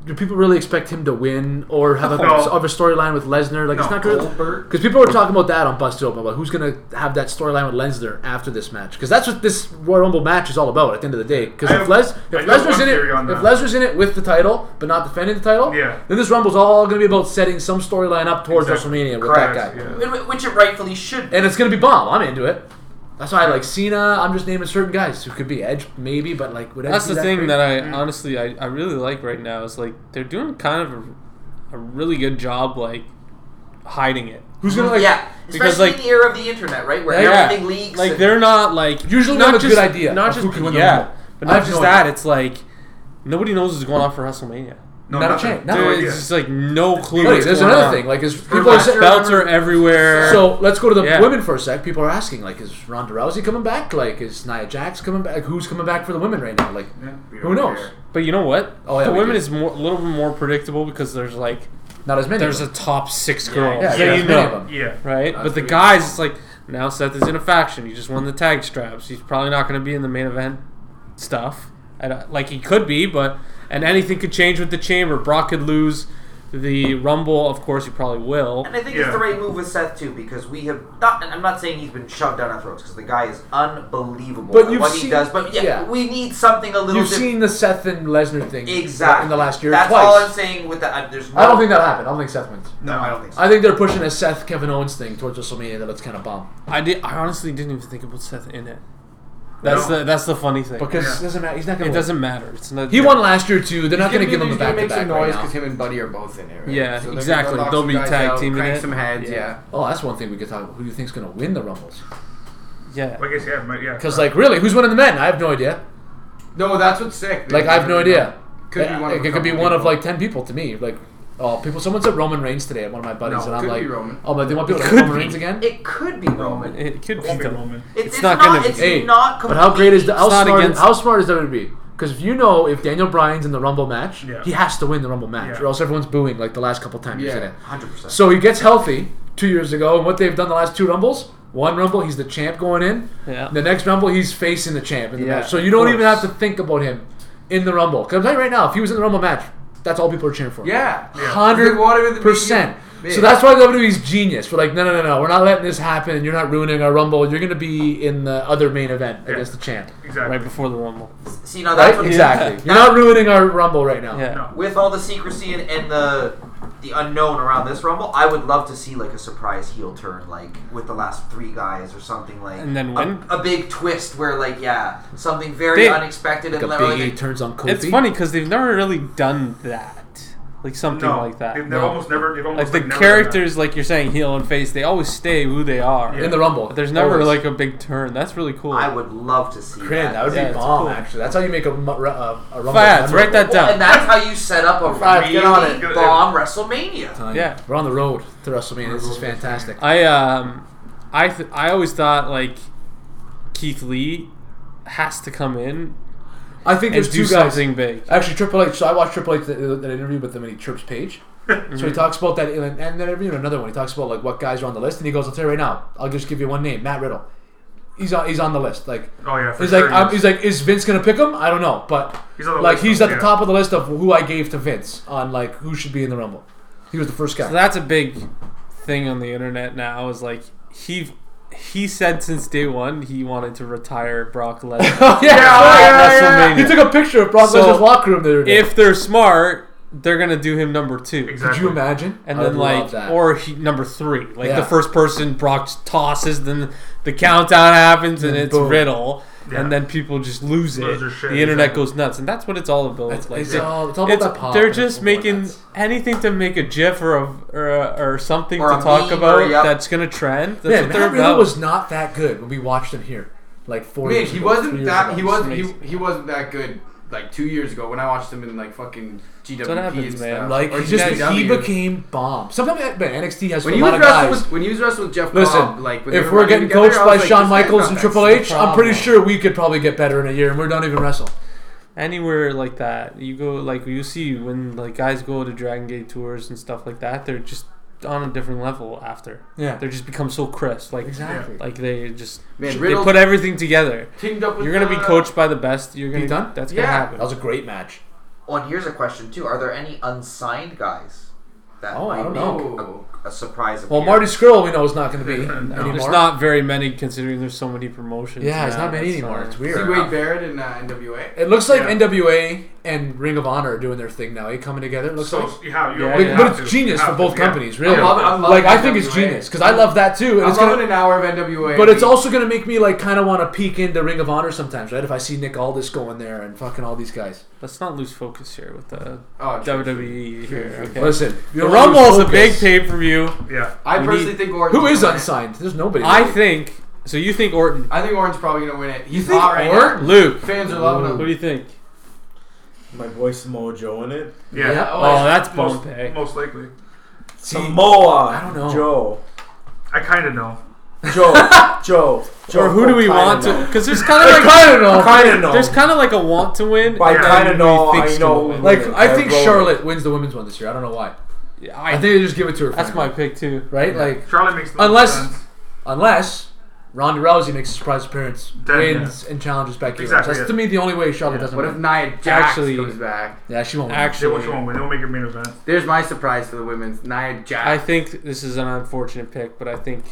[SPEAKER 5] Do people really expect him to win or have a,
[SPEAKER 2] No.
[SPEAKER 5] of a storyline with Lesnar? Like it's
[SPEAKER 2] No.
[SPEAKER 5] not good because people were talking about that on Busted Open about who's gonna have that storyline with Lesnar after this match because that's what this Royal Rumble match is all about at the end of the day. Because
[SPEAKER 2] I
[SPEAKER 5] if,
[SPEAKER 2] have-
[SPEAKER 5] Les,
[SPEAKER 2] I
[SPEAKER 5] if
[SPEAKER 2] do have
[SPEAKER 5] Lesnar's
[SPEAKER 2] one
[SPEAKER 5] in it,
[SPEAKER 2] theory on
[SPEAKER 5] if
[SPEAKER 2] that.
[SPEAKER 5] Lesnar's in it with the title but not defending the title,
[SPEAKER 2] Yeah.
[SPEAKER 5] then this Rumble's all gonna be about setting some storyline up towards
[SPEAKER 2] Exactly.
[SPEAKER 5] WrestleMania with that
[SPEAKER 4] Correct,
[SPEAKER 5] guy,
[SPEAKER 2] Yeah.
[SPEAKER 4] Wh- wh- Which it rightfully should. be.
[SPEAKER 5] and it's gonna be bomb. I'm into it. That's why I like Cena. I'm just naming certain guys who could be Edge, maybe, but like would Edge
[SPEAKER 3] That's
[SPEAKER 5] be
[SPEAKER 3] the thing
[SPEAKER 5] great?
[SPEAKER 3] that I honestly I, I really like right now is like they're doing kind of a, a really good job like hiding it.
[SPEAKER 5] who's gonna like
[SPEAKER 4] yeah, especially
[SPEAKER 3] Because, like-
[SPEAKER 4] in the era of the internet, right, where
[SPEAKER 3] Yeah.
[SPEAKER 4] everything leaks.
[SPEAKER 3] Like
[SPEAKER 4] and-
[SPEAKER 3] they're not like
[SPEAKER 5] Usually we
[SPEAKER 3] not
[SPEAKER 5] have a
[SPEAKER 3] just-
[SPEAKER 5] good idea
[SPEAKER 3] Not
[SPEAKER 5] of
[SPEAKER 3] just
[SPEAKER 5] who could win the
[SPEAKER 3] yeah,
[SPEAKER 5] Rumble.
[SPEAKER 3] but
[SPEAKER 5] I
[SPEAKER 3] not
[SPEAKER 5] have
[SPEAKER 3] just
[SPEAKER 5] no
[SPEAKER 3] that.
[SPEAKER 5] idea.
[SPEAKER 3] It's like nobody knows what's going on for WrestleMania.
[SPEAKER 2] No,
[SPEAKER 5] Not a
[SPEAKER 2] nothing.
[SPEAKER 5] chance. No
[SPEAKER 3] There-
[SPEAKER 2] idea.
[SPEAKER 3] it's just like no clue.
[SPEAKER 5] Wait,
[SPEAKER 3] what's
[SPEAKER 5] there's
[SPEAKER 3] going
[SPEAKER 5] another
[SPEAKER 3] on.
[SPEAKER 5] thing. Like, is people are
[SPEAKER 3] Belts,
[SPEAKER 5] saying,
[SPEAKER 3] belts are everywhere.
[SPEAKER 5] So let's go to the
[SPEAKER 3] Yeah.
[SPEAKER 5] women for a sec. People are asking, like, is Ronda Rousey coming back? Like, is Nia Jax coming back? Who's coming back for the women right now? Like,
[SPEAKER 2] We
[SPEAKER 5] who
[SPEAKER 2] don't
[SPEAKER 5] knows?
[SPEAKER 2] care.
[SPEAKER 3] but you know what?
[SPEAKER 5] Oh, yeah,
[SPEAKER 3] the
[SPEAKER 5] we
[SPEAKER 3] women
[SPEAKER 5] do.
[SPEAKER 3] is more a little bit more predictable because there's like
[SPEAKER 5] Not as many.
[SPEAKER 3] there's a
[SPEAKER 5] of them.
[SPEAKER 3] top six girls.
[SPEAKER 5] yeah,
[SPEAKER 3] so
[SPEAKER 5] there's
[SPEAKER 3] you
[SPEAKER 5] many of
[SPEAKER 3] know.
[SPEAKER 5] them.
[SPEAKER 2] Yeah.
[SPEAKER 3] right?
[SPEAKER 8] That's
[SPEAKER 3] but the
[SPEAKER 8] gonna be
[SPEAKER 3] guys,
[SPEAKER 8] awesome.
[SPEAKER 3] it's like now Seth is in a faction. He just won the tag straps. He's probably not going to be in the main event stuff. I don't- Like he could be, but and anything could change with the chamber. Brock could lose the Rumble. Of course, he probably will.
[SPEAKER 4] And I think
[SPEAKER 2] Yeah.
[SPEAKER 4] it's the right move with Seth too, because we have not. And I'm not saying he's been shoved down our throats, because the guy is unbelievable.
[SPEAKER 5] But
[SPEAKER 4] at
[SPEAKER 5] you've
[SPEAKER 4] what he
[SPEAKER 5] seen-
[SPEAKER 4] does, but yeah,
[SPEAKER 5] yeah.
[SPEAKER 4] we need something a little.
[SPEAKER 5] You've
[SPEAKER 4] different.
[SPEAKER 5] seen the Seth and Lesnar thing
[SPEAKER 4] exactly
[SPEAKER 5] in the last year
[SPEAKER 4] That's
[SPEAKER 5] twice.
[SPEAKER 4] all I'm saying. With that, there's no,
[SPEAKER 5] I don't think that happened. I don't think Seth wins.
[SPEAKER 4] No, I don't think so.
[SPEAKER 5] I think they're pushing a Seth Kevin Owens thing towards WrestleMania that looks kind of bomb.
[SPEAKER 3] I did. I honestly didn't even think about Seth in it. That's
[SPEAKER 2] No.
[SPEAKER 3] the that's the funny thing.
[SPEAKER 5] Because
[SPEAKER 2] Yeah.
[SPEAKER 5] it doesn't matter. He's not going
[SPEAKER 3] it
[SPEAKER 5] to
[SPEAKER 3] doesn't matter. It's not.
[SPEAKER 5] He won last year, too. They're not going to
[SPEAKER 8] be-
[SPEAKER 5] give him the
[SPEAKER 8] he's gonna
[SPEAKER 5] back to
[SPEAKER 8] make
[SPEAKER 5] back
[SPEAKER 8] some noise
[SPEAKER 5] right
[SPEAKER 8] because
[SPEAKER 5] now.
[SPEAKER 8] him and Buddy are both in it. Right?
[SPEAKER 3] Yeah,
[SPEAKER 8] they're gonna
[SPEAKER 3] exactly.
[SPEAKER 8] knock
[SPEAKER 3] They'll
[SPEAKER 8] some
[SPEAKER 3] be
[SPEAKER 8] guys
[SPEAKER 3] tag
[SPEAKER 8] out,
[SPEAKER 3] teaming
[SPEAKER 8] crank
[SPEAKER 3] it.
[SPEAKER 8] some heads.
[SPEAKER 3] Yeah.
[SPEAKER 8] Yeah.
[SPEAKER 5] Oh, that's one thing we could talk about. Who do you think's going to win the Rumbles?
[SPEAKER 3] Yeah.
[SPEAKER 2] Well, I guess yeah, might, yeah.
[SPEAKER 5] Because, like, really, who's winning the men? I have no idea.
[SPEAKER 8] No, that's what's sick.
[SPEAKER 5] Like I have no idea.
[SPEAKER 8] Could
[SPEAKER 5] Yeah,
[SPEAKER 8] be one.
[SPEAKER 5] it
[SPEAKER 8] of a
[SPEAKER 5] could be
[SPEAKER 8] couple
[SPEAKER 5] one of
[SPEAKER 8] people.
[SPEAKER 5] like ten people to me. Like, oh, people. Someone said Roman Reigns today at one of my buddies,
[SPEAKER 8] No,
[SPEAKER 5] and
[SPEAKER 8] it
[SPEAKER 5] I'm
[SPEAKER 8] could
[SPEAKER 5] like,
[SPEAKER 8] be Roman.
[SPEAKER 5] oh, but they want people to
[SPEAKER 3] could
[SPEAKER 5] Roman
[SPEAKER 3] be.
[SPEAKER 5] Reigns again.
[SPEAKER 4] It could be Roman. It's,
[SPEAKER 3] It could be
[SPEAKER 2] Won't be
[SPEAKER 3] though.
[SPEAKER 2] Roman.
[SPEAKER 4] it's,
[SPEAKER 3] not
[SPEAKER 4] not.
[SPEAKER 3] gonna be-
[SPEAKER 4] It's
[SPEAKER 5] Hey,
[SPEAKER 4] not.
[SPEAKER 5] But how great is the, how
[SPEAKER 3] It's not
[SPEAKER 5] smart
[SPEAKER 3] against-
[SPEAKER 5] how smart is WWE? Because if you know if Daniel Bryan's in the Rumble match,
[SPEAKER 2] Yeah.
[SPEAKER 5] he has to win the Rumble match,
[SPEAKER 2] Yeah.
[SPEAKER 5] or else everyone's booing like the last couple times he's in
[SPEAKER 8] Yeah.
[SPEAKER 5] it.
[SPEAKER 4] Hundred percent.
[SPEAKER 5] So he gets healthy two years ago, and what they've done the last two Rumbles. One Rumble, he's the champ going in.
[SPEAKER 3] Yeah.
[SPEAKER 5] The next Rumble, he's facing the champ in the
[SPEAKER 3] Yeah,
[SPEAKER 5] match. So you
[SPEAKER 3] of
[SPEAKER 5] don't even
[SPEAKER 3] course.
[SPEAKER 5] have to think about him in the Rumble. Because I'm telling you right now, if he was in the Rumble match, that's all people are cheering for.
[SPEAKER 8] Yeah.
[SPEAKER 5] Hundred
[SPEAKER 8] They wanted it at the
[SPEAKER 5] percent.
[SPEAKER 8] beginning.
[SPEAKER 5] So that's why WWE's genius. We're like, no, no, no, no. We're not letting this happen. You're not ruining our Rumble. You're going to be in the other main event against the champ.
[SPEAKER 2] exactly.
[SPEAKER 3] Right before the Rumble.
[SPEAKER 4] See, now that's
[SPEAKER 5] Right?
[SPEAKER 4] what
[SPEAKER 5] Exactly.
[SPEAKER 4] That-
[SPEAKER 5] You're not ruining our Rumble right now.
[SPEAKER 3] Yeah.
[SPEAKER 2] No.
[SPEAKER 4] with all the secrecy and, and the the unknown around this rumble, I would love to see like a surprise heel turn, like with the last three guys or something like,
[SPEAKER 3] And then
[SPEAKER 4] a-
[SPEAKER 3] win?
[SPEAKER 4] a, big twist where like yeah, something very
[SPEAKER 3] They-
[SPEAKER 4] unexpected
[SPEAKER 5] Like
[SPEAKER 4] and
[SPEAKER 5] a
[SPEAKER 4] like,
[SPEAKER 5] Big E turns on Kofi.
[SPEAKER 3] It's funny because they've never really done that, like something
[SPEAKER 2] no,
[SPEAKER 3] like that.
[SPEAKER 2] They've
[SPEAKER 5] No.
[SPEAKER 2] never, almost never. They've almost
[SPEAKER 3] like the
[SPEAKER 2] never done that.
[SPEAKER 3] characters, like you're saying, heel and face, they always stay who they are.
[SPEAKER 2] Yeah.
[SPEAKER 5] In the Rumble.
[SPEAKER 3] But there's never
[SPEAKER 5] Always.
[SPEAKER 3] like a big turn. That's really cool.
[SPEAKER 4] I would love to see
[SPEAKER 5] Grin, that would
[SPEAKER 3] Yeah,
[SPEAKER 5] be
[SPEAKER 3] it's
[SPEAKER 5] bomb,
[SPEAKER 3] cool.
[SPEAKER 5] actually. That's how you make a, mu- ru- uh, a Rumble.
[SPEAKER 3] Fiats, write that
[SPEAKER 5] memorable.
[SPEAKER 4] Well,
[SPEAKER 3] down.
[SPEAKER 4] and that's how you set up a
[SPEAKER 5] Five,
[SPEAKER 4] really
[SPEAKER 5] get on it.
[SPEAKER 4] bomb WrestleMania.
[SPEAKER 3] yeah,
[SPEAKER 5] We're on the road to WrestleMania. This is fantastic.
[SPEAKER 3] I um, I th- I always thought like Keith Lee has to come in
[SPEAKER 5] I think
[SPEAKER 3] and
[SPEAKER 5] there's
[SPEAKER 3] do
[SPEAKER 5] two guys.
[SPEAKER 3] something big.
[SPEAKER 5] Actually, Triple H. So I watched Triple H that, that interview with him, and he chirps Page. So
[SPEAKER 2] Mm-hmm.
[SPEAKER 5] he talks about that, in- and then interview in another one. He talks about like what guys are on the list, and he goes, "I'll tell you right now. I'll just give you one name: Matt Riddle. He's on. He's on the list. Like,
[SPEAKER 2] Oh yeah. For
[SPEAKER 5] he's
[SPEAKER 2] sure
[SPEAKER 5] like,
[SPEAKER 2] he
[SPEAKER 5] I'm,
[SPEAKER 2] is.
[SPEAKER 5] he's like, is Vince gonna pick him? I don't know, but
[SPEAKER 2] He's on the
[SPEAKER 5] like
[SPEAKER 2] list,
[SPEAKER 5] he's
[SPEAKER 2] though,
[SPEAKER 5] at the
[SPEAKER 2] yeah.
[SPEAKER 5] top of the list of who I gave to Vince on like who should be in the Rumble. He was the first guy.
[SPEAKER 3] So that's a big thing on the internet now. Is like he he said since day one he wanted to retire Brock Lesnar.
[SPEAKER 5] Oh, yeah,
[SPEAKER 3] at
[SPEAKER 5] yeah,
[SPEAKER 3] WrestleMania.
[SPEAKER 5] He took a picture of Brock
[SPEAKER 3] So,
[SPEAKER 5] Lesnar's locker room the other day.
[SPEAKER 3] if they're smart, they're gonna do him number two.
[SPEAKER 2] Exactly.
[SPEAKER 5] Could you imagine?
[SPEAKER 3] And
[SPEAKER 5] I
[SPEAKER 3] then
[SPEAKER 5] would love
[SPEAKER 3] like,
[SPEAKER 5] that.
[SPEAKER 3] or he, number three, like
[SPEAKER 5] Yeah.
[SPEAKER 3] the first person Brock tosses, then the countdown happens, and,
[SPEAKER 5] And
[SPEAKER 3] it's
[SPEAKER 5] boom.
[SPEAKER 3] Riddle,
[SPEAKER 2] Yeah.
[SPEAKER 3] and then people just lose it.
[SPEAKER 2] Lose their shit,
[SPEAKER 3] the internet
[SPEAKER 2] exactly.
[SPEAKER 3] goes nuts, and that's what it's all about.
[SPEAKER 5] it's,
[SPEAKER 3] like
[SPEAKER 5] it's
[SPEAKER 3] they-
[SPEAKER 5] all, it's all
[SPEAKER 3] it's-
[SPEAKER 5] about that pop.
[SPEAKER 3] they're
[SPEAKER 5] and
[SPEAKER 3] just
[SPEAKER 5] all
[SPEAKER 3] making
[SPEAKER 5] that.
[SPEAKER 3] anything to make a GIF or a, or, a, or something
[SPEAKER 4] Or
[SPEAKER 3] to
[SPEAKER 4] a
[SPEAKER 3] talk
[SPEAKER 4] meme,
[SPEAKER 3] about
[SPEAKER 4] or- yep.
[SPEAKER 3] that's gonna trend. That's
[SPEAKER 5] Yeah,
[SPEAKER 3] what they're
[SPEAKER 5] Matt Riddle
[SPEAKER 3] about.
[SPEAKER 5] was not that good when we watched him here, like four
[SPEAKER 8] Man,
[SPEAKER 5] years
[SPEAKER 8] he
[SPEAKER 5] ago, three
[SPEAKER 8] wasn't
[SPEAKER 5] years
[SPEAKER 8] that
[SPEAKER 5] ago.
[SPEAKER 8] he
[SPEAKER 3] It's
[SPEAKER 8] wasn't he,
[SPEAKER 3] amazing.
[SPEAKER 8] he wasn't that good like two years ago when I watched him in like fucking GWP
[SPEAKER 3] what happens,
[SPEAKER 8] and
[SPEAKER 3] man.
[SPEAKER 8] stuff.
[SPEAKER 5] Like
[SPEAKER 8] or
[SPEAKER 5] he just he
[SPEAKER 8] GW.
[SPEAKER 5] became bomb. Sometimes man, NXT has
[SPEAKER 8] when
[SPEAKER 5] a
[SPEAKER 8] he
[SPEAKER 5] lot
[SPEAKER 8] was
[SPEAKER 5] of
[SPEAKER 8] wrestling
[SPEAKER 5] guys.
[SPEAKER 8] with when he was wrestling with Jeff
[SPEAKER 5] Listen,
[SPEAKER 8] Cobb, like when they
[SPEAKER 5] if
[SPEAKER 8] were
[SPEAKER 5] we're
[SPEAKER 8] running
[SPEAKER 5] getting
[SPEAKER 8] together,
[SPEAKER 5] coached
[SPEAKER 8] I
[SPEAKER 5] by
[SPEAKER 8] was like,
[SPEAKER 5] Shawn
[SPEAKER 8] this guy's
[SPEAKER 5] Michaels
[SPEAKER 8] not
[SPEAKER 5] and
[SPEAKER 8] that
[SPEAKER 5] Triple
[SPEAKER 8] good.
[SPEAKER 5] H, I'm pretty
[SPEAKER 3] problem.
[SPEAKER 5] sure we could probably get better in a year, and we don't even wrestle.
[SPEAKER 3] anywhere like that you go like you see when like guys go to dragon gate tours and stuff like that they're just on a different level after
[SPEAKER 5] Yeah.
[SPEAKER 3] they just become so crisp like
[SPEAKER 5] Exactly.
[SPEAKER 3] like they just
[SPEAKER 8] Man,
[SPEAKER 3] they
[SPEAKER 8] Riddle-
[SPEAKER 3] put everything together
[SPEAKER 8] Teamed up with
[SPEAKER 3] you're gonna be
[SPEAKER 8] uh,
[SPEAKER 3] coached by the best you're gonna
[SPEAKER 5] Pete Dunne?
[SPEAKER 3] that's
[SPEAKER 8] Yeah.
[SPEAKER 3] gonna happen
[SPEAKER 5] That was a great match.
[SPEAKER 4] Oh, and here's a question too: Are there any unsigned guys that
[SPEAKER 5] Oh, I
[SPEAKER 4] might
[SPEAKER 5] don't
[SPEAKER 4] be
[SPEAKER 8] know.
[SPEAKER 4] A, a surprise?
[SPEAKER 5] Well,
[SPEAKER 4] appearance?
[SPEAKER 5] Marty Skrull, we know is not going to be anymore.
[SPEAKER 3] there's not very many considering there's so many promotions
[SPEAKER 5] yeah, it's
[SPEAKER 3] now,
[SPEAKER 5] not many
[SPEAKER 3] that's,
[SPEAKER 5] anymore.
[SPEAKER 3] uh,
[SPEAKER 5] It's
[SPEAKER 8] See
[SPEAKER 5] weird.
[SPEAKER 8] Wade Barrett in uh, NWA.
[SPEAKER 5] It looks like
[SPEAKER 2] Yeah.
[SPEAKER 5] NWA and Ring of Honor are doing their thing now. Are you coming together? It looks
[SPEAKER 2] So
[SPEAKER 5] like.
[SPEAKER 2] yeah, you
[SPEAKER 3] Yeah,
[SPEAKER 2] always
[SPEAKER 3] yeah.
[SPEAKER 5] Like,
[SPEAKER 2] have
[SPEAKER 5] but
[SPEAKER 2] to.
[SPEAKER 5] it's genius
[SPEAKER 2] You
[SPEAKER 5] for
[SPEAKER 2] have
[SPEAKER 5] both
[SPEAKER 2] to, yeah.
[SPEAKER 5] companies, really.
[SPEAKER 8] I'm loving- I'm loving
[SPEAKER 5] like I think it's
[SPEAKER 8] NWA.
[SPEAKER 5] genius because I love that too, and
[SPEAKER 8] I'm
[SPEAKER 5] it's gonna.
[SPEAKER 8] loving an hour of NWA,
[SPEAKER 5] But it's also gonna make me like kind of want to peek into Ring of Honor sometimes, right? If I see Nick Aldis going there and fucking all these guys.
[SPEAKER 3] let's not lose focus here with the
[SPEAKER 8] Oh, true, true.
[SPEAKER 3] WWE here okay
[SPEAKER 5] Listen,
[SPEAKER 3] the
[SPEAKER 5] you don't
[SPEAKER 3] Rumble's
[SPEAKER 5] lose
[SPEAKER 3] a big
[SPEAKER 5] focus.
[SPEAKER 3] pay per view
[SPEAKER 2] Yeah.
[SPEAKER 8] I
[SPEAKER 3] we
[SPEAKER 8] personally
[SPEAKER 3] need-
[SPEAKER 8] think Orton.
[SPEAKER 5] Who is unsigned? There's nobody.
[SPEAKER 3] I think so you think Orton
[SPEAKER 8] I think Orton's probably gonna win it. He's
[SPEAKER 5] think
[SPEAKER 8] hot right
[SPEAKER 5] Orton?
[SPEAKER 3] Luke
[SPEAKER 8] now. Fans are loving
[SPEAKER 3] what
[SPEAKER 8] him.
[SPEAKER 3] do you think
[SPEAKER 6] My boy Samoa Joe in it.
[SPEAKER 2] Yeah.
[SPEAKER 5] Yeah.
[SPEAKER 3] oh, that's
[SPEAKER 2] most,
[SPEAKER 3] bump eh?
[SPEAKER 2] most likely.
[SPEAKER 6] Samoa.
[SPEAKER 5] I don't know.
[SPEAKER 6] Joe.
[SPEAKER 2] I kind of know.
[SPEAKER 6] Joe. Joe. Joe.
[SPEAKER 3] or who do we
[SPEAKER 6] kinda
[SPEAKER 3] want to?
[SPEAKER 6] know.
[SPEAKER 3] Because there's kind of like
[SPEAKER 5] I don't know.
[SPEAKER 6] Kinda know.
[SPEAKER 3] there's kind of like a want to win.
[SPEAKER 6] By
[SPEAKER 3] and
[SPEAKER 6] kinda
[SPEAKER 3] who
[SPEAKER 6] know,
[SPEAKER 3] we think's
[SPEAKER 6] I know
[SPEAKER 3] gonna win.
[SPEAKER 5] Like
[SPEAKER 6] Yeah,
[SPEAKER 5] I think
[SPEAKER 6] bro.
[SPEAKER 5] Charlotte wins the women's one this year. I don't know why.
[SPEAKER 3] Yeah,
[SPEAKER 5] I
[SPEAKER 3] I,
[SPEAKER 5] think they just give it to her.
[SPEAKER 3] that's my
[SPEAKER 5] finally,
[SPEAKER 3] pick too.
[SPEAKER 5] right. Like
[SPEAKER 2] Charlotte makes the
[SPEAKER 5] Unless-
[SPEAKER 2] sense.
[SPEAKER 5] unless Ronda Rousey makes a surprise appearance,
[SPEAKER 2] Then,
[SPEAKER 5] wins, and challenges Becky. Lynch.
[SPEAKER 2] Exactly,
[SPEAKER 5] That's
[SPEAKER 2] yeah.
[SPEAKER 5] to me the only way Charlotte
[SPEAKER 3] Yeah.
[SPEAKER 5] doesn't
[SPEAKER 8] What if
[SPEAKER 5] win.
[SPEAKER 8] Nia Jax
[SPEAKER 3] Actually-
[SPEAKER 8] comes back?
[SPEAKER 5] yeah, she won't. Win.
[SPEAKER 2] They won't,
[SPEAKER 3] Actually,
[SPEAKER 2] they won't make a main event.
[SPEAKER 8] There's my surprise for the women's Nia Jax.
[SPEAKER 3] I think this is an unfortunate pick, but I think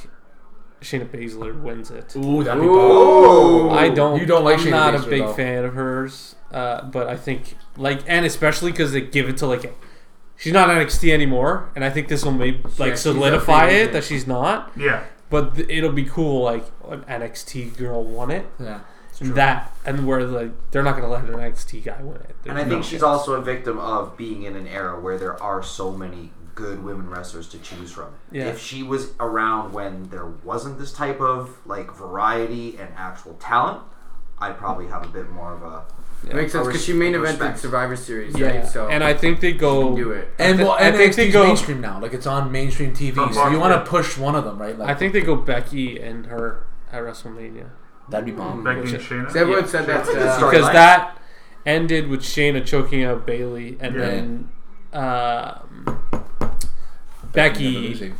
[SPEAKER 3] Shayna Baszler wins it.
[SPEAKER 5] Ooh, that'd be bomb.
[SPEAKER 8] Ooh.
[SPEAKER 3] I don't.
[SPEAKER 5] You don't like
[SPEAKER 3] I'm
[SPEAKER 5] Shayna
[SPEAKER 3] not a
[SPEAKER 5] Baszler,
[SPEAKER 3] big
[SPEAKER 5] though.
[SPEAKER 3] fan of hers, uh, but I think like and especially because they give it to like. She's not NXT anymore, and I think this will maybe like
[SPEAKER 8] she's
[SPEAKER 3] solidify
[SPEAKER 8] definitely-
[SPEAKER 3] it that she's not.
[SPEAKER 2] Yeah.
[SPEAKER 3] But th- it'll be cool, like an NXT girl won it.
[SPEAKER 5] Yeah.
[SPEAKER 3] And that and where like they're not gonna let an NXT guy win it.
[SPEAKER 4] And I think she's also a victim of being in an era where there are so many good women wrestlers to choose from.
[SPEAKER 3] Yeah.
[SPEAKER 4] If she was around when there wasn't this type of like variety and actual talent, I'd probably have a bit more of a.
[SPEAKER 8] Makes sense because she main evented
[SPEAKER 4] Respect.
[SPEAKER 8] Survivor Series,
[SPEAKER 3] yeah.
[SPEAKER 8] right? So
[SPEAKER 3] and I think they go.
[SPEAKER 8] do it.
[SPEAKER 5] And
[SPEAKER 3] thi-
[SPEAKER 5] well,
[SPEAKER 3] I
[SPEAKER 5] and
[SPEAKER 3] think
[SPEAKER 5] NXT's
[SPEAKER 3] they go-
[SPEAKER 5] mainstream now. Like it's on mainstream TV, so you want to push one of them, right? Like
[SPEAKER 3] I think they go Becky and her at WrestleMania
[SPEAKER 5] that'd be bomb.
[SPEAKER 2] Becky and
[SPEAKER 3] Which-
[SPEAKER 2] Shayna.
[SPEAKER 8] So everyone
[SPEAKER 3] Yeah.
[SPEAKER 8] said that.
[SPEAKER 4] That's a good
[SPEAKER 8] uh,
[SPEAKER 4] story.
[SPEAKER 3] because
[SPEAKER 4] Storyline.
[SPEAKER 3] that ended with Shayna choking out Bailey and
[SPEAKER 2] Yeah.
[SPEAKER 3] then um,
[SPEAKER 5] Never
[SPEAKER 3] Becky
[SPEAKER 5] losing.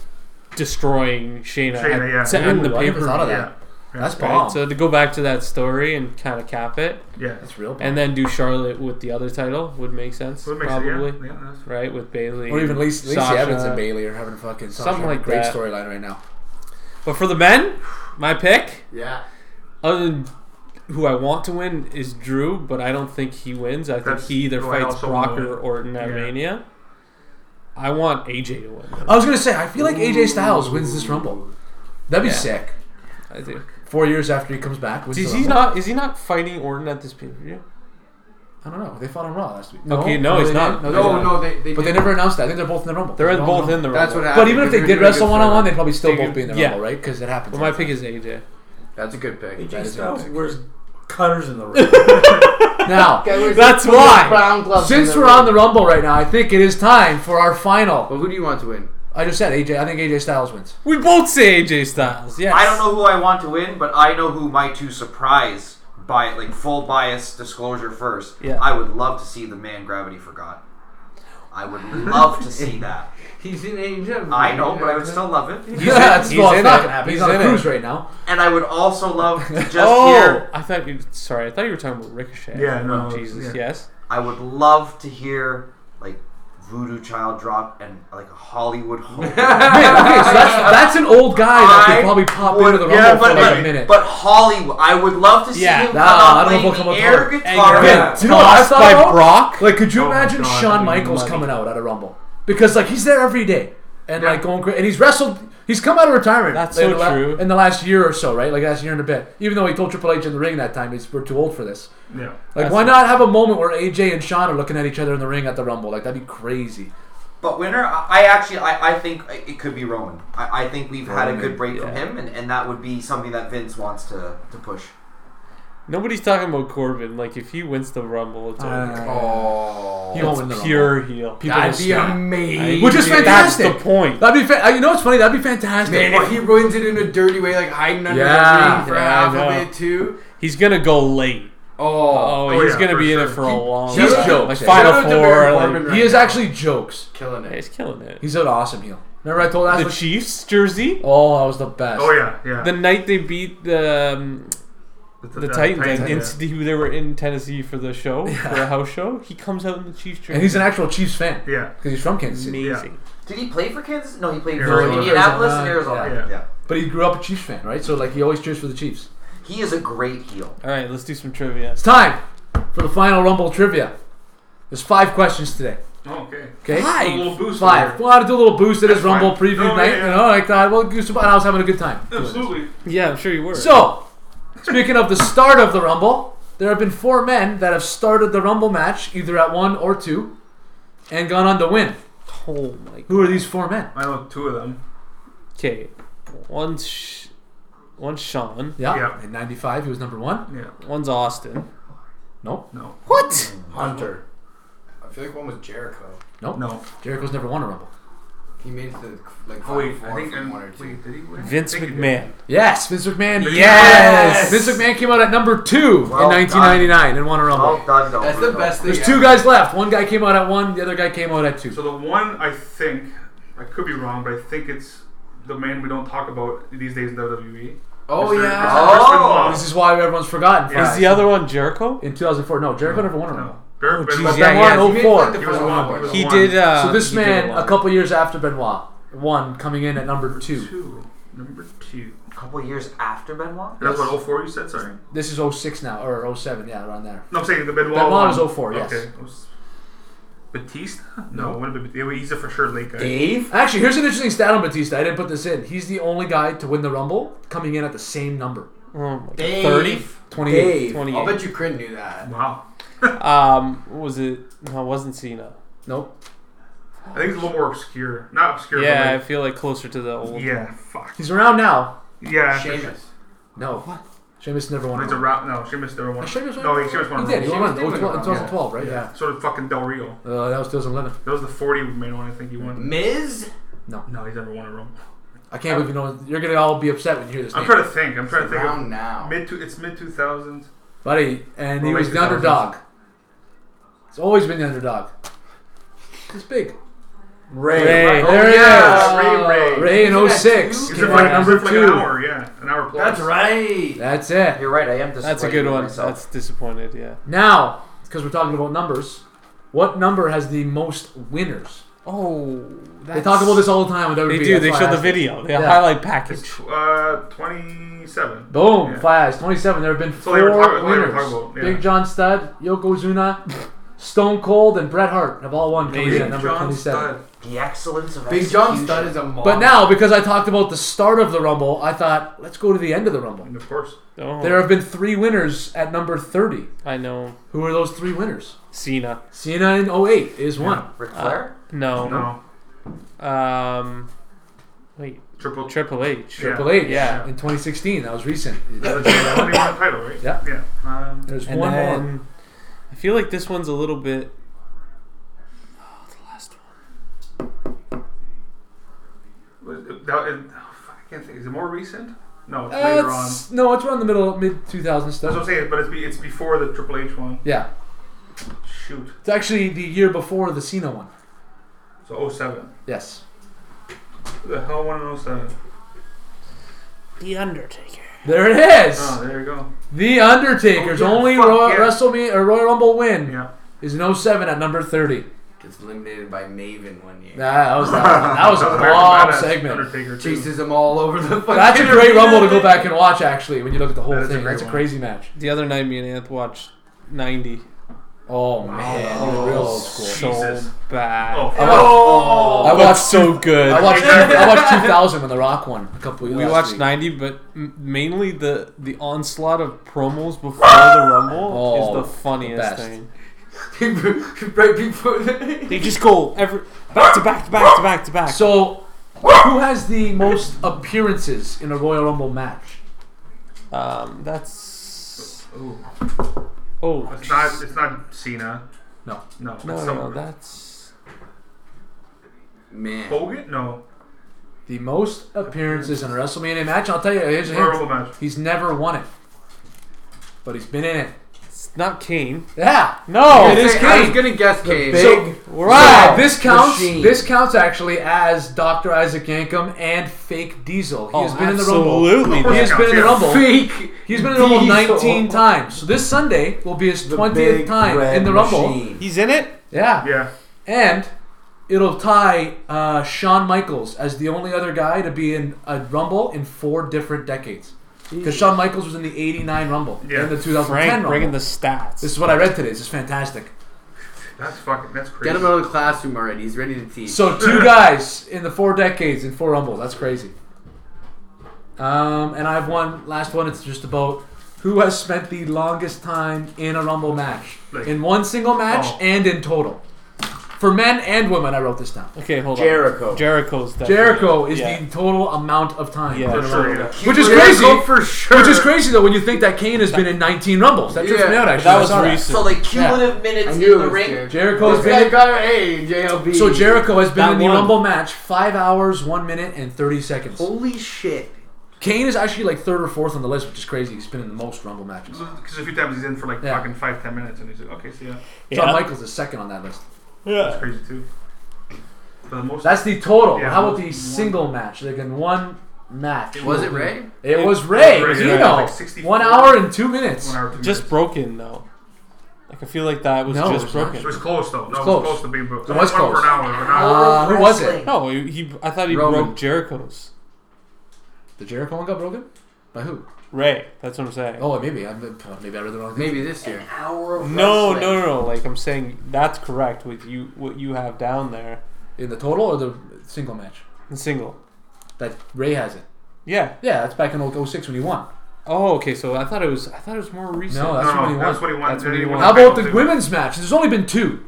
[SPEAKER 3] destroying Shayna,
[SPEAKER 2] Shayna,
[SPEAKER 3] at-
[SPEAKER 2] yeah.
[SPEAKER 3] to end the
[SPEAKER 5] Ooh, I
[SPEAKER 3] pay
[SPEAKER 5] never
[SPEAKER 3] per
[SPEAKER 5] thought of
[SPEAKER 3] view.
[SPEAKER 5] that. That's bomb.
[SPEAKER 3] Right? So to go back to that story and kind of cap it,
[SPEAKER 2] Yeah.
[SPEAKER 5] That's real. Bomb.
[SPEAKER 3] and then do Charlotte with the other title would make sense,
[SPEAKER 2] What makes
[SPEAKER 3] probably.
[SPEAKER 2] It, yeah. Yeah, that's-
[SPEAKER 3] Right with Bailey,
[SPEAKER 5] Or even Lacey, Lacey
[SPEAKER 3] Sasha.
[SPEAKER 5] Evans and Bailey are having a fucking Sasha.
[SPEAKER 3] Something like
[SPEAKER 5] great
[SPEAKER 3] that.
[SPEAKER 5] storyline right now.
[SPEAKER 3] But for the men, my pick,
[SPEAKER 8] Yeah.
[SPEAKER 3] other than who I want to win is Drew, but I don't think he wins. I think
[SPEAKER 2] That's
[SPEAKER 3] he either
[SPEAKER 2] who I
[SPEAKER 3] fights
[SPEAKER 2] also
[SPEAKER 3] Brock
[SPEAKER 2] want to
[SPEAKER 3] or
[SPEAKER 2] win.
[SPEAKER 3] Orton at
[SPEAKER 2] Yeah.
[SPEAKER 3] Mania. I want AJ to win.
[SPEAKER 5] I was gonna say, I feel like AJ Styles wins this Rumble. That'd be
[SPEAKER 3] Yeah.
[SPEAKER 5] sick.
[SPEAKER 3] I think.
[SPEAKER 5] Four years after he comes back, wins
[SPEAKER 3] Is
[SPEAKER 5] the
[SPEAKER 3] he
[SPEAKER 5] Rumble.
[SPEAKER 3] not? Is he not fighting Orton at this pay per view?
[SPEAKER 5] I don't know. They fought on Raw last week.
[SPEAKER 3] Okay, no, he's
[SPEAKER 5] they
[SPEAKER 3] not.
[SPEAKER 5] didn't. No,
[SPEAKER 8] No,
[SPEAKER 7] Oh,
[SPEAKER 5] they
[SPEAKER 8] no, they, they
[SPEAKER 5] But they
[SPEAKER 8] did-
[SPEAKER 5] never announced that. I think they're both in the Rumble.
[SPEAKER 3] They're
[SPEAKER 5] I don't
[SPEAKER 3] both
[SPEAKER 5] know.
[SPEAKER 3] in the
[SPEAKER 8] That's what
[SPEAKER 3] Rumble.
[SPEAKER 8] happened.
[SPEAKER 5] But even if
[SPEAKER 8] They're
[SPEAKER 5] they
[SPEAKER 8] doing
[SPEAKER 5] did
[SPEAKER 8] good
[SPEAKER 5] wrestle one on one,
[SPEAKER 8] for-
[SPEAKER 5] they'd probably still
[SPEAKER 3] They-
[SPEAKER 5] both be in the
[SPEAKER 3] yeah.
[SPEAKER 5] Rumble, right? Because it happens.
[SPEAKER 3] But my pick is AJ.
[SPEAKER 8] That's a good pick.
[SPEAKER 5] That
[SPEAKER 6] AJ
[SPEAKER 5] is
[SPEAKER 6] Styles
[SPEAKER 5] epic.
[SPEAKER 6] wears cutters in the ring.
[SPEAKER 5] now.
[SPEAKER 3] That's why.
[SPEAKER 8] Brown gloves.
[SPEAKER 5] Since we're on the Rumble right now, I think it is time for our final.
[SPEAKER 8] But who do you want to win?
[SPEAKER 5] I just said AJ. I think AJ Styles wins.
[SPEAKER 3] We both say AJ Styles. Yes.
[SPEAKER 4] I don't know who I want to win, but I know who my two surprise by like full bias disclosure first.
[SPEAKER 3] Yeah.
[SPEAKER 4] I would love to see the man Gravity Forgot. I would love to see that.
[SPEAKER 8] He's in Asia.
[SPEAKER 4] I know, but I would still love it.
[SPEAKER 5] He's, That's, well,
[SPEAKER 3] He's
[SPEAKER 5] it's
[SPEAKER 3] in
[SPEAKER 5] not
[SPEAKER 3] it.
[SPEAKER 5] gonna happen. He's,
[SPEAKER 3] He's
[SPEAKER 5] on a
[SPEAKER 3] in
[SPEAKER 5] cruise
[SPEAKER 3] it.
[SPEAKER 5] right now.
[SPEAKER 4] And I would also love to just
[SPEAKER 3] Oh,
[SPEAKER 4] hear
[SPEAKER 3] I thought you. Sorry, I Oh, thought you were talking about Ricochet.
[SPEAKER 2] Yeah, no,
[SPEAKER 3] Jesus,
[SPEAKER 2] yeah.
[SPEAKER 3] yes.
[SPEAKER 4] I would love to hear like Voodoo Child drop and like a Hollywood Hogan.
[SPEAKER 5] okay, so that's, that's an old guy that
[SPEAKER 4] I
[SPEAKER 5] could probably pop
[SPEAKER 4] would-
[SPEAKER 5] into the rumble
[SPEAKER 4] yeah,
[SPEAKER 5] for
[SPEAKER 4] but,
[SPEAKER 5] like
[SPEAKER 4] but-
[SPEAKER 5] a minute.
[SPEAKER 4] But Hollywood, I would love to see
[SPEAKER 3] Yeah,
[SPEAKER 4] him
[SPEAKER 5] nah,
[SPEAKER 4] come
[SPEAKER 5] I
[SPEAKER 4] out
[SPEAKER 5] don't know
[SPEAKER 4] playing
[SPEAKER 5] if he'll come up
[SPEAKER 4] the air
[SPEAKER 5] with it.
[SPEAKER 4] guitar.
[SPEAKER 3] Hey,
[SPEAKER 5] yeah, do you know what I
[SPEAKER 10] Tossed
[SPEAKER 5] thought
[SPEAKER 10] by
[SPEAKER 5] about?
[SPEAKER 10] Brock?
[SPEAKER 5] Like, could you
[SPEAKER 2] Oh my
[SPEAKER 5] imagine
[SPEAKER 2] God, that'd
[SPEAKER 5] Shawn
[SPEAKER 2] be
[SPEAKER 5] Michaels
[SPEAKER 2] money.
[SPEAKER 5] coming out at a Rumble? Because like he's there every day and
[SPEAKER 2] Yeah.
[SPEAKER 5] like going great, and he's wrestled. He's come out of retirement.
[SPEAKER 3] That's
[SPEAKER 5] in
[SPEAKER 3] so
[SPEAKER 5] the la-
[SPEAKER 3] true.
[SPEAKER 5] In the last year or so, right? Like last year and a bit. Even though he told Triple H in the ring that time, he's we're too old for this.
[SPEAKER 2] Yeah.
[SPEAKER 5] Like,
[SPEAKER 3] That's
[SPEAKER 5] why
[SPEAKER 3] it.
[SPEAKER 5] not have a moment where AJ and Shawn are looking at each other in the ring at the Rumble? Like that'd be crazy.
[SPEAKER 4] But winner, I, I actually, I, I think it could be Roman. I, I think we've had a good break from him, and, and that would be something that Vince wants to, to push.
[SPEAKER 3] Nobody's talking about Corbin. Like if he wins the Rumble, it's over.
[SPEAKER 7] Oh,
[SPEAKER 5] He won't win
[SPEAKER 3] It's
[SPEAKER 5] the Rumble.
[SPEAKER 3] pure heel.
[SPEAKER 5] People will snap.
[SPEAKER 7] amazing.
[SPEAKER 5] Which is
[SPEAKER 3] That's
[SPEAKER 5] fantastic.
[SPEAKER 3] the point.
[SPEAKER 5] That'd be fa- uh, you know what's funny? That'd be fantastic.
[SPEAKER 7] Man, if he ruins it in a dirty way, like hiding under
[SPEAKER 5] Yeah.
[SPEAKER 7] the ring for
[SPEAKER 3] Yeah,
[SPEAKER 7] half
[SPEAKER 3] I know.
[SPEAKER 7] of it too.
[SPEAKER 3] He's gonna go late.
[SPEAKER 7] Oh,
[SPEAKER 3] Oh,
[SPEAKER 2] Oh,
[SPEAKER 3] he's
[SPEAKER 2] yeah,
[SPEAKER 3] gonna
[SPEAKER 2] for
[SPEAKER 3] be in
[SPEAKER 2] sure.
[SPEAKER 3] it for a long.
[SPEAKER 5] he's
[SPEAKER 3] time.
[SPEAKER 5] jokes.
[SPEAKER 3] Like
[SPEAKER 5] Shout
[SPEAKER 3] final
[SPEAKER 7] out to Baron
[SPEAKER 3] four.
[SPEAKER 7] Corbin
[SPEAKER 3] Like,
[SPEAKER 7] right
[SPEAKER 5] he is
[SPEAKER 7] now.
[SPEAKER 5] actually jokes.
[SPEAKER 7] killing it.
[SPEAKER 3] he's killing it.
[SPEAKER 5] He's an awesome heel. Remember I told that?
[SPEAKER 3] the Chiefs jersey.
[SPEAKER 5] oh, that was the best.
[SPEAKER 2] Oh yeah, yeah.
[SPEAKER 3] The night they beat the um, the
[SPEAKER 2] uh,
[SPEAKER 3] Titans, and
[SPEAKER 2] yeah.
[SPEAKER 3] in, they were in Tennessee for the show, for a house show. He comes out in the Chiefs jersey.
[SPEAKER 5] And he's an actual Chiefs fan.
[SPEAKER 2] Yeah.
[SPEAKER 5] Because he's from Kansas City.
[SPEAKER 3] amazing.
[SPEAKER 4] Did he play for Kansas? No, he played for
[SPEAKER 2] Arizona.
[SPEAKER 4] Indianapolis and
[SPEAKER 5] Arizona,
[SPEAKER 4] Arizona.
[SPEAKER 2] yeah.
[SPEAKER 4] yeah.
[SPEAKER 5] But he grew up a Chiefs fan, right? So like he always cheers for the Chiefs.
[SPEAKER 4] He is a great heel.
[SPEAKER 3] All right, let's do some trivia.
[SPEAKER 5] It's time for the final Rumble trivia. There's five questions today.
[SPEAKER 2] Oh, okay.
[SPEAKER 5] Okay.
[SPEAKER 2] A little boost.
[SPEAKER 5] Five. Well, I had to do a little boost at his
[SPEAKER 2] That's
[SPEAKER 5] Rumble
[SPEAKER 2] fine.
[SPEAKER 5] preview
[SPEAKER 2] No,
[SPEAKER 5] night.
[SPEAKER 2] yeah, yeah.
[SPEAKER 5] You know, like that. Well, goose- and I was having a good time. doing it.
[SPEAKER 2] Absolutely.
[SPEAKER 3] Yeah, I'm sure you were.
[SPEAKER 5] So, speaking of the start of the Rumble, there have been four men that have started the Rumble match either at one or two, and gone on to win.
[SPEAKER 3] oh my.
[SPEAKER 5] Who are these four men?
[SPEAKER 2] I know two of them.
[SPEAKER 3] Okay, one's Sh- one's Sean,
[SPEAKER 5] Yeah.
[SPEAKER 2] Yeah.
[SPEAKER 5] In '95, he was number one.
[SPEAKER 2] Yeah.
[SPEAKER 3] one's Austin.
[SPEAKER 5] Nope.
[SPEAKER 2] No.
[SPEAKER 3] What?
[SPEAKER 7] Hunter. I feel like one was Jericho.
[SPEAKER 5] Nope.
[SPEAKER 2] No.
[SPEAKER 5] Jericho's never won a Rumble.
[SPEAKER 7] He made it to like
[SPEAKER 2] Oh,
[SPEAKER 7] final
[SPEAKER 2] wait.
[SPEAKER 7] four
[SPEAKER 2] I think.
[SPEAKER 4] um,
[SPEAKER 7] from
[SPEAKER 2] And,
[SPEAKER 7] one or two.
[SPEAKER 2] wait. Did he win?
[SPEAKER 3] Vince
[SPEAKER 2] I think he
[SPEAKER 3] McMahon.
[SPEAKER 5] Yes, Vince McMahon.
[SPEAKER 3] Yes!
[SPEAKER 5] Vince McMahon came out at number two
[SPEAKER 4] Well
[SPEAKER 5] in 1999 and won a Rumble.
[SPEAKER 4] Well done, though.
[SPEAKER 7] That's the best thing.
[SPEAKER 5] There's two guys left. One guy came out at one. The other guy came out at two.
[SPEAKER 2] did. So the one I think I could be wrong, but I think it's the man we don't talk about these days in E. WWE.
[SPEAKER 7] Oh
[SPEAKER 2] Mr.
[SPEAKER 7] yeah.
[SPEAKER 2] Mr. Chris Benoit.
[SPEAKER 5] this is why everyone's forgotten.
[SPEAKER 2] Yeah.
[SPEAKER 3] Is the other one Jericho?
[SPEAKER 5] In 2004, no, Jericho never won a Rumble.
[SPEAKER 2] No. Ber- Benoit-
[SPEAKER 3] Oh, geez,
[SPEAKER 5] That
[SPEAKER 3] Yeah,
[SPEAKER 5] won
[SPEAKER 3] yeah.
[SPEAKER 5] in
[SPEAKER 7] He made,
[SPEAKER 5] 04.
[SPEAKER 7] like, the
[SPEAKER 2] He was
[SPEAKER 7] final
[SPEAKER 2] one.
[SPEAKER 7] four.
[SPEAKER 2] He was
[SPEAKER 3] He
[SPEAKER 2] one.
[SPEAKER 3] did. Uh,
[SPEAKER 5] so this
[SPEAKER 3] he did
[SPEAKER 5] man,
[SPEAKER 3] lot.
[SPEAKER 5] a couple years after Benoit, won, coming in at number two.
[SPEAKER 2] Two. Number two.
[SPEAKER 4] A couple years after Benoit?
[SPEAKER 2] That's what 04 you said. Sorry.
[SPEAKER 5] This is 06 now, or 07, yeah, around there.
[SPEAKER 2] No, I'm saying the Benoit.
[SPEAKER 5] Benoit
[SPEAKER 2] one.
[SPEAKER 5] was 04, yes.
[SPEAKER 2] Okay. It was- Batista? No, it wouldn't be- he's a for sure late guy.
[SPEAKER 10] Dave?
[SPEAKER 5] Actually, here's an interesting stat on Batista. I didn't put this in. He's the only guy to win the Rumble coming in at the same number.
[SPEAKER 3] Oh my God.
[SPEAKER 7] Dave.
[SPEAKER 3] 30,
[SPEAKER 10] Dave.
[SPEAKER 3] 28.
[SPEAKER 7] I'll bet you Kryn knew that.
[SPEAKER 2] Wow.
[SPEAKER 3] Um, what was it? No, it wasn't Cena.
[SPEAKER 5] Nope.
[SPEAKER 2] I think it's a little more obscure. Not obscure,
[SPEAKER 3] Yeah, I
[SPEAKER 2] but
[SPEAKER 3] feel like closer to the old.
[SPEAKER 2] like, yeah, fuck.
[SPEAKER 5] He's around now.
[SPEAKER 2] Yeah.
[SPEAKER 7] Sheamus.
[SPEAKER 5] No. What? Sheamus never won a
[SPEAKER 2] It's a
[SPEAKER 5] Rumble.
[SPEAKER 2] rap. No, Sheamus never won.
[SPEAKER 5] Oh, Sheamus
[SPEAKER 2] no,
[SPEAKER 5] won-
[SPEAKER 2] wait, Sheamus won.
[SPEAKER 5] He did. He
[SPEAKER 2] Rumble.
[SPEAKER 5] won in
[SPEAKER 7] did win a
[SPEAKER 5] 2012,
[SPEAKER 7] Rumble, yeah.
[SPEAKER 5] 2012, right? Yeah.
[SPEAKER 2] Sort of fucking Del Rio.
[SPEAKER 5] Uh, that was 2011.
[SPEAKER 2] That was the 40 main one. I think he won.
[SPEAKER 7] Miz.
[SPEAKER 2] No, he's never won a Rumble.
[SPEAKER 5] I can't believe you know. You're gonna all be upset when you hear this.
[SPEAKER 2] I'm
[SPEAKER 5] name.
[SPEAKER 2] trying to think. I'm trying to think.
[SPEAKER 7] Around
[SPEAKER 2] Of
[SPEAKER 7] now.
[SPEAKER 2] mid two. It's mid 2000s.
[SPEAKER 5] Buddy, and he
[SPEAKER 2] Well,
[SPEAKER 5] was
[SPEAKER 2] like
[SPEAKER 5] the
[SPEAKER 2] 2000s.
[SPEAKER 5] underdog. It's always been the underdog. It's big.
[SPEAKER 10] Ray.
[SPEAKER 3] Ray.
[SPEAKER 5] There he
[SPEAKER 2] Oh, yeah,
[SPEAKER 5] is.
[SPEAKER 2] Ray Ray.
[SPEAKER 5] Ray in
[SPEAKER 7] Isn't that
[SPEAKER 5] 06.
[SPEAKER 7] two?
[SPEAKER 2] He's
[SPEAKER 5] Came
[SPEAKER 2] in
[SPEAKER 5] out
[SPEAKER 2] like,
[SPEAKER 5] at number
[SPEAKER 2] number like an
[SPEAKER 5] two.
[SPEAKER 2] hour. Yeah, an hour plus.
[SPEAKER 7] That's right.
[SPEAKER 5] That's it.
[SPEAKER 4] You're right, I am
[SPEAKER 8] Oh,
[SPEAKER 4] disappointed.
[SPEAKER 3] That's a good
[SPEAKER 4] with
[SPEAKER 3] one.
[SPEAKER 4] myself.
[SPEAKER 3] That's disappointed, yeah.
[SPEAKER 5] Now, because we're talking about numbers, what number has the most winners?
[SPEAKER 3] Oh, that's...
[SPEAKER 5] They talk about this all the time with WWE.
[SPEAKER 3] They do. They
[SPEAKER 5] that's why I
[SPEAKER 3] show the
[SPEAKER 5] asked it.
[SPEAKER 3] video. The
[SPEAKER 5] Yeah.
[SPEAKER 3] highlight package.
[SPEAKER 2] Uh, 27.
[SPEAKER 5] Boom,
[SPEAKER 2] Yeah.
[SPEAKER 5] Flash, 27. There have been
[SPEAKER 2] So
[SPEAKER 5] four
[SPEAKER 2] they were talking- they were
[SPEAKER 5] winners.
[SPEAKER 2] talking about- yeah.
[SPEAKER 5] Big John Studd, Yokozuna, Stone Cold, and Bret Hart have all won coming in at
[SPEAKER 2] Big
[SPEAKER 5] number
[SPEAKER 2] John
[SPEAKER 5] 27.
[SPEAKER 2] Studd.
[SPEAKER 4] the excellence of
[SPEAKER 7] Big John
[SPEAKER 4] execution.
[SPEAKER 7] Studd is a mom.
[SPEAKER 5] But now, because I talked about the start of the Rumble, I thought, let's go to the end of the Rumble.
[SPEAKER 2] And of course,
[SPEAKER 3] Oh,
[SPEAKER 5] There have been three winners at number 30.
[SPEAKER 3] I know.
[SPEAKER 5] Who are those three winners?
[SPEAKER 3] Cena.
[SPEAKER 5] Cena in 08 is one.
[SPEAKER 4] Ric Flair?
[SPEAKER 3] No.
[SPEAKER 2] no.
[SPEAKER 3] Um, wait.
[SPEAKER 2] Triple.
[SPEAKER 3] Triple H.
[SPEAKER 2] Yeah.
[SPEAKER 5] Triple H
[SPEAKER 3] Yeah.
[SPEAKER 5] in 2016. That was recent.
[SPEAKER 2] That's the only one title, right?
[SPEAKER 5] Yeah.
[SPEAKER 2] Yeah. Um,
[SPEAKER 5] There's
[SPEAKER 3] And
[SPEAKER 5] one
[SPEAKER 3] then
[SPEAKER 5] more.
[SPEAKER 3] I feel like this one's a little bit. Oh, the last one.
[SPEAKER 2] was- that, and, oh, fuck, I can't think. Is it more recent? No, it's
[SPEAKER 5] Uh,
[SPEAKER 2] later on.
[SPEAKER 5] it's- no, it's around the middle, mid 2000
[SPEAKER 2] That's what I'm
[SPEAKER 5] stuff.
[SPEAKER 2] saying, but it's, be, it's before the Triple H one.
[SPEAKER 5] Yeah.
[SPEAKER 2] Shoot.
[SPEAKER 5] It's actually the year before the Cena one.
[SPEAKER 2] So 07.
[SPEAKER 5] Yes.
[SPEAKER 2] Who the hell oh won in 07?
[SPEAKER 3] The Undertaker.
[SPEAKER 5] There it is.
[SPEAKER 2] Oh, there you go.
[SPEAKER 5] the Undertaker's
[SPEAKER 2] Oh, yeah,
[SPEAKER 5] only
[SPEAKER 2] fuck,
[SPEAKER 5] Royal,
[SPEAKER 2] yeah.
[SPEAKER 5] WrestleMania or Royal Rumble win
[SPEAKER 2] Yeah.
[SPEAKER 5] is in 07 at oh number 30.
[SPEAKER 8] gets eliminated by Maven one year.
[SPEAKER 5] Nah, that was that was a
[SPEAKER 2] American
[SPEAKER 5] long
[SPEAKER 2] Badass,
[SPEAKER 5] segment.
[SPEAKER 2] Undertaker too.
[SPEAKER 8] Chases him all over the fucking.
[SPEAKER 5] That's a great
[SPEAKER 8] arena.
[SPEAKER 5] rumble to go back and watch. Actually, when you look at the whole
[SPEAKER 2] That is a
[SPEAKER 5] thing,
[SPEAKER 2] great
[SPEAKER 5] that's a
[SPEAKER 2] one.
[SPEAKER 5] crazy match.
[SPEAKER 3] The other night, me and Anth watched 90.
[SPEAKER 5] Oh man, it was real
[SPEAKER 2] Oh.
[SPEAKER 5] old school.
[SPEAKER 2] Jesus.
[SPEAKER 3] So bad.
[SPEAKER 2] Oh,
[SPEAKER 5] I
[SPEAKER 2] fuck.
[SPEAKER 5] watched, I
[SPEAKER 3] But
[SPEAKER 5] watched
[SPEAKER 3] so good.
[SPEAKER 5] I watched, I watched 2000 when The Rock won a couple.
[SPEAKER 3] we
[SPEAKER 5] last
[SPEAKER 3] watched
[SPEAKER 5] week.
[SPEAKER 3] 90, but m- mainly the the onslaught of promos before the Rumble
[SPEAKER 5] Oh,
[SPEAKER 3] is the funniest
[SPEAKER 5] best.
[SPEAKER 3] thing.
[SPEAKER 8] right before the.
[SPEAKER 3] They just go every back to back to back to back to back.
[SPEAKER 5] So, who has the most appearances in a Royal Rumble match?
[SPEAKER 3] um, that's
[SPEAKER 2] Ooh.
[SPEAKER 3] oh
[SPEAKER 2] It's not. It's not Cena.
[SPEAKER 5] No.
[SPEAKER 2] No. it's
[SPEAKER 3] no no, no
[SPEAKER 2] someone-
[SPEAKER 3] that's
[SPEAKER 8] Man.
[SPEAKER 2] Hogan? No.
[SPEAKER 5] The most appearances in a WrestleMania match. I'll tell you. Here's a
[SPEAKER 2] Royal Rumble
[SPEAKER 5] hint.
[SPEAKER 2] match.
[SPEAKER 5] He's never won it, but he's been in it.
[SPEAKER 3] it's not Kane.
[SPEAKER 5] Yeah. No. Oh, It is
[SPEAKER 8] I was
[SPEAKER 5] Kane.
[SPEAKER 8] gonna guess Kane.
[SPEAKER 5] So-
[SPEAKER 3] Right.
[SPEAKER 5] So this counts.
[SPEAKER 8] Machine.
[SPEAKER 5] This counts actually as Dr. Isaac Yankum and Fake Diesel. He
[SPEAKER 3] Oh,
[SPEAKER 5] has been in the Rumble.
[SPEAKER 3] absolutely.
[SPEAKER 5] He has been in the Rumble.
[SPEAKER 8] Fake.
[SPEAKER 5] He's been in the Rumble
[SPEAKER 6] Diesel.
[SPEAKER 5] 19 times. So this Sunday will be his
[SPEAKER 6] The
[SPEAKER 5] 20th
[SPEAKER 6] big
[SPEAKER 5] time
[SPEAKER 6] red
[SPEAKER 5] in the Rumble.
[SPEAKER 6] machine.
[SPEAKER 3] He's in it.
[SPEAKER 5] Yeah.
[SPEAKER 2] Yeah.
[SPEAKER 5] And it'll tie uh, Shawn Michaels as the only other guy to be in a Rumble in four different decades. Because Shawn Michaels was in the 89 Rumble
[SPEAKER 2] Yeah.
[SPEAKER 5] and the 2010
[SPEAKER 3] Frank
[SPEAKER 5] Rumble.
[SPEAKER 3] bringing the stats.
[SPEAKER 5] this is what I read today. This is fantastic.
[SPEAKER 2] That's fucking. That's crazy.
[SPEAKER 8] Get him out of the classroom already. He's ready to teach.
[SPEAKER 5] So two guys in the four decades in four Rumble. That's crazy. Um, and I have one last one. It's just about who has spent the longest time in a Rumble match,
[SPEAKER 2] Like-
[SPEAKER 5] in one single match
[SPEAKER 2] Oh.
[SPEAKER 5] and in total, for men and women. I wrote this down.
[SPEAKER 3] okay, hold
[SPEAKER 6] Jericho.
[SPEAKER 3] on. Jericho's definitely-
[SPEAKER 5] Jericho is
[SPEAKER 3] yeah.
[SPEAKER 5] the total amount of time.
[SPEAKER 3] Yeah.
[SPEAKER 2] For sure, yeah.
[SPEAKER 5] Which is
[SPEAKER 8] Jericho
[SPEAKER 5] crazy.
[SPEAKER 8] for sure.
[SPEAKER 5] Which is crazy though when you think that Kane has been in 19 Rumbles. That trips
[SPEAKER 8] Yeah.
[SPEAKER 5] me out actually.
[SPEAKER 3] That
[SPEAKER 5] I
[SPEAKER 3] was
[SPEAKER 5] saw
[SPEAKER 3] recent.
[SPEAKER 4] So like cumulative minutes in the
[SPEAKER 8] knew it was
[SPEAKER 4] ring.
[SPEAKER 8] Jericho.
[SPEAKER 5] Jericho's
[SPEAKER 8] This guy
[SPEAKER 5] been
[SPEAKER 8] got an A in JLB.
[SPEAKER 5] so Jericho has been
[SPEAKER 3] That
[SPEAKER 5] in the
[SPEAKER 3] one.
[SPEAKER 5] Rumble match five hours, one minute, and 30 seconds.
[SPEAKER 8] Holy shit.
[SPEAKER 5] Kane is actually like third or fourth on the list, which is crazy. He's been in the most Rumble matches.
[SPEAKER 2] Because a few times he's in for like
[SPEAKER 5] Yeah.
[SPEAKER 2] fucking five, ten minutes, and he's like, okay, so yeah,
[SPEAKER 3] Yeah.
[SPEAKER 5] John Michaels is second on that list.
[SPEAKER 2] that's crazy too. For the most,
[SPEAKER 5] That's the total.
[SPEAKER 2] Yeah.
[SPEAKER 5] How about the single match? Like in one match.
[SPEAKER 8] Was it Ray?
[SPEAKER 5] It was Ray.
[SPEAKER 2] Ray,
[SPEAKER 5] you
[SPEAKER 2] yeah.
[SPEAKER 5] know,
[SPEAKER 2] Like 64.
[SPEAKER 5] one hour and two minutes.
[SPEAKER 2] one hour, two
[SPEAKER 3] just
[SPEAKER 2] minutes.
[SPEAKER 3] broken though. Like I feel like that was
[SPEAKER 5] No, it
[SPEAKER 3] just
[SPEAKER 5] was not.
[SPEAKER 3] broken.
[SPEAKER 2] It was close though. No, it was
[SPEAKER 5] close.
[SPEAKER 2] close, to being broken.
[SPEAKER 5] It was
[SPEAKER 2] One
[SPEAKER 5] close.
[SPEAKER 2] for an hour. An hour.
[SPEAKER 5] Uh, who was it?
[SPEAKER 4] Wrestling.
[SPEAKER 3] No, he, he. I thought he
[SPEAKER 8] Roman.
[SPEAKER 3] broke Jericho's.
[SPEAKER 5] The Jericho one got broken? By who?
[SPEAKER 3] Right. That's what I'm saying.
[SPEAKER 5] Oh, maybe I maybe I read the wrong thing.
[SPEAKER 8] Maybe this year.
[SPEAKER 4] Hour of
[SPEAKER 3] no,
[SPEAKER 4] wrestling.
[SPEAKER 3] no, no, no. Like I'm saying, that's correct with you. What you have down there
[SPEAKER 5] In the total or the single match?
[SPEAKER 3] in single.
[SPEAKER 5] That Ray has it.
[SPEAKER 3] Yeah.
[SPEAKER 5] Yeah, that's back in 06 when he won.
[SPEAKER 3] Oh, okay. So I thought it was. I thought it was more recent.
[SPEAKER 5] No, that's
[SPEAKER 2] no,
[SPEAKER 5] what he
[SPEAKER 2] no, that's
[SPEAKER 5] won.
[SPEAKER 2] what he won.
[SPEAKER 3] That's what he
[SPEAKER 2] Then
[SPEAKER 3] won.
[SPEAKER 5] How about the
[SPEAKER 2] too.
[SPEAKER 5] women's match? There's only been two.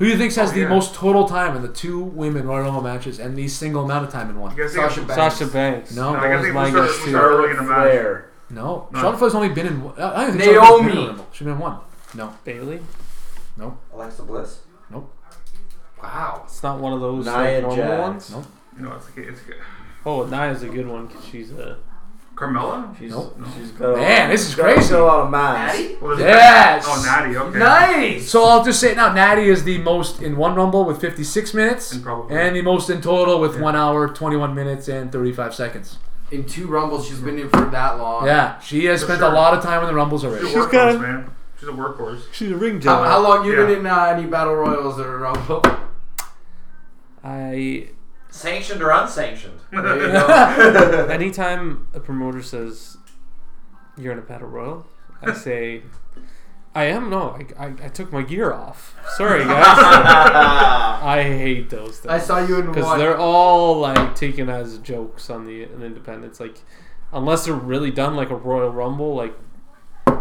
[SPEAKER 5] Who do you think has
[SPEAKER 2] Oh,
[SPEAKER 5] the
[SPEAKER 2] yeah.
[SPEAKER 5] most total time in the two women Royal Rumble matches and the single amount of time in one?
[SPEAKER 2] You guys think
[SPEAKER 8] Sasha
[SPEAKER 2] it-
[SPEAKER 8] Banks.
[SPEAKER 3] Sasha Banks.
[SPEAKER 5] No.
[SPEAKER 2] I
[SPEAKER 3] that
[SPEAKER 2] guess
[SPEAKER 3] was
[SPEAKER 2] it
[SPEAKER 3] my
[SPEAKER 2] was
[SPEAKER 3] guess
[SPEAKER 2] Sasha-
[SPEAKER 3] too.
[SPEAKER 2] Sasha- Really in a match.
[SPEAKER 6] Flair.
[SPEAKER 5] No,
[SPEAKER 2] No.
[SPEAKER 5] Charlotte Flair's only been in. I- I don't even think Charlotte Flair's been in a
[SPEAKER 8] Naomi.
[SPEAKER 5] Rumble. She's been in one. No,
[SPEAKER 3] Bailey.
[SPEAKER 4] Alexa Bliss.
[SPEAKER 8] Wow.
[SPEAKER 3] It's not one of those
[SPEAKER 6] Nia
[SPEAKER 3] like, normal
[SPEAKER 6] Jax.
[SPEAKER 3] ones.
[SPEAKER 5] No.
[SPEAKER 2] No, it's it's
[SPEAKER 3] Oh, Nia's a good one 'cause she's a.
[SPEAKER 2] Carmella.
[SPEAKER 3] She's
[SPEAKER 5] Nope.
[SPEAKER 2] No.
[SPEAKER 6] She's got a-
[SPEAKER 5] man, this is
[SPEAKER 6] she's got a-
[SPEAKER 5] crazy.
[SPEAKER 6] got a lot of mass.
[SPEAKER 4] Maddie?
[SPEAKER 2] Well, there's a-
[SPEAKER 5] Yes.
[SPEAKER 2] Oh, Natty. Okay.
[SPEAKER 8] Nice.
[SPEAKER 5] So I'll just say it now. Natty is the most in one Rumble with 56 minutes,
[SPEAKER 2] And
[SPEAKER 5] and,
[SPEAKER 2] probably-
[SPEAKER 5] the most in total with one hour, 21 minutes, and 35 seconds.
[SPEAKER 8] In two rumbles, she's been in for that long.
[SPEAKER 5] yeah, she has
[SPEAKER 2] For
[SPEAKER 5] spent
[SPEAKER 2] sure.
[SPEAKER 5] a lot of time in the Rumbles
[SPEAKER 2] She's
[SPEAKER 5] already.
[SPEAKER 2] a workhorse,
[SPEAKER 3] got-
[SPEAKER 2] man. She's a workhorse.
[SPEAKER 3] She's a ring
[SPEAKER 8] How, how
[SPEAKER 3] general.
[SPEAKER 8] long you
[SPEAKER 2] Yeah.
[SPEAKER 8] been in uh, any battle royals or rumble?
[SPEAKER 3] I.
[SPEAKER 4] Sanctioned or unsanctioned?
[SPEAKER 8] There you go.
[SPEAKER 3] Anytime a promoter says you're in a battle royal, I say. I am no. I, I, I took my gear off. Sorry, guys. I hate those things.
[SPEAKER 8] I saw you in
[SPEAKER 3] because
[SPEAKER 8] one.
[SPEAKER 3] they're all like taken as jokes on the on independence like unless they're really done like a royal rumble like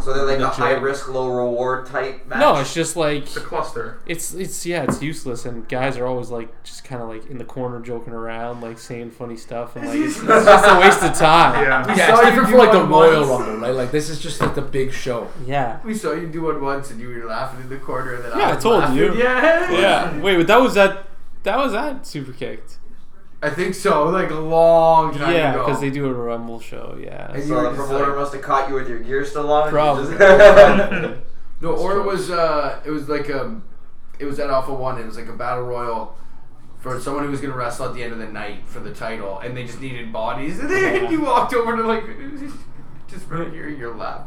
[SPEAKER 4] So they're like
[SPEAKER 3] The
[SPEAKER 4] a high
[SPEAKER 3] joke.
[SPEAKER 4] risk, low reward type match.
[SPEAKER 3] no it's just like
[SPEAKER 2] It's a cluster.
[SPEAKER 3] it's it's yeah it's useless and guys are always like just kind of like in the corner joking around like saying funny stuff and like it's, it's just a waste of time
[SPEAKER 2] Yeah.
[SPEAKER 5] Yeah, it's
[SPEAKER 8] saw you
[SPEAKER 5] different
[SPEAKER 8] do
[SPEAKER 5] for like the
[SPEAKER 8] one
[SPEAKER 5] Royal
[SPEAKER 8] once.
[SPEAKER 5] Rumble, right? Like this is just like the big show.
[SPEAKER 3] yeah
[SPEAKER 8] we saw you do one once, and you were laughing in the corner, and then
[SPEAKER 3] Yeah,
[SPEAKER 8] I
[SPEAKER 3] I
[SPEAKER 8] was
[SPEAKER 3] told
[SPEAKER 8] laughing.
[SPEAKER 3] you.
[SPEAKER 8] Yeah.
[SPEAKER 3] yeah wait but that was that that was that super kicked
[SPEAKER 8] I think so. Like a long time
[SPEAKER 3] yeah
[SPEAKER 8] ago.
[SPEAKER 3] because they do a rumble show yeah
[SPEAKER 8] And you
[SPEAKER 4] So
[SPEAKER 8] were
[SPEAKER 4] the
[SPEAKER 8] just
[SPEAKER 4] promoter
[SPEAKER 8] like-
[SPEAKER 4] must have caught you with your gear still on. and
[SPEAKER 3] Probably.
[SPEAKER 4] you just-
[SPEAKER 8] No, or it was uh, it was like a, it was at Alpha One. It was like a battle royal for someone who was gonna wrestle at the end of the night for the title, and they just needed bodies. And then you walked over to like, just from hearing your laugh.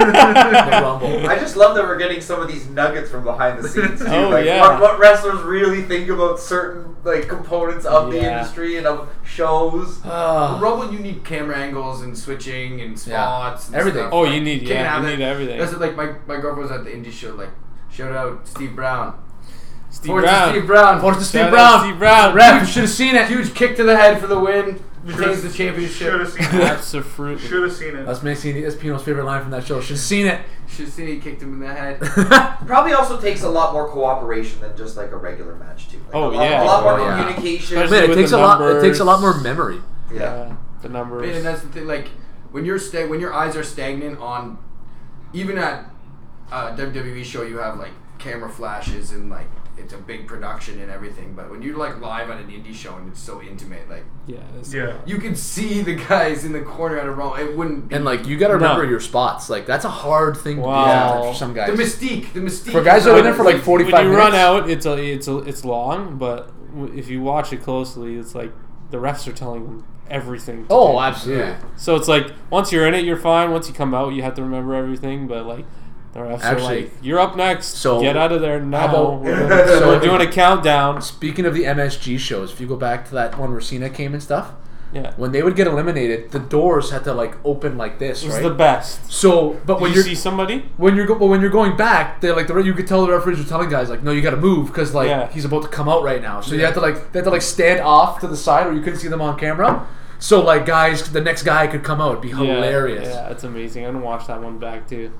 [SPEAKER 4] I just love that we're getting some of these nuggets from behind the scenes too.
[SPEAKER 3] Oh,
[SPEAKER 4] like
[SPEAKER 3] yeah.
[SPEAKER 4] what, what wrestlers really think about certain like components of the
[SPEAKER 3] Yeah.
[SPEAKER 4] industry and of shows.
[SPEAKER 8] For Rumble, you need camera angles and switching and spots. And
[SPEAKER 5] Everything.
[SPEAKER 8] stuff.
[SPEAKER 3] Oh,
[SPEAKER 8] Like,
[SPEAKER 3] you need-
[SPEAKER 8] can't
[SPEAKER 3] yeah,
[SPEAKER 8] have
[SPEAKER 3] you
[SPEAKER 8] it.
[SPEAKER 3] need everything.
[SPEAKER 8] That's it, like my my girlfriend was at the indie show. Like, shout out Steve Brown.
[SPEAKER 3] Steve
[SPEAKER 8] Forward
[SPEAKER 3] Brown.
[SPEAKER 8] To Steve Brown.
[SPEAKER 5] Forward to Steve
[SPEAKER 3] Shout out
[SPEAKER 5] Brown.
[SPEAKER 3] Steve Brown.
[SPEAKER 5] Ref, you should have seen it.
[SPEAKER 8] Huge kick to the head for the win. Retains
[SPEAKER 2] Should
[SPEAKER 8] the
[SPEAKER 2] have
[SPEAKER 8] championship.
[SPEAKER 2] seen it.
[SPEAKER 3] Absolutely.
[SPEAKER 2] Should have seen it.
[SPEAKER 5] That's Mancini. That's Pino's favorite line from that show. Should have seen it.
[SPEAKER 8] Should see he kicked him in the head.
[SPEAKER 4] Probably also takes a lot more cooperation than just like a regular match too. Like, a
[SPEAKER 3] Oh,
[SPEAKER 4] lot,
[SPEAKER 3] yeah.
[SPEAKER 4] a lot more
[SPEAKER 5] Oh, yeah.
[SPEAKER 4] communication.
[SPEAKER 3] Especially-
[SPEAKER 5] Man, it
[SPEAKER 3] with
[SPEAKER 5] takes a
[SPEAKER 3] the
[SPEAKER 5] lot. It
[SPEAKER 3] numbers.
[SPEAKER 5] takes a lot more memory.
[SPEAKER 4] yeah.
[SPEAKER 3] Yeah, the numbers.
[SPEAKER 8] Man, and that's the thing. Like when you're stag, when your eyes are stagnant on, even at uh, WWE show, you have like camera flashes and like it's a big production and everything. But when you're like live at an indie show and it's so intimate, like
[SPEAKER 3] yeah. that's-
[SPEAKER 2] Yeah.
[SPEAKER 8] you can see the guys in the corner at a roll. It wouldn't be
[SPEAKER 5] And like you got to remember
[SPEAKER 3] No.
[SPEAKER 5] your spots. Like that's a hard thing
[SPEAKER 3] Wow.
[SPEAKER 5] to do for some guys.
[SPEAKER 8] the mystique. The mystique
[SPEAKER 5] For guys
[SPEAKER 8] is
[SPEAKER 5] that are in
[SPEAKER 8] not-
[SPEAKER 5] there for like
[SPEAKER 3] When you
[SPEAKER 5] 45 minutes.
[SPEAKER 3] run out, it's a, it's a, it's long, but w- if you watch it closely, it's like the refs are telling them everything. to do.
[SPEAKER 5] Oh, absolutely.
[SPEAKER 8] Yeah.
[SPEAKER 3] So it's like once you're in it, you're fine. Once you come out, you have to remember everything. But like the refs
[SPEAKER 5] Actually,
[SPEAKER 3] are like, "You're up next.
[SPEAKER 5] so-
[SPEAKER 3] Get out of there now.
[SPEAKER 5] about-
[SPEAKER 3] we're, gonna-
[SPEAKER 5] so-
[SPEAKER 3] we're doing a countdown."
[SPEAKER 5] Speaking of the MSG shows, if you go back to that one where Cena came and stuff,
[SPEAKER 3] Yeah,
[SPEAKER 5] when they would get eliminated, the doors had to like open like this,
[SPEAKER 3] it was
[SPEAKER 5] right?
[SPEAKER 3] the best.
[SPEAKER 5] so, but
[SPEAKER 3] Did
[SPEAKER 5] when
[SPEAKER 3] you
[SPEAKER 5] you're
[SPEAKER 3] see somebody?
[SPEAKER 5] when you're go- but when you're going back, they are like the re- you could tell the referees were telling guys like, no, you got to move because like
[SPEAKER 3] Yeah.
[SPEAKER 5] he's about to come out right now. So you had to like they had to like stand off to the side where you couldn't see them on camera. So like guys, the next guy could come out. It'd be
[SPEAKER 3] Yeah,
[SPEAKER 5] hilarious.
[SPEAKER 3] Yeah, it's amazing. I'm gonna watch that one back too.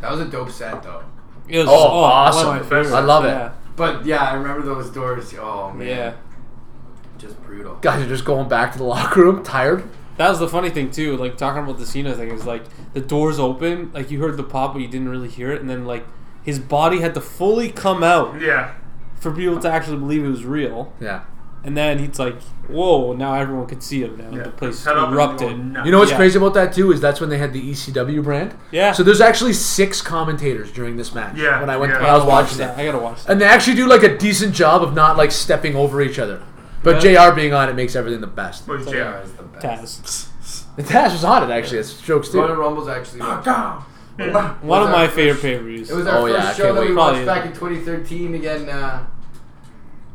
[SPEAKER 8] That was a dope set though.
[SPEAKER 3] It was
[SPEAKER 5] Oh, awesome.
[SPEAKER 3] one of my favorites,
[SPEAKER 5] I love it.
[SPEAKER 3] Yeah.
[SPEAKER 8] But yeah, I remember those doors. Oh man,
[SPEAKER 3] yeah.
[SPEAKER 8] just brutal.
[SPEAKER 5] Guys are just going back to the locker room, tired.
[SPEAKER 3] That was the funny thing too, like talking about the Cena thing is like the doors open, like you heard the pop but you didn't really hear it, and then like his body had to fully come out
[SPEAKER 2] Yeah.
[SPEAKER 3] for people to actually believe it was real.
[SPEAKER 5] Yeah.
[SPEAKER 3] And then he's like, Whoa, now everyone can see him now.
[SPEAKER 2] yeah.
[SPEAKER 3] The place
[SPEAKER 2] Head up and
[SPEAKER 3] erupted.
[SPEAKER 2] go nuts.
[SPEAKER 5] You know what's
[SPEAKER 3] Yeah.
[SPEAKER 5] crazy about that too is that's when they had the ECW brand.
[SPEAKER 3] Yeah.
[SPEAKER 5] So there's actually six commentators during this match.
[SPEAKER 2] Yeah,
[SPEAKER 5] When I went
[SPEAKER 2] yeah.
[SPEAKER 5] when I was
[SPEAKER 3] Gotta watch
[SPEAKER 5] watching
[SPEAKER 3] that.
[SPEAKER 5] it,
[SPEAKER 3] I gotta watch that.
[SPEAKER 5] and they actually do like a decent job of not like stepping over each other. But Jr. being on it makes everything the best.
[SPEAKER 2] What was JR?
[SPEAKER 8] is the best.
[SPEAKER 3] Taz.
[SPEAKER 5] The Taz was on it actually. It's jokes too.
[SPEAKER 8] Royal Rumble's actually
[SPEAKER 3] One of
[SPEAKER 8] our
[SPEAKER 3] my
[SPEAKER 8] first-
[SPEAKER 3] favorite pay per views.
[SPEAKER 8] It was our
[SPEAKER 5] Oh, yeah, I
[SPEAKER 8] first show
[SPEAKER 5] can't
[SPEAKER 8] that we
[SPEAKER 3] wait.
[SPEAKER 8] watched
[SPEAKER 3] Probably.
[SPEAKER 8] back in 2013 again. Uh,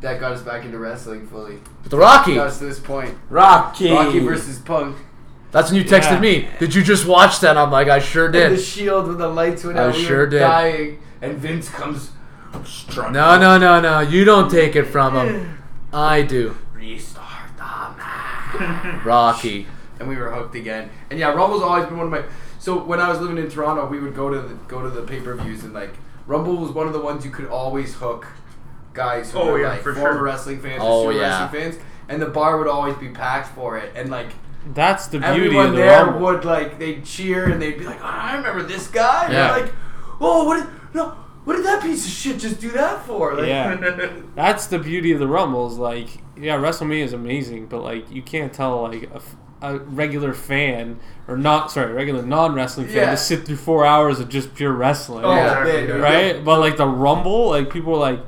[SPEAKER 8] that got us back into wrestling fully.
[SPEAKER 5] But the Rocky.
[SPEAKER 8] Got us to this point.
[SPEAKER 10] Rocky.
[SPEAKER 8] Rocky versus Punk.
[SPEAKER 5] That's when you texted
[SPEAKER 3] Yeah.
[SPEAKER 5] me. Did you just watch that? I'm like, I sure
[SPEAKER 8] And the
[SPEAKER 5] did.
[SPEAKER 8] Shield when the lights went
[SPEAKER 5] I
[SPEAKER 8] out. We
[SPEAKER 5] sure
[SPEAKER 8] were
[SPEAKER 5] did.
[SPEAKER 8] dying, and Vince comes.
[SPEAKER 5] No, no, no, no. You don't take it from him. I do.
[SPEAKER 8] Restart the match.
[SPEAKER 5] Rocky.
[SPEAKER 8] and we were hooked again. And yeah, Rumble's always been one of my. So when I was living in Toronto, we would go to the go to the pay per views and like Rumble was one of the ones you could always hook guys who
[SPEAKER 2] Oh,
[SPEAKER 8] were
[SPEAKER 2] yeah,
[SPEAKER 8] like
[SPEAKER 2] for
[SPEAKER 8] former
[SPEAKER 2] sure.
[SPEAKER 8] wrestling fans
[SPEAKER 5] Oh,
[SPEAKER 8] or super
[SPEAKER 5] yeah.
[SPEAKER 8] wrestling fans, and the bar would always be packed for it. And like
[SPEAKER 3] That's the beauty
[SPEAKER 8] everyone
[SPEAKER 3] of the
[SPEAKER 8] there
[SPEAKER 3] Rumble.
[SPEAKER 8] would like they'd cheer and they'd be like, "Ah, I remember this guy. And
[SPEAKER 5] Yeah.
[SPEAKER 8] Like, oh, what? Did, no, what did that piece of shit just do that for? Like,
[SPEAKER 3] Yeah, that's the beauty of the Rumbles. Like, yeah, WrestleMania is amazing, but like you can't tell like a, f- a regular fan or not sorry, regular non wrestling fan
[SPEAKER 8] Yeah.
[SPEAKER 3] to sit through four hours of just pure wrestling,
[SPEAKER 8] Oh,
[SPEAKER 2] Yeah.
[SPEAKER 8] man, dude.
[SPEAKER 3] right? But like the Rumble, like people are like.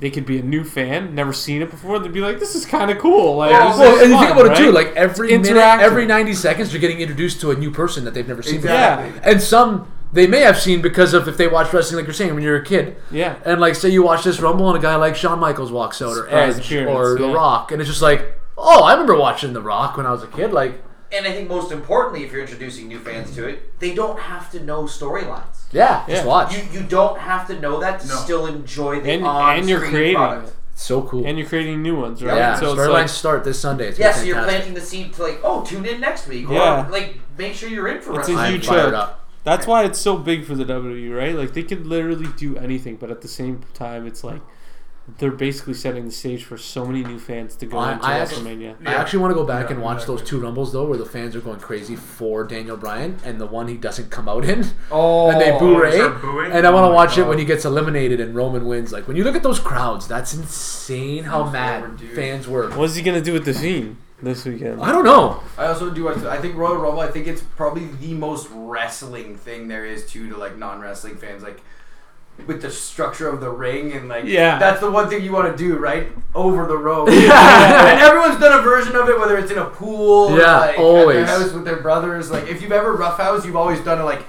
[SPEAKER 3] They could be a new fan, never seen it before. They'd be like, "This is kind of cool." Like, this
[SPEAKER 5] Well,
[SPEAKER 3] is
[SPEAKER 5] and you
[SPEAKER 3] fun,
[SPEAKER 5] think about it too.
[SPEAKER 3] right?
[SPEAKER 5] Like every
[SPEAKER 3] It's
[SPEAKER 5] minute, every
[SPEAKER 3] interactive.
[SPEAKER 5] 90 seconds, you're getting introduced to a new person that they've never seen. before.
[SPEAKER 8] Exactly.
[SPEAKER 5] And some they may have seen because of if they watched wrestling, like you're saying, when you're a kid.
[SPEAKER 3] yeah,
[SPEAKER 5] And like, say you watch this Rumble, and a guy like Shawn Michaels walks out, or
[SPEAKER 3] Surprise
[SPEAKER 5] Edge,
[SPEAKER 3] appearance,
[SPEAKER 5] or The
[SPEAKER 3] yeah.
[SPEAKER 5] Rock, and it's just like, oh, I remember watching The Rock when I was a kid. Like,
[SPEAKER 4] And I think most importantly, if you're introducing new fans to it, they don't have to know storylines.
[SPEAKER 5] yeah, just
[SPEAKER 3] Yeah.
[SPEAKER 5] watch.
[SPEAKER 4] You you don't have to know that to
[SPEAKER 2] No.
[SPEAKER 4] still enjoy the
[SPEAKER 3] And-
[SPEAKER 4] on
[SPEAKER 3] and you're creating
[SPEAKER 4] product.
[SPEAKER 3] it.
[SPEAKER 5] It's so cool.
[SPEAKER 3] and you're creating new ones, right?
[SPEAKER 5] yeah,
[SPEAKER 3] so it's
[SPEAKER 5] storylines
[SPEAKER 3] like,
[SPEAKER 5] start this Sunday. It's
[SPEAKER 4] Yeah,
[SPEAKER 5] gonna
[SPEAKER 4] so
[SPEAKER 5] be
[SPEAKER 4] you're
[SPEAKER 5] fantastic.
[SPEAKER 4] planting the seed to like, oh, tune in next week.
[SPEAKER 3] Yeah.
[SPEAKER 4] Or like make sure you're in for
[SPEAKER 3] It's a
[SPEAKER 4] wrestling.
[SPEAKER 5] I'm
[SPEAKER 3] huge
[SPEAKER 5] fired
[SPEAKER 3] hook.
[SPEAKER 5] up.
[SPEAKER 3] That's why it's so big for the WWE, right? Like they could literally do anything, but at the same time, it's like they're basically setting the stage for so many new fans to go
[SPEAKER 5] I-
[SPEAKER 3] into
[SPEAKER 5] I actually-
[SPEAKER 3] WrestleMania.
[SPEAKER 5] I actually want to go back
[SPEAKER 2] Yeah,
[SPEAKER 5] and watch
[SPEAKER 2] exactly.
[SPEAKER 5] those two rumbles though, where the fans are going crazy for Daniel Bryan and the one he doesn't come out in,
[SPEAKER 8] Oh,
[SPEAKER 5] and they boo
[SPEAKER 2] they
[SPEAKER 5] Ray.
[SPEAKER 2] start booing?
[SPEAKER 5] And I want
[SPEAKER 2] Oh
[SPEAKER 5] to
[SPEAKER 2] my
[SPEAKER 5] watch it
[SPEAKER 2] God.
[SPEAKER 5] when he gets eliminated and Roman wins. Like when you look at those crowds, that's insane how mad
[SPEAKER 8] dude.
[SPEAKER 5] fans were.
[SPEAKER 3] What's he gonna do with the Fiend this weekend?
[SPEAKER 5] I don't know.
[SPEAKER 8] I also do. I think Royal Rumble. I think it's probably the most wrestling thing there is too to like non wrestling fans. Like with the structure of the ring and like
[SPEAKER 3] Yeah.
[SPEAKER 8] that's the one thing you want to do right over the road and everyone's done a version of it whether it's in a pool or,
[SPEAKER 5] Yeah,
[SPEAKER 8] like,
[SPEAKER 5] always.
[SPEAKER 8] at their house with their brothers like if you've ever roughhouse you've always done a like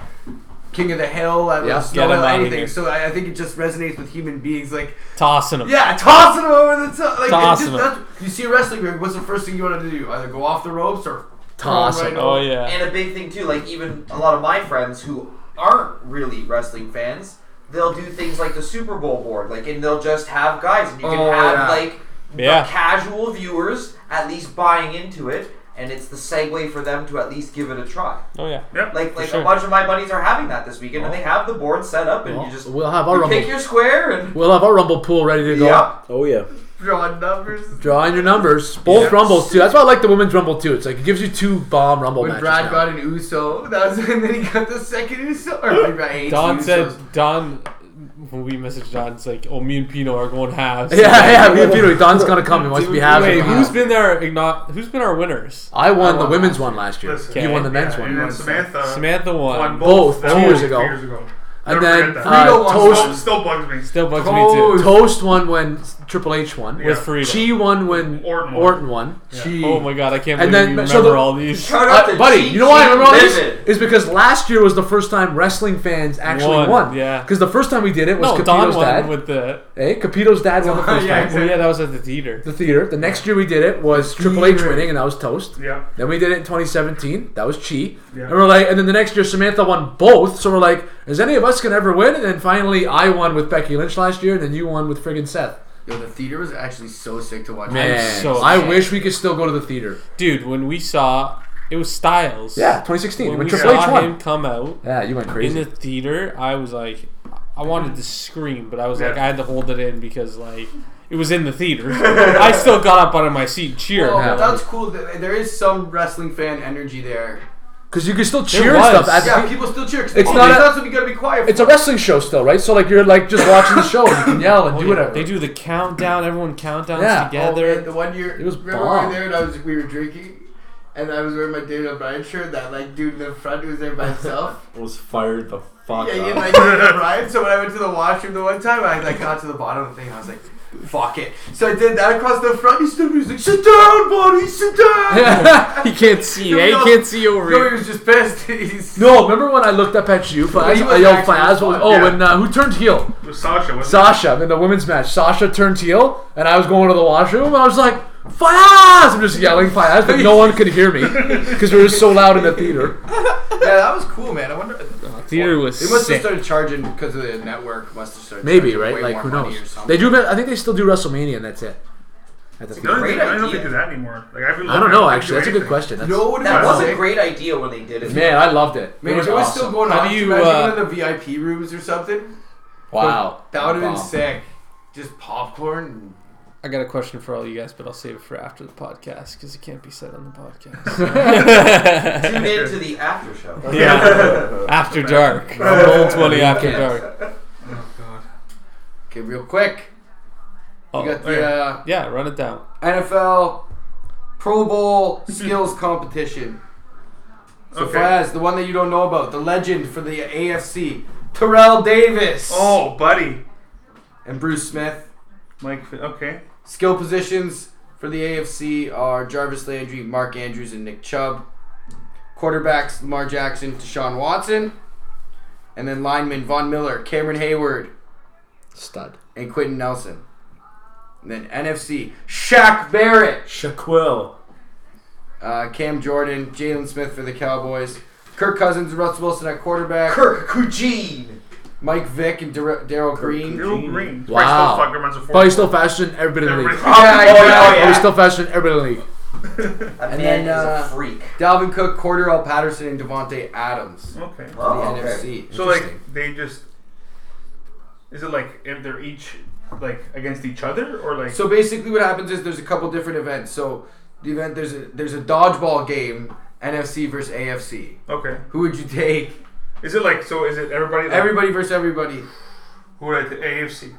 [SPEAKER 8] king of the hill and
[SPEAKER 5] Yeah.
[SPEAKER 8] yeah,
[SPEAKER 3] Get 'em out of
[SPEAKER 8] anything
[SPEAKER 3] here.
[SPEAKER 8] so I, I think it just resonates with human beings like
[SPEAKER 3] Tossing them.
[SPEAKER 8] yeah tossing them over the top like it
[SPEAKER 3] Tossing
[SPEAKER 8] just,
[SPEAKER 3] 'em.
[SPEAKER 8] that's- you see a wrestling ring what's the first thing you want to do either go off the ropes or
[SPEAKER 5] Toss 'em.
[SPEAKER 3] Oh yeah.
[SPEAKER 4] And a big thing too, like even a lot of my friends who aren't really wrestling fans, they'll do things like the Super Bowl board, like and they'll just have guys, and you can
[SPEAKER 8] Oh,
[SPEAKER 4] have
[SPEAKER 8] yeah.
[SPEAKER 4] like
[SPEAKER 3] Yeah.
[SPEAKER 4] the casual viewers at least buying into it, and it's the segue for them to at least give it a try.
[SPEAKER 3] Oh yeah.
[SPEAKER 2] Yep.
[SPEAKER 4] Like like
[SPEAKER 3] sure.
[SPEAKER 4] a bunch of my buddies are having that this weekend, and they have the board set up, and you just
[SPEAKER 5] Oh. we'll have our
[SPEAKER 4] you pick
[SPEAKER 5] rumble.
[SPEAKER 4] your square and
[SPEAKER 5] We'll have our rumble pool ready to go.
[SPEAKER 4] yeah,
[SPEAKER 6] Oh yeah.
[SPEAKER 8] draw numbers
[SPEAKER 5] Draw in your numbers. Both rumbles too. That's why I like the women's rumble too. It's like it gives you two bomb rumble
[SPEAKER 8] When
[SPEAKER 5] matches.
[SPEAKER 8] Brad
[SPEAKER 5] now.
[SPEAKER 8] got an Uso, that was, and then he got the second Uso. Or when Brad hates
[SPEAKER 3] Don
[SPEAKER 8] Usos.
[SPEAKER 3] said Don. When we messaged Don, it's like, "Oh, me and Pino are going halves."
[SPEAKER 5] yeah, yeah. Me and Peter, Don's gonna come. He wants
[SPEAKER 3] Dude,
[SPEAKER 5] to be happy.
[SPEAKER 3] Wait, who's been there? Igno- who's been our winners?
[SPEAKER 5] I won
[SPEAKER 8] I
[SPEAKER 5] the
[SPEAKER 8] won
[SPEAKER 5] women's
[SPEAKER 8] last
[SPEAKER 5] one last year.
[SPEAKER 2] Listen,
[SPEAKER 5] You won the
[SPEAKER 3] Okay.
[SPEAKER 5] men's
[SPEAKER 2] yeah,
[SPEAKER 5] one.
[SPEAKER 2] And then Samantha.
[SPEAKER 3] Samantha won.
[SPEAKER 2] won
[SPEAKER 5] Both,
[SPEAKER 2] That
[SPEAKER 5] two
[SPEAKER 2] was
[SPEAKER 5] years ago.
[SPEAKER 2] Years ago.
[SPEAKER 5] And
[SPEAKER 2] Never
[SPEAKER 5] then
[SPEAKER 2] forget that.
[SPEAKER 5] uh,
[SPEAKER 8] Frito won
[SPEAKER 5] Toast
[SPEAKER 2] still, still bugs me.
[SPEAKER 3] Still bugs me too.
[SPEAKER 5] Toast won when Triple H won.
[SPEAKER 2] Yeah.
[SPEAKER 3] With freedom.
[SPEAKER 5] She won when
[SPEAKER 2] Orton
[SPEAKER 5] Orton,
[SPEAKER 2] won.
[SPEAKER 5] won.
[SPEAKER 3] oh my god, I can't
[SPEAKER 5] And
[SPEAKER 3] believe
[SPEAKER 5] then-
[SPEAKER 3] you
[SPEAKER 5] so
[SPEAKER 3] remember
[SPEAKER 5] the-
[SPEAKER 3] all these.
[SPEAKER 4] Shout out
[SPEAKER 5] Uh,
[SPEAKER 4] to
[SPEAKER 5] buddy,
[SPEAKER 4] Cheat
[SPEAKER 5] you know why I
[SPEAKER 4] Sheet
[SPEAKER 5] remember all this?
[SPEAKER 4] Livid.
[SPEAKER 5] Is because last year was the first time wrestling fans actually
[SPEAKER 3] Won,
[SPEAKER 5] won.
[SPEAKER 3] yeah.
[SPEAKER 5] Because the first time we did it was
[SPEAKER 3] No, Don
[SPEAKER 5] Capito's
[SPEAKER 3] won
[SPEAKER 5] dad.
[SPEAKER 3] with the.
[SPEAKER 5] hey, Capito's dad won the first
[SPEAKER 8] Yeah,
[SPEAKER 5] time.
[SPEAKER 8] exactly.
[SPEAKER 3] Well, yeah, that was at the theater.
[SPEAKER 5] The theater. The next year we did it was Triple H winning, and that was Toast.
[SPEAKER 2] Yeah.
[SPEAKER 5] Then we did it in 2017. That was Chi.
[SPEAKER 2] Yeah.
[SPEAKER 5] And we're like, and then the next year Samantha won both. So we're like, is any of us gonna ever win? And then finally, I won with Becky Lynch last year, and then you won with friggin' Seth.
[SPEAKER 8] Yo, the theater was actually so sick to watch.
[SPEAKER 5] Man,
[SPEAKER 3] so
[SPEAKER 5] I
[SPEAKER 3] sick.
[SPEAKER 5] wish we could still go to the theater.
[SPEAKER 3] Dude, when we saw. It was Styles.
[SPEAKER 5] Yeah, 2016
[SPEAKER 3] When
[SPEAKER 5] when
[SPEAKER 3] we
[SPEAKER 5] Triple H
[SPEAKER 3] saw
[SPEAKER 5] won.
[SPEAKER 3] him come out
[SPEAKER 5] Yeah, you went
[SPEAKER 3] in
[SPEAKER 5] crazy.
[SPEAKER 3] the theater, I was like. I wanted to scream, but I was like,
[SPEAKER 2] Yeah.
[SPEAKER 3] I had to hold it in because, like, it was in the theater. I still got up out of my seat and cheered.
[SPEAKER 8] Well,
[SPEAKER 5] Yeah.
[SPEAKER 8] that's cool. Th- There is some wrestling fan energy there.
[SPEAKER 5] Because you can still cheer and
[SPEAKER 3] was.
[SPEAKER 5] stuff. At,
[SPEAKER 8] Yeah, people still cheer.
[SPEAKER 5] It's
[SPEAKER 8] It's oh,
[SPEAKER 5] not
[SPEAKER 8] not.
[SPEAKER 5] a-
[SPEAKER 8] That's what we gotta be quiet. For.
[SPEAKER 5] It's a wrestling show still, right? So like you're like just watching the show and you can yell and
[SPEAKER 3] Oh,
[SPEAKER 5] do
[SPEAKER 3] yeah,
[SPEAKER 5] whatever.
[SPEAKER 3] They do the countdown, everyone countdowns
[SPEAKER 5] Yeah.
[SPEAKER 8] Oh,
[SPEAKER 3] together.
[SPEAKER 8] man, the one year,
[SPEAKER 5] It was
[SPEAKER 8] remember
[SPEAKER 5] bomb.
[SPEAKER 8] we were there and I was we were drinking, and I was wearing my David O'Brien shirt. That like dude in the front who was there by himself.
[SPEAKER 6] Was fired the fuck up.
[SPEAKER 8] yeah, he had, like David O'Brien. So when I went to the washroom the one time, I like got to the bottom of the thing. I was like. Fuck it. So I did that across the front. He stood. He was like, "Sit down, buddy. Sit down."
[SPEAKER 3] he can't see. eh?
[SPEAKER 8] No,
[SPEAKER 3] he can't see over
[SPEAKER 8] No,
[SPEAKER 3] here.
[SPEAKER 8] he was just pissed. He's
[SPEAKER 5] No, remember when I looked up at you? But I,
[SPEAKER 8] He was
[SPEAKER 5] I yelled
[SPEAKER 8] actually
[SPEAKER 5] Faz.
[SPEAKER 8] fun,
[SPEAKER 5] Oh,
[SPEAKER 8] yeah.
[SPEAKER 5] when uh, who turned heel?
[SPEAKER 2] It was Sasha. Wasn't
[SPEAKER 5] Sasha in the women's match. Sasha turned heel, and I was going to the washroom. And I was like Faz. I'm just yelling Faz, but no one could hear me because we were so loud in the theater.
[SPEAKER 8] Yeah, that was cool, Oh, man. I wonder.
[SPEAKER 3] Theater was
[SPEAKER 8] They must
[SPEAKER 3] Oh,
[SPEAKER 8] have
[SPEAKER 3] sick.
[SPEAKER 8] started charging because of the network. Must have started.
[SPEAKER 5] Maybe
[SPEAKER 8] charging
[SPEAKER 5] right?
[SPEAKER 8] way
[SPEAKER 5] Like
[SPEAKER 8] more
[SPEAKER 5] who
[SPEAKER 8] money
[SPEAKER 5] knows?
[SPEAKER 8] or something.
[SPEAKER 5] They do. I think they still do WrestleMania, and that's it. At the
[SPEAKER 2] it? I
[SPEAKER 5] theater.
[SPEAKER 2] don't, think,
[SPEAKER 4] Great
[SPEAKER 2] I don't know if they
[SPEAKER 4] idea.
[SPEAKER 2] do that anymore. Like I've been
[SPEAKER 5] I don't know. Actually, that's a good question. That's,
[SPEAKER 8] No,
[SPEAKER 4] That was a
[SPEAKER 8] sick.
[SPEAKER 4] great idea when they did it.
[SPEAKER 5] man, I loved it.
[SPEAKER 8] Man,
[SPEAKER 5] it was,
[SPEAKER 8] if it was
[SPEAKER 5] awesome.
[SPEAKER 8] still going
[SPEAKER 3] How
[SPEAKER 8] on.
[SPEAKER 3] do
[SPEAKER 8] Do
[SPEAKER 3] you,
[SPEAKER 8] you, imagine
[SPEAKER 3] uh,
[SPEAKER 8] one of the VIP rooms or something.
[SPEAKER 5] wow.
[SPEAKER 8] That would have been
[SPEAKER 5] Wow.
[SPEAKER 8] sick. Just popcorn.
[SPEAKER 3] I got a question for all you guys, but I'll save it for after the podcast because it can't be said on the podcast.
[SPEAKER 4] Tune in to the after show.
[SPEAKER 3] yeah, after dark, roll twenty after dark.
[SPEAKER 8] Okay, real quick.
[SPEAKER 3] Oh,
[SPEAKER 8] You got the uh,
[SPEAKER 3] yeah, run it down.
[SPEAKER 8] NFL Pro Bowl skills competition. So
[SPEAKER 2] Okay.
[SPEAKER 8] Faz, the one that you don't know about, the legend for the AFC, Terrell Davis
[SPEAKER 2] Oh, buddy,
[SPEAKER 8] and Bruce Smith.
[SPEAKER 2] Mike. Okay.
[SPEAKER 8] Skill positions for the AFC are Jarvis Landry, Mark Andrews, and Nick Chubb. Quarterbacks Lamar Jackson, Deshaun Watson. And then linemen Von Miller, Cameron Hayward,
[SPEAKER 5] Stud.
[SPEAKER 8] and Quentin Nelson. And then NFC Shaq Barrett,
[SPEAKER 6] Shaquille.
[SPEAKER 8] uh, Cam Jordan, Jalen Smith for the Cowboys. Kirk Cousins, Russ Wilson at quarterback.
[SPEAKER 4] Kirk Eugene.
[SPEAKER 8] Mike Vick and Dar- Daryl Green.
[SPEAKER 2] Drew Green. Probably
[SPEAKER 5] Wow.
[SPEAKER 2] still fucking runs a four.
[SPEAKER 5] But he's still faster than everybody in the league.
[SPEAKER 8] Yeah,
[SPEAKER 4] Oh,
[SPEAKER 8] yeah,
[SPEAKER 5] But
[SPEAKER 4] yeah.
[SPEAKER 5] he's still faster than everybody in the league.
[SPEAKER 4] That
[SPEAKER 8] And
[SPEAKER 4] man
[SPEAKER 8] then, uh,
[SPEAKER 4] is a freak.
[SPEAKER 8] Dalvin Cook, Cordell Patterson, and Devontae Adams.
[SPEAKER 2] Okay.
[SPEAKER 4] Oh,
[SPEAKER 8] the
[SPEAKER 4] okay.
[SPEAKER 8] NFC.
[SPEAKER 2] So like they just is it like if they're each like against each other or like
[SPEAKER 8] So basically, what happens is there's a couple different events. So the event there's a there's a dodgeball game, NFC versus AFC.
[SPEAKER 2] okay
[SPEAKER 8] Who would you take?
[SPEAKER 2] is it like so is it everybody like,
[SPEAKER 8] Everybody versus everybody.
[SPEAKER 2] who would I take? AFC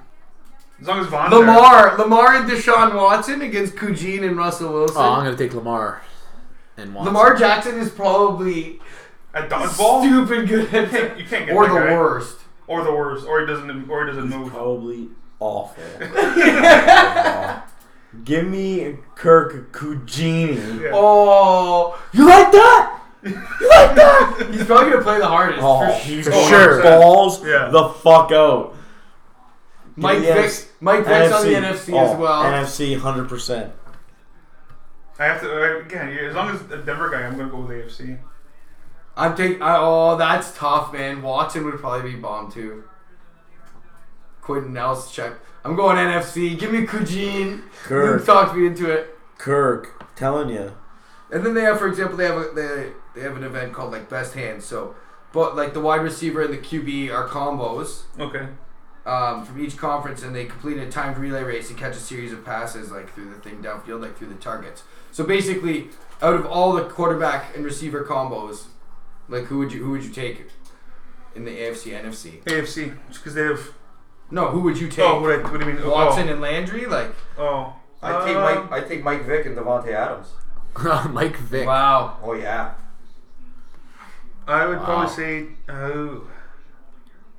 [SPEAKER 2] as long as Von
[SPEAKER 8] Lamar, Lamar and Deshaun Watson against Kujin and Russell Wilson.
[SPEAKER 5] Oh, I'm gonna take Lamar and Watson.
[SPEAKER 8] Lamar Jackson is probably
[SPEAKER 2] at dodgeball
[SPEAKER 8] stupid good.
[SPEAKER 2] you can't get
[SPEAKER 8] or
[SPEAKER 2] that
[SPEAKER 8] the
[SPEAKER 2] guy.
[SPEAKER 8] worst.
[SPEAKER 2] or the worst, or he doesn't, or he doesn't move.
[SPEAKER 6] Probably awful. Give me Kirk Cugini.
[SPEAKER 2] Yeah.
[SPEAKER 8] Oh,
[SPEAKER 11] You like that?
[SPEAKER 8] he's probably gonna play the hardest.
[SPEAKER 6] Oh,
[SPEAKER 8] for
[SPEAKER 6] he
[SPEAKER 8] sure.
[SPEAKER 6] sure balls
[SPEAKER 2] Yeah.
[SPEAKER 6] the fuck out.
[SPEAKER 8] Mike
[SPEAKER 6] Yes.
[SPEAKER 8] Vick, Mike Vick's on the NFC as
[SPEAKER 6] Oh,
[SPEAKER 8] well.
[SPEAKER 6] NFC, hundred percent.
[SPEAKER 2] I have to I- again. yeah, As long as the Denver guy, I'm gonna go with AFC.
[SPEAKER 8] I'm taking. Oh, that's tough, man. Watson would probably be bomb too. Quentin Nelson check. I'm going NFC. Give me Kujin.
[SPEAKER 6] Kirk.
[SPEAKER 8] Luke talked me into it.
[SPEAKER 6] Kirk, telling you,
[SPEAKER 8] And then they have, for example, they have a, they, they have an event called like Best Hands. So, but like the wide receiver and the QB are combos
[SPEAKER 2] Okay.
[SPEAKER 8] um, from each conference, and they complete a timed relay race and catch a series of passes like through the thing downfield, like through the targets. So basically, out of all the quarterback and receiver combos, like who would you who would you take in the AFC NFC?
[SPEAKER 2] AFC, because they have.
[SPEAKER 8] No, who would you take?
[SPEAKER 2] Oh, what, I, what do you mean?
[SPEAKER 8] Watson and Landry, like
[SPEAKER 2] Oh, oh.
[SPEAKER 4] I take
[SPEAKER 2] Um,
[SPEAKER 4] Mike. I take Mike Vick and Devontae Adams.
[SPEAKER 5] Uh, Mike Vick.
[SPEAKER 8] wow.
[SPEAKER 4] Oh yeah.
[SPEAKER 2] I would
[SPEAKER 8] Wow.
[SPEAKER 2] probably say. Oh.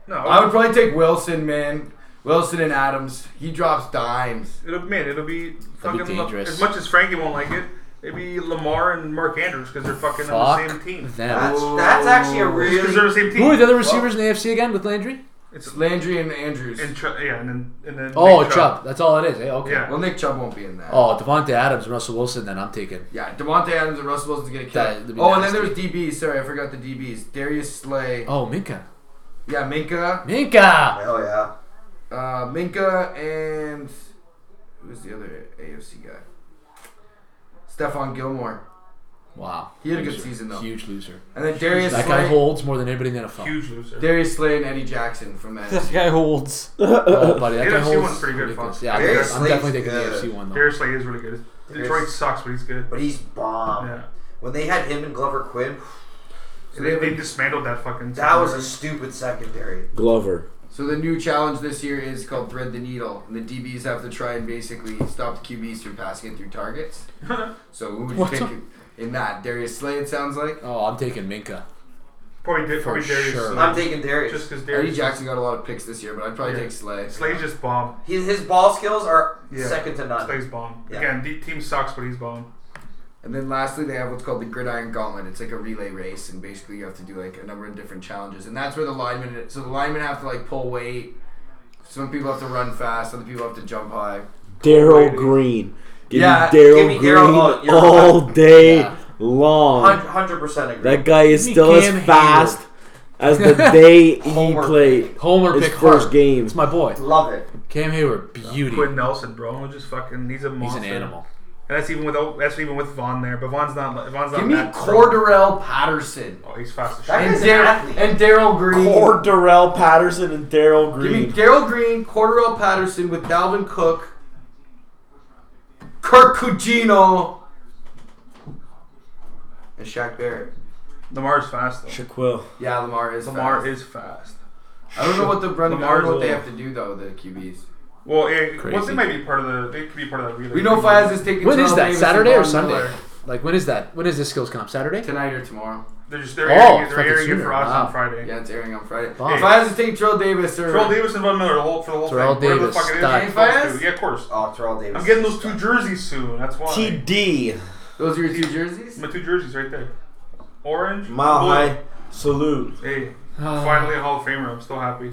[SPEAKER 2] No,
[SPEAKER 8] I would probably take Wilson, man. Wilson and Adams. He drops dimes.
[SPEAKER 2] It'll man, it'll be fucking La-
[SPEAKER 5] dangerous.
[SPEAKER 2] as much as Frankie won't like it. It'd be Lamar and Mark Andrews because they're fucking on the same
[SPEAKER 5] Fuck
[SPEAKER 2] team.
[SPEAKER 5] them.
[SPEAKER 4] That's that's actually a
[SPEAKER 2] Because they're
[SPEAKER 4] really.
[SPEAKER 2] the same team.
[SPEAKER 5] Who Oh. are the other receivers in the AFC again with Landry?
[SPEAKER 2] It's
[SPEAKER 8] It's Landry and Andrews.
[SPEAKER 2] and Chu- yeah, and then and then
[SPEAKER 5] Oh,
[SPEAKER 2] Nick
[SPEAKER 5] Chubb. That's all it is. Eh? Okay.
[SPEAKER 2] Yeah.
[SPEAKER 8] well, Nick Chubb won't be in that.
[SPEAKER 5] Oh, Devontae Adams, Russell Wilson. Then I'm taking.
[SPEAKER 8] Yeah, Devontae Adams and Russell Wilson's gonna kill.
[SPEAKER 5] That-
[SPEAKER 8] it.
[SPEAKER 5] that'd be
[SPEAKER 8] Oh, and then
[SPEAKER 5] nasty.
[SPEAKER 8] there was DBs. Sorry, I forgot the DBs. Darius Slay.
[SPEAKER 5] Oh, Minka.
[SPEAKER 8] Yeah, Minka.
[SPEAKER 5] Minka.
[SPEAKER 4] Hell Oh, yeah.
[SPEAKER 8] Uh, Minka and who's the other AFC guy? Stephon Gilmore.
[SPEAKER 5] Wow.
[SPEAKER 8] He had a good
[SPEAKER 5] Loser.
[SPEAKER 8] season, though.
[SPEAKER 5] Huge loser.
[SPEAKER 8] And then Darius
[SPEAKER 5] That guy
[SPEAKER 8] Slay.
[SPEAKER 5] holds more than anybody in the NFL.
[SPEAKER 2] Huge loser.
[SPEAKER 8] Darius Slay and Eddie Jackson from
[SPEAKER 3] That
[SPEAKER 8] NFC.
[SPEAKER 3] guy holds.
[SPEAKER 5] Oh, buddy, that
[SPEAKER 2] The
[SPEAKER 5] guy
[SPEAKER 2] NFC
[SPEAKER 5] holds
[SPEAKER 2] one's pretty good,
[SPEAKER 5] ridiculous.
[SPEAKER 2] fuck.
[SPEAKER 5] Yeah, I'm,
[SPEAKER 4] Darius
[SPEAKER 5] I'm
[SPEAKER 4] Slay's
[SPEAKER 5] definitely taking
[SPEAKER 4] good.
[SPEAKER 5] the AFC one though.
[SPEAKER 2] Darius Slade is really good. Detroit sucks, but he's good.
[SPEAKER 4] But he's bomb.
[SPEAKER 2] yeah.
[SPEAKER 4] When they had him and Glover Quinn,
[SPEAKER 2] So they, they dismantled that fucking.
[SPEAKER 4] that was a stupid secondary.
[SPEAKER 6] Glover.
[SPEAKER 8] So the new challenge this year is called Thread the Needle, and the DBs have to try and basically stop the QBs from passing it through targets. so who would you
[SPEAKER 5] What
[SPEAKER 8] pick
[SPEAKER 5] the-
[SPEAKER 8] in that? Darius Slay, it sounds like.
[SPEAKER 5] Oh, I'm taking Minka.
[SPEAKER 2] probably did probably
[SPEAKER 5] For
[SPEAKER 2] Darius
[SPEAKER 5] sure.
[SPEAKER 2] Slade.
[SPEAKER 4] I'm taking Darius.
[SPEAKER 2] just because
[SPEAKER 8] Eddie
[SPEAKER 2] Darius
[SPEAKER 8] Jackson got a lot of picks this year, but I'd probably
[SPEAKER 2] Yeah.
[SPEAKER 8] take Slay.
[SPEAKER 2] Slade's just bomb.
[SPEAKER 4] His, his ball skills are
[SPEAKER 2] Yeah.
[SPEAKER 4] second to none.
[SPEAKER 2] Slade's bomb.
[SPEAKER 4] Yeah.
[SPEAKER 2] Again, the team sucks, but he's bomb.
[SPEAKER 8] And then lastly, they have what's called the Gridiron Gauntlet. It's like a relay race, and basically you have to do like a number of different challenges, and that's where the linemen. So the linemen have to like pull weight. Some people have to run fast. Other people have to jump high.
[SPEAKER 6] Daryl Green. Give
[SPEAKER 4] Yeah,
[SPEAKER 6] me Daryl
[SPEAKER 4] give me
[SPEAKER 6] Green
[SPEAKER 4] Darryl all- you're
[SPEAKER 6] all day
[SPEAKER 5] Yeah.
[SPEAKER 6] long.
[SPEAKER 4] Hundred percent agree.
[SPEAKER 6] That guy is
[SPEAKER 5] Give me
[SPEAKER 6] still as
[SPEAKER 5] Cam
[SPEAKER 6] fast as the day he
[SPEAKER 4] Homer.
[SPEAKER 6] played
[SPEAKER 5] Homer
[SPEAKER 6] his
[SPEAKER 5] pick
[SPEAKER 6] first
[SPEAKER 5] first game.
[SPEAKER 6] games.
[SPEAKER 5] It's my boy.
[SPEAKER 4] Love it.
[SPEAKER 5] Cam Hayward, beauty.
[SPEAKER 2] Quinn Nelson, bro, just fucking. He's a
[SPEAKER 5] He's
[SPEAKER 2] monster.
[SPEAKER 5] an animal.
[SPEAKER 2] And that's even without. That's even with Vaughn there, but Vaughn's not. Vaughn's not.
[SPEAKER 8] Give me
[SPEAKER 2] that strong.
[SPEAKER 8] Cordarrell Patterson
[SPEAKER 2] Oh, he's fast as
[SPEAKER 4] That
[SPEAKER 2] shit.
[SPEAKER 8] and
[SPEAKER 4] guy's an
[SPEAKER 8] Daryl
[SPEAKER 4] athlete.
[SPEAKER 8] and Daryl Green.
[SPEAKER 6] Or Darrell Patterson and Daryl
[SPEAKER 8] Give me
[SPEAKER 6] Green.
[SPEAKER 8] Daryl Green, Cordero Patterson with Dalvin Cook, Kirk Cugino, and Shaq Barrett.
[SPEAKER 2] Lamar's fast though.
[SPEAKER 6] Shaquille.
[SPEAKER 8] Yeah, Lamar is.
[SPEAKER 2] Lamar
[SPEAKER 8] fast.
[SPEAKER 2] is fast.
[SPEAKER 8] I don't know what the run. I
[SPEAKER 2] Lamar's
[SPEAKER 8] don't know what they
[SPEAKER 2] a-
[SPEAKER 8] have to do though. The QBs.
[SPEAKER 2] Well, it,
[SPEAKER 5] Crazy.
[SPEAKER 2] well, they might be part of the. They could be part of that relay.
[SPEAKER 8] We know Fiaz is taking.
[SPEAKER 5] When
[SPEAKER 8] Terrell
[SPEAKER 5] is that?
[SPEAKER 8] Davis and
[SPEAKER 5] Saturday or
[SPEAKER 8] Von
[SPEAKER 5] Sunday?
[SPEAKER 8] Miller
[SPEAKER 5] Like when is that? When is this skills comp? Saturday?
[SPEAKER 8] Tonight or tomorrow?
[SPEAKER 2] They're just they're
[SPEAKER 5] Oh,
[SPEAKER 2] airing, it- they're
[SPEAKER 5] fucking
[SPEAKER 2] airing it
[SPEAKER 5] sooner.
[SPEAKER 2] for us
[SPEAKER 5] Wow.
[SPEAKER 2] on Friday.
[SPEAKER 8] Yeah, it's airing on Friday.
[SPEAKER 5] Wow.
[SPEAKER 8] If I has to take Terrell Davis or
[SPEAKER 2] Terrell Davis and Von Miller the whole, for the whole
[SPEAKER 5] Terrell
[SPEAKER 2] thing. Whatever
[SPEAKER 5] Davis,
[SPEAKER 2] the fuck it is,
[SPEAKER 5] done.
[SPEAKER 2] he's supposed
[SPEAKER 8] Fiaz?
[SPEAKER 2] to. Yeah, of course.
[SPEAKER 4] Oh, Terrell Davis.
[SPEAKER 2] I'm getting those two jerseys soon. That's why.
[SPEAKER 6] TD.
[SPEAKER 8] those are your two jerseys.
[SPEAKER 2] My two jerseys right there. Orange.
[SPEAKER 6] Mile
[SPEAKER 2] blue.
[SPEAKER 6] high. Salute.
[SPEAKER 2] Hey,
[SPEAKER 5] Ah.
[SPEAKER 2] finally a Hall of Famer. I'm still happy.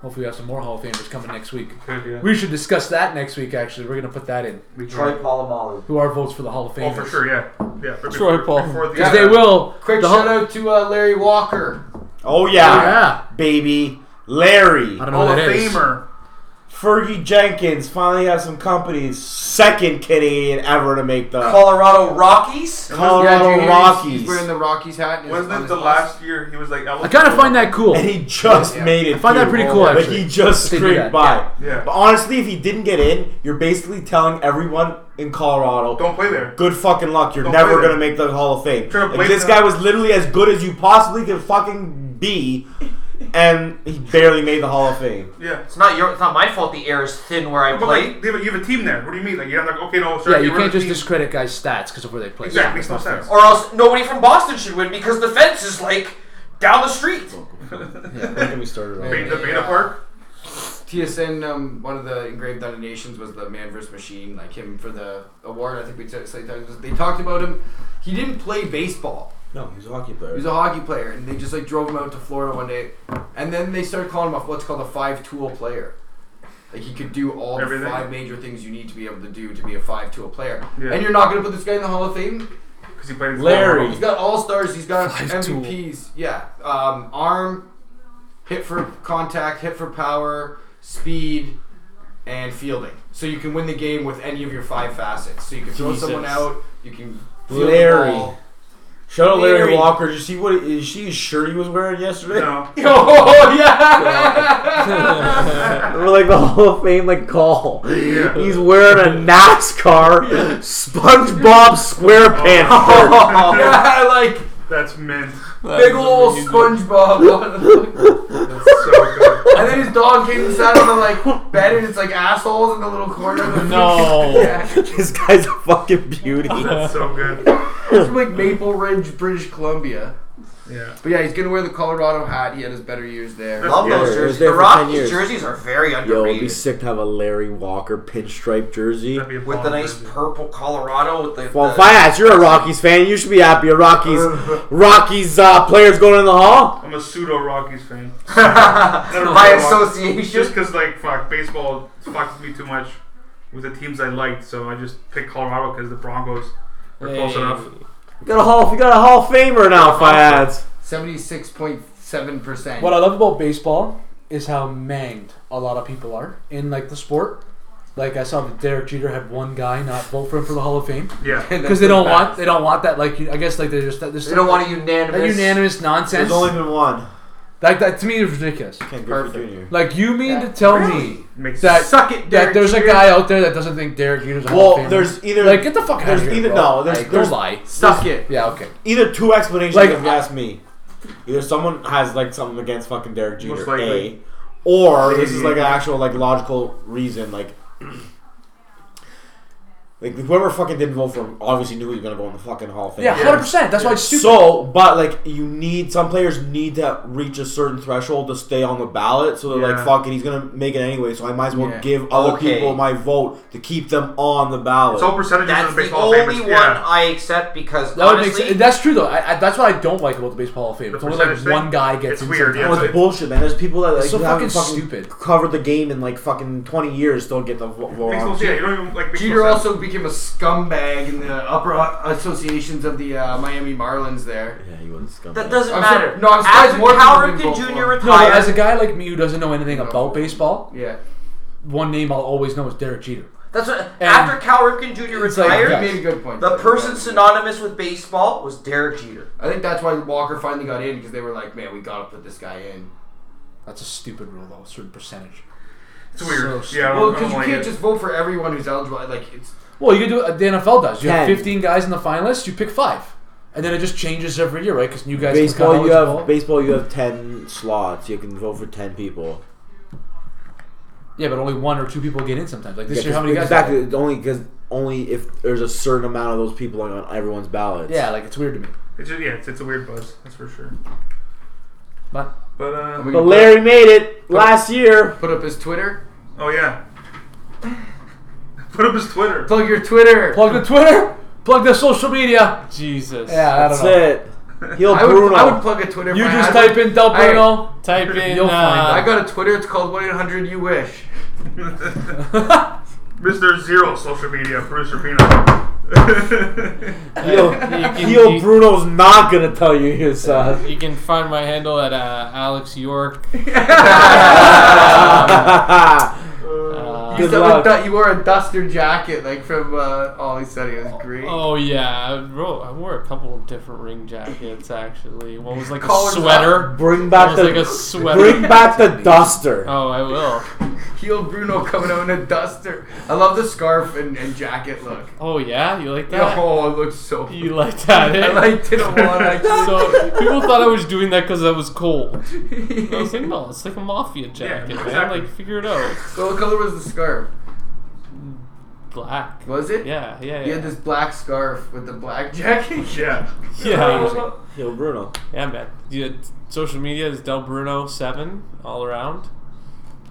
[SPEAKER 5] Hopefully we have some more Hall of Famers coming next week.
[SPEAKER 2] Good, yeah.
[SPEAKER 5] We should discuss that next week. Actually, we're gonna put that in.
[SPEAKER 2] We
[SPEAKER 4] Troy Polamalu.
[SPEAKER 5] Who are votes for the Hall of Famers?
[SPEAKER 2] Oh, for sure, yeah. Yeah. right
[SPEAKER 3] Troy
[SPEAKER 2] before-
[SPEAKER 3] Paul.
[SPEAKER 2] before the-
[SPEAKER 5] Because they will.
[SPEAKER 8] Quick
[SPEAKER 5] the
[SPEAKER 8] shout
[SPEAKER 5] Hall-
[SPEAKER 8] out to uh, Larry Walker.
[SPEAKER 6] Oh
[SPEAKER 5] Yeah.
[SPEAKER 6] yeah, baby. Larry,
[SPEAKER 5] I don't know
[SPEAKER 2] Hall
[SPEAKER 5] who
[SPEAKER 2] of
[SPEAKER 5] that is.
[SPEAKER 2] Famer.
[SPEAKER 6] Fergie Jenkins finally has some company's second Canadian ever to make the
[SPEAKER 4] Colorado Rockies.
[SPEAKER 6] Colorado
[SPEAKER 8] Junior, he's-
[SPEAKER 6] Oh, Rockies,
[SPEAKER 8] He's wearing the Rockies hat. and his-
[SPEAKER 2] Wasn't
[SPEAKER 8] on
[SPEAKER 2] it
[SPEAKER 8] his
[SPEAKER 2] the
[SPEAKER 8] bus.
[SPEAKER 2] last year he was like
[SPEAKER 5] I kind of find that cool.
[SPEAKER 6] and he just
[SPEAKER 8] Yeah.
[SPEAKER 6] made it.
[SPEAKER 5] I find that
[SPEAKER 6] through.
[SPEAKER 5] pretty cool,
[SPEAKER 6] Like
[SPEAKER 5] actually.
[SPEAKER 6] he just
[SPEAKER 5] They do
[SPEAKER 6] scraped
[SPEAKER 5] that,
[SPEAKER 6] by.
[SPEAKER 2] yeah. Yeah.
[SPEAKER 6] But honestly, if he didn't get in, you're basically telling everyone in Colorado,
[SPEAKER 2] Don't play there.
[SPEAKER 6] good fucking luck. You're
[SPEAKER 2] Don't
[SPEAKER 6] never
[SPEAKER 2] play
[SPEAKER 6] gonna
[SPEAKER 2] there.
[SPEAKER 6] make the Hall of Fame.
[SPEAKER 2] Trying to
[SPEAKER 6] Like,
[SPEAKER 2] blame
[SPEAKER 6] this
[SPEAKER 2] them.
[SPEAKER 6] guy was literally as good as you possibly could fucking be, and he barely made the Hall of Fame.
[SPEAKER 2] Yeah.
[SPEAKER 4] It's not your. It's not my fault. The air is thin where I
[SPEAKER 2] But
[SPEAKER 4] play.
[SPEAKER 2] like, they have a- you have a team there. What do you mean? Like, you're not like, okay, no, sir.
[SPEAKER 5] yeah, you
[SPEAKER 2] we're
[SPEAKER 5] can't
[SPEAKER 2] the
[SPEAKER 5] just
[SPEAKER 2] team.
[SPEAKER 5] discredit guys' stats because of where they play.
[SPEAKER 2] Exactly. Makes no sense.
[SPEAKER 4] Or else nobody from Boston should win because the fence is like down the street.
[SPEAKER 6] Don't get me started on
[SPEAKER 2] Bane-
[SPEAKER 6] that.
[SPEAKER 2] the Bane of Park.
[SPEAKER 8] TSN, um, one of the engraved donations was the Man vs. Machine, like him for the award. I think we said said- they talked about him. He didn't play baseball.
[SPEAKER 6] No, he's a hockey player.
[SPEAKER 8] He was a hockey player, and they just like drove him out to Florida one day, and then they started calling him a, what's called a five-tool player. Like he could do all
[SPEAKER 2] Everything.
[SPEAKER 8] the five major things you need to be able to do to be a five-tool player.
[SPEAKER 2] Yeah.
[SPEAKER 8] And you're not going to put this guy in the Hall of Fame.
[SPEAKER 2] Because he played in
[SPEAKER 6] Larry.
[SPEAKER 8] He's got all stars. He's got
[SPEAKER 3] tool.
[SPEAKER 8] MVPs. Yeah, um, arm, hit for contact, hit for power, speed, and fielding. So you can win the game with any of your five facets. So you can throw someone
[SPEAKER 6] Jesus.
[SPEAKER 8] out. You can field
[SPEAKER 6] Larry.
[SPEAKER 8] The ball.
[SPEAKER 6] Shout out
[SPEAKER 8] Larry.
[SPEAKER 6] Larry Walker. Did you see what his she- his shirt he was wearing yesterday?
[SPEAKER 2] No.
[SPEAKER 6] Oh yeah! We're like the Hall of Fame like call. He's wearing a NASCAR SpongeBob SquarePants shirt.
[SPEAKER 8] I like
[SPEAKER 2] That's mint.
[SPEAKER 8] big old SpongeBob.
[SPEAKER 2] That's so good.
[SPEAKER 8] and then his dog came and sat on the like bed, and it's like assholes in the little corner. Of the
[SPEAKER 3] No.
[SPEAKER 8] Yeah.
[SPEAKER 6] this guy's a fucking beauty.
[SPEAKER 2] That's so good.
[SPEAKER 8] It's from like Maple Ridge, British Columbia.
[SPEAKER 2] Yeah.
[SPEAKER 8] But yeah, he's gonna wear the Colorado hat. He had his better years there.
[SPEAKER 4] Love
[SPEAKER 6] Yeah, it
[SPEAKER 4] those
[SPEAKER 6] was
[SPEAKER 4] jerseys.
[SPEAKER 6] there
[SPEAKER 4] The
[SPEAKER 6] for 10
[SPEAKER 4] Rockies
[SPEAKER 6] years.
[SPEAKER 4] jerseys are very
[SPEAKER 6] Yo, it'd
[SPEAKER 4] underrated.
[SPEAKER 6] be sick to have a Larry Walker pinstripe jersey.
[SPEAKER 2] That'd be a
[SPEAKER 4] with
[SPEAKER 2] bomb
[SPEAKER 4] the nice
[SPEAKER 2] jersey.
[SPEAKER 4] purple Colorado with the.
[SPEAKER 6] Well,
[SPEAKER 5] Uh,
[SPEAKER 4] the-
[SPEAKER 6] if I ask, you're a Rockies fan. You should be happy. A Rockies, Rockies uh, players going in the hall.
[SPEAKER 2] I'm a pseudo Rockies fan.
[SPEAKER 4] by association.
[SPEAKER 2] Just because, like, fuck, baseball fucked me too much with the teams I liked, so I just picked Colorado because the Broncos were close enough.
[SPEAKER 6] You got a hall. You got a Hall of Famer now, Fiats.
[SPEAKER 8] Seventy-six point seven percent.
[SPEAKER 5] What I love about baseball is how manged a lot of people are in like the sport. Like I saw that Derek Jeter had one guy not vote for him for the Hall of Fame
[SPEAKER 2] Yeah.
[SPEAKER 5] because they don't want they don't want that like you- I guess like they're just that
[SPEAKER 4] They don't want a unanimous.
[SPEAKER 5] that unanimous nonsense.
[SPEAKER 6] been one.
[SPEAKER 5] Like that to me is ridiculous.
[SPEAKER 6] Ken Griffey Jr.
[SPEAKER 5] Like you mean to tell me
[SPEAKER 2] Makes
[SPEAKER 5] that
[SPEAKER 4] Suck it,
[SPEAKER 5] that
[SPEAKER 4] Derek
[SPEAKER 5] there's a
[SPEAKER 4] Jeter.
[SPEAKER 5] guy out there that doesn't think Derek Jeter's a Hall of
[SPEAKER 6] Well,
[SPEAKER 5] Famer?
[SPEAKER 6] there's either
[SPEAKER 5] like get the fuck out
[SPEAKER 6] there's
[SPEAKER 5] of here.
[SPEAKER 6] either
[SPEAKER 5] bro.
[SPEAKER 6] no, there's
[SPEAKER 5] Like,
[SPEAKER 6] there's
[SPEAKER 5] don't lie.
[SPEAKER 8] Suck it.
[SPEAKER 5] Yeah, okay.
[SPEAKER 6] either two explanations
[SPEAKER 5] Like,
[SPEAKER 6] if you ask me. Either someone has like something against fucking Derek
[SPEAKER 2] Most
[SPEAKER 6] Jeter,
[SPEAKER 2] likely.
[SPEAKER 6] A, or this is
[SPEAKER 2] Maybe.
[SPEAKER 6] like an actual like logical reason, like like whoever fucking didn't vote for him obviously knew he was gonna go in the fucking Hall of Fame.
[SPEAKER 5] Yeah, hundred percent. That's why it's stupid.
[SPEAKER 6] So, but like you need some players need to reach a certain threshold to stay on the ballot, so they're
[SPEAKER 2] Yeah.
[SPEAKER 6] like, "Fuck it, he's gonna make it anyway." So I might as well
[SPEAKER 8] Yeah.
[SPEAKER 6] give other
[SPEAKER 4] Okay.
[SPEAKER 6] people my vote to keep them on the ballot.
[SPEAKER 2] It's all percentages
[SPEAKER 4] That's
[SPEAKER 2] of
[SPEAKER 4] the
[SPEAKER 2] baseball
[SPEAKER 4] only
[SPEAKER 2] famous.
[SPEAKER 4] one
[SPEAKER 2] Yeah.
[SPEAKER 4] I accept because
[SPEAKER 5] that would make
[SPEAKER 4] honestly,
[SPEAKER 5] sense. That's true though. I, I, that's what I don't like about the baseball Hall of Fame.
[SPEAKER 2] The
[SPEAKER 5] It's only like
[SPEAKER 2] percentage thing?
[SPEAKER 5] one guy gets
[SPEAKER 2] It's
[SPEAKER 5] in.
[SPEAKER 2] weird,
[SPEAKER 5] sometimes.
[SPEAKER 6] Well, Oh, it's bullshit, man. There's people that like,
[SPEAKER 5] so
[SPEAKER 6] who haven't
[SPEAKER 5] fucking
[SPEAKER 6] fucking
[SPEAKER 5] stupid.
[SPEAKER 6] covered the game in like fucking 20 years, don't get the vo- vote.
[SPEAKER 2] Makes no
[SPEAKER 6] on.
[SPEAKER 2] sense. Yeah, you don't even like. makes no
[SPEAKER 8] Jeter
[SPEAKER 2] sense.
[SPEAKER 8] also became a scumbag in the upper associations of the uh, Miami Marlins. There,
[SPEAKER 6] Yeah, you wouldn't scum.
[SPEAKER 4] that doesn't
[SPEAKER 8] I'm
[SPEAKER 4] matter.
[SPEAKER 8] sur- no, I'm surprised
[SPEAKER 4] After
[SPEAKER 8] more people
[SPEAKER 4] Howard
[SPEAKER 8] didn't
[SPEAKER 4] Kidd
[SPEAKER 8] vote
[SPEAKER 4] Jr.
[SPEAKER 8] for him.
[SPEAKER 5] No, but
[SPEAKER 4] retired,
[SPEAKER 5] as a guy like me who doesn't know anything about baseball,
[SPEAKER 8] yeah.
[SPEAKER 5] one name I'll always know is Derek Jeter.
[SPEAKER 4] that's what, after Cal Ripken Jr.
[SPEAKER 5] It's like,
[SPEAKER 4] retired,
[SPEAKER 8] You
[SPEAKER 5] yeah.
[SPEAKER 8] made a good point.
[SPEAKER 4] the
[SPEAKER 8] there.
[SPEAKER 4] person synonymous with baseball was Derek Jeter.
[SPEAKER 8] I think that's why Walker finally got in because they were like, man, we gotta put this guy in.
[SPEAKER 5] That's a stupid rule though. A certain percentage.
[SPEAKER 2] It's weird.
[SPEAKER 5] So
[SPEAKER 2] yeah. I don't-
[SPEAKER 8] Well,
[SPEAKER 2] I don't
[SPEAKER 8] because you
[SPEAKER 2] like
[SPEAKER 8] can't
[SPEAKER 2] it.
[SPEAKER 8] just vote for everyone who's eligible. Like it's
[SPEAKER 5] Well, you can do what the NFL does. You have
[SPEAKER 6] Ten.
[SPEAKER 5] 15 guys in the finalists. You pick five, and then it just changes every year, right? Because new guys
[SPEAKER 6] Baseball,
[SPEAKER 5] become
[SPEAKER 6] you
[SPEAKER 5] eligible.
[SPEAKER 6] have baseball. You have 10 slots. You can vote for 10 people.
[SPEAKER 5] yeah, but only one or two people get in sometimes. Like this
[SPEAKER 6] Yeah,
[SPEAKER 5] year, how many guys?
[SPEAKER 6] exactly. it's Only because only if there's a certain amount of those people like, on everyone's ballot.
[SPEAKER 5] Yeah, like it's weird to me.
[SPEAKER 2] It's just, yeah, it's, it's a weird buzz. That's for sure.
[SPEAKER 5] But
[SPEAKER 2] But uh,
[SPEAKER 6] But Larry made it last year.
[SPEAKER 8] put up his Twitter.
[SPEAKER 2] oh yeah. Put up his Twitter.
[SPEAKER 8] Plug your Twitter.
[SPEAKER 5] plug the Twitter, plug the social media.
[SPEAKER 3] Jesus.
[SPEAKER 5] Yeah, I
[SPEAKER 6] That's
[SPEAKER 5] don't know.
[SPEAKER 6] it. He'll
[SPEAKER 8] I would,
[SPEAKER 6] Bruno.
[SPEAKER 8] I would plug a Twitter. if
[SPEAKER 5] You
[SPEAKER 8] I
[SPEAKER 5] just
[SPEAKER 8] had one.
[SPEAKER 5] type in Del
[SPEAKER 8] I-
[SPEAKER 5] Bruno.
[SPEAKER 3] Type in.
[SPEAKER 5] You'll
[SPEAKER 3] uh,
[SPEAKER 8] I got a Twitter. It's called one eight hundred. You wish.
[SPEAKER 2] Mr. Zero Social Media Producer Peanut.
[SPEAKER 6] He'll,
[SPEAKER 3] you, can,
[SPEAKER 6] He'll
[SPEAKER 3] you-
[SPEAKER 6] Bruno's not gonna tell you his. Uh,
[SPEAKER 3] you can find my handle at uh, Alex York. Uh,
[SPEAKER 8] You
[SPEAKER 6] Good
[SPEAKER 8] said
[SPEAKER 6] luck.
[SPEAKER 8] with du- you wore a duster jacket, like from uh, all he said. He was great.
[SPEAKER 3] Oh yeah, I wore, I wore a couple of different ring jackets actually. One was like a
[SPEAKER 8] Collars up.
[SPEAKER 3] sweater.
[SPEAKER 6] bring
[SPEAKER 3] One
[SPEAKER 6] back
[SPEAKER 3] was
[SPEAKER 6] the
[SPEAKER 3] like a sweater.
[SPEAKER 6] bring back the duster.
[SPEAKER 3] oh, I will.
[SPEAKER 8] Heel Bruno coming out in a duster. I love the scarf and, and jacket look.
[SPEAKER 3] Oh yeah, you like that?
[SPEAKER 8] Oh, it looks so.
[SPEAKER 3] You like that? Eh?
[SPEAKER 8] I liked it a lot. Actually.
[SPEAKER 3] so people thought I was doing that because I was cold. I was like, no, it's like a mafia jacket, man.
[SPEAKER 2] exactly.
[SPEAKER 3] Like, figure it out.
[SPEAKER 8] so what color was the scarf?
[SPEAKER 3] black.
[SPEAKER 8] Was it?
[SPEAKER 3] Yeah, yeah,
[SPEAKER 8] He
[SPEAKER 3] yeah.
[SPEAKER 8] had this black scarf with the black jacket.
[SPEAKER 2] Yeah.
[SPEAKER 3] Yeah,
[SPEAKER 6] Yo, Bruno.
[SPEAKER 3] yeah, man. Yeah, t- social media is Del Bruno Seven all around.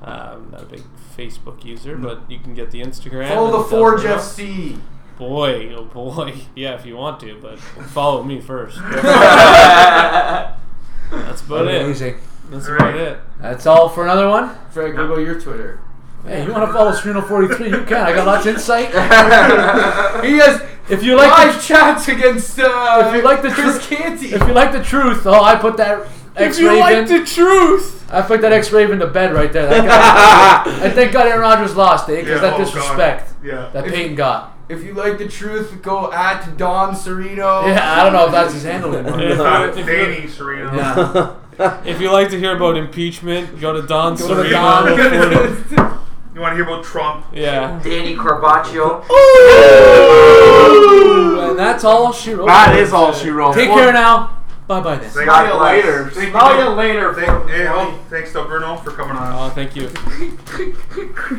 [SPEAKER 3] Um, not a big Facebook user, but you can get the Instagram.
[SPEAKER 8] Follow
[SPEAKER 3] It's
[SPEAKER 8] the
[SPEAKER 3] Del
[SPEAKER 8] Forge
[SPEAKER 3] Bruno.
[SPEAKER 8] FC.
[SPEAKER 3] Boy, oh boy. Yeah, if you want to, but follow me first. That's about it.
[SPEAKER 5] Amazing.
[SPEAKER 3] That's
[SPEAKER 2] All
[SPEAKER 3] about
[SPEAKER 2] right.
[SPEAKER 3] it.
[SPEAKER 5] That's all for another one.
[SPEAKER 8] Frank, what about your Twitter?
[SPEAKER 5] Hey, you want to follow Sereno43? You can. I got lots of insight.
[SPEAKER 8] he has
[SPEAKER 5] If you like
[SPEAKER 8] five chats against uh,
[SPEAKER 5] If you like the
[SPEAKER 8] Chris
[SPEAKER 5] truth-
[SPEAKER 8] Canty.
[SPEAKER 5] If you like the truth, oh, I put that X
[SPEAKER 3] If you
[SPEAKER 5] Raven.
[SPEAKER 3] like the truth,
[SPEAKER 5] I put that X Raven to bed right there. That guy, I think God Aaron Rodgers lost it because that
[SPEAKER 2] oh, God.
[SPEAKER 5] disrespect
[SPEAKER 2] Yeah.
[SPEAKER 5] that Peyton got.
[SPEAKER 8] If you like the truth, go at Don Sereno.
[SPEAKER 5] Yeah, I don't know if that's his handle anymore.
[SPEAKER 2] It's not
[SPEAKER 3] If
[SPEAKER 2] Danny Serena.
[SPEAKER 3] if you like to hear about impeachment, go to Don
[SPEAKER 5] to
[SPEAKER 3] Serino.
[SPEAKER 5] Don.
[SPEAKER 2] You want to hear about Trump?
[SPEAKER 3] Yeah.
[SPEAKER 4] Danny Carbaccio.
[SPEAKER 5] and that's all she wrote.
[SPEAKER 6] That is all she wrote.
[SPEAKER 5] Take care now. Bye bye then.
[SPEAKER 2] Thank
[SPEAKER 4] God
[SPEAKER 2] you.
[SPEAKER 4] bless.
[SPEAKER 2] Thank
[SPEAKER 6] Smell
[SPEAKER 2] you. oh,
[SPEAKER 6] you later.
[SPEAKER 2] Thank, hey, oh, thanks to Bruno for coming on.
[SPEAKER 3] Oh, thank you.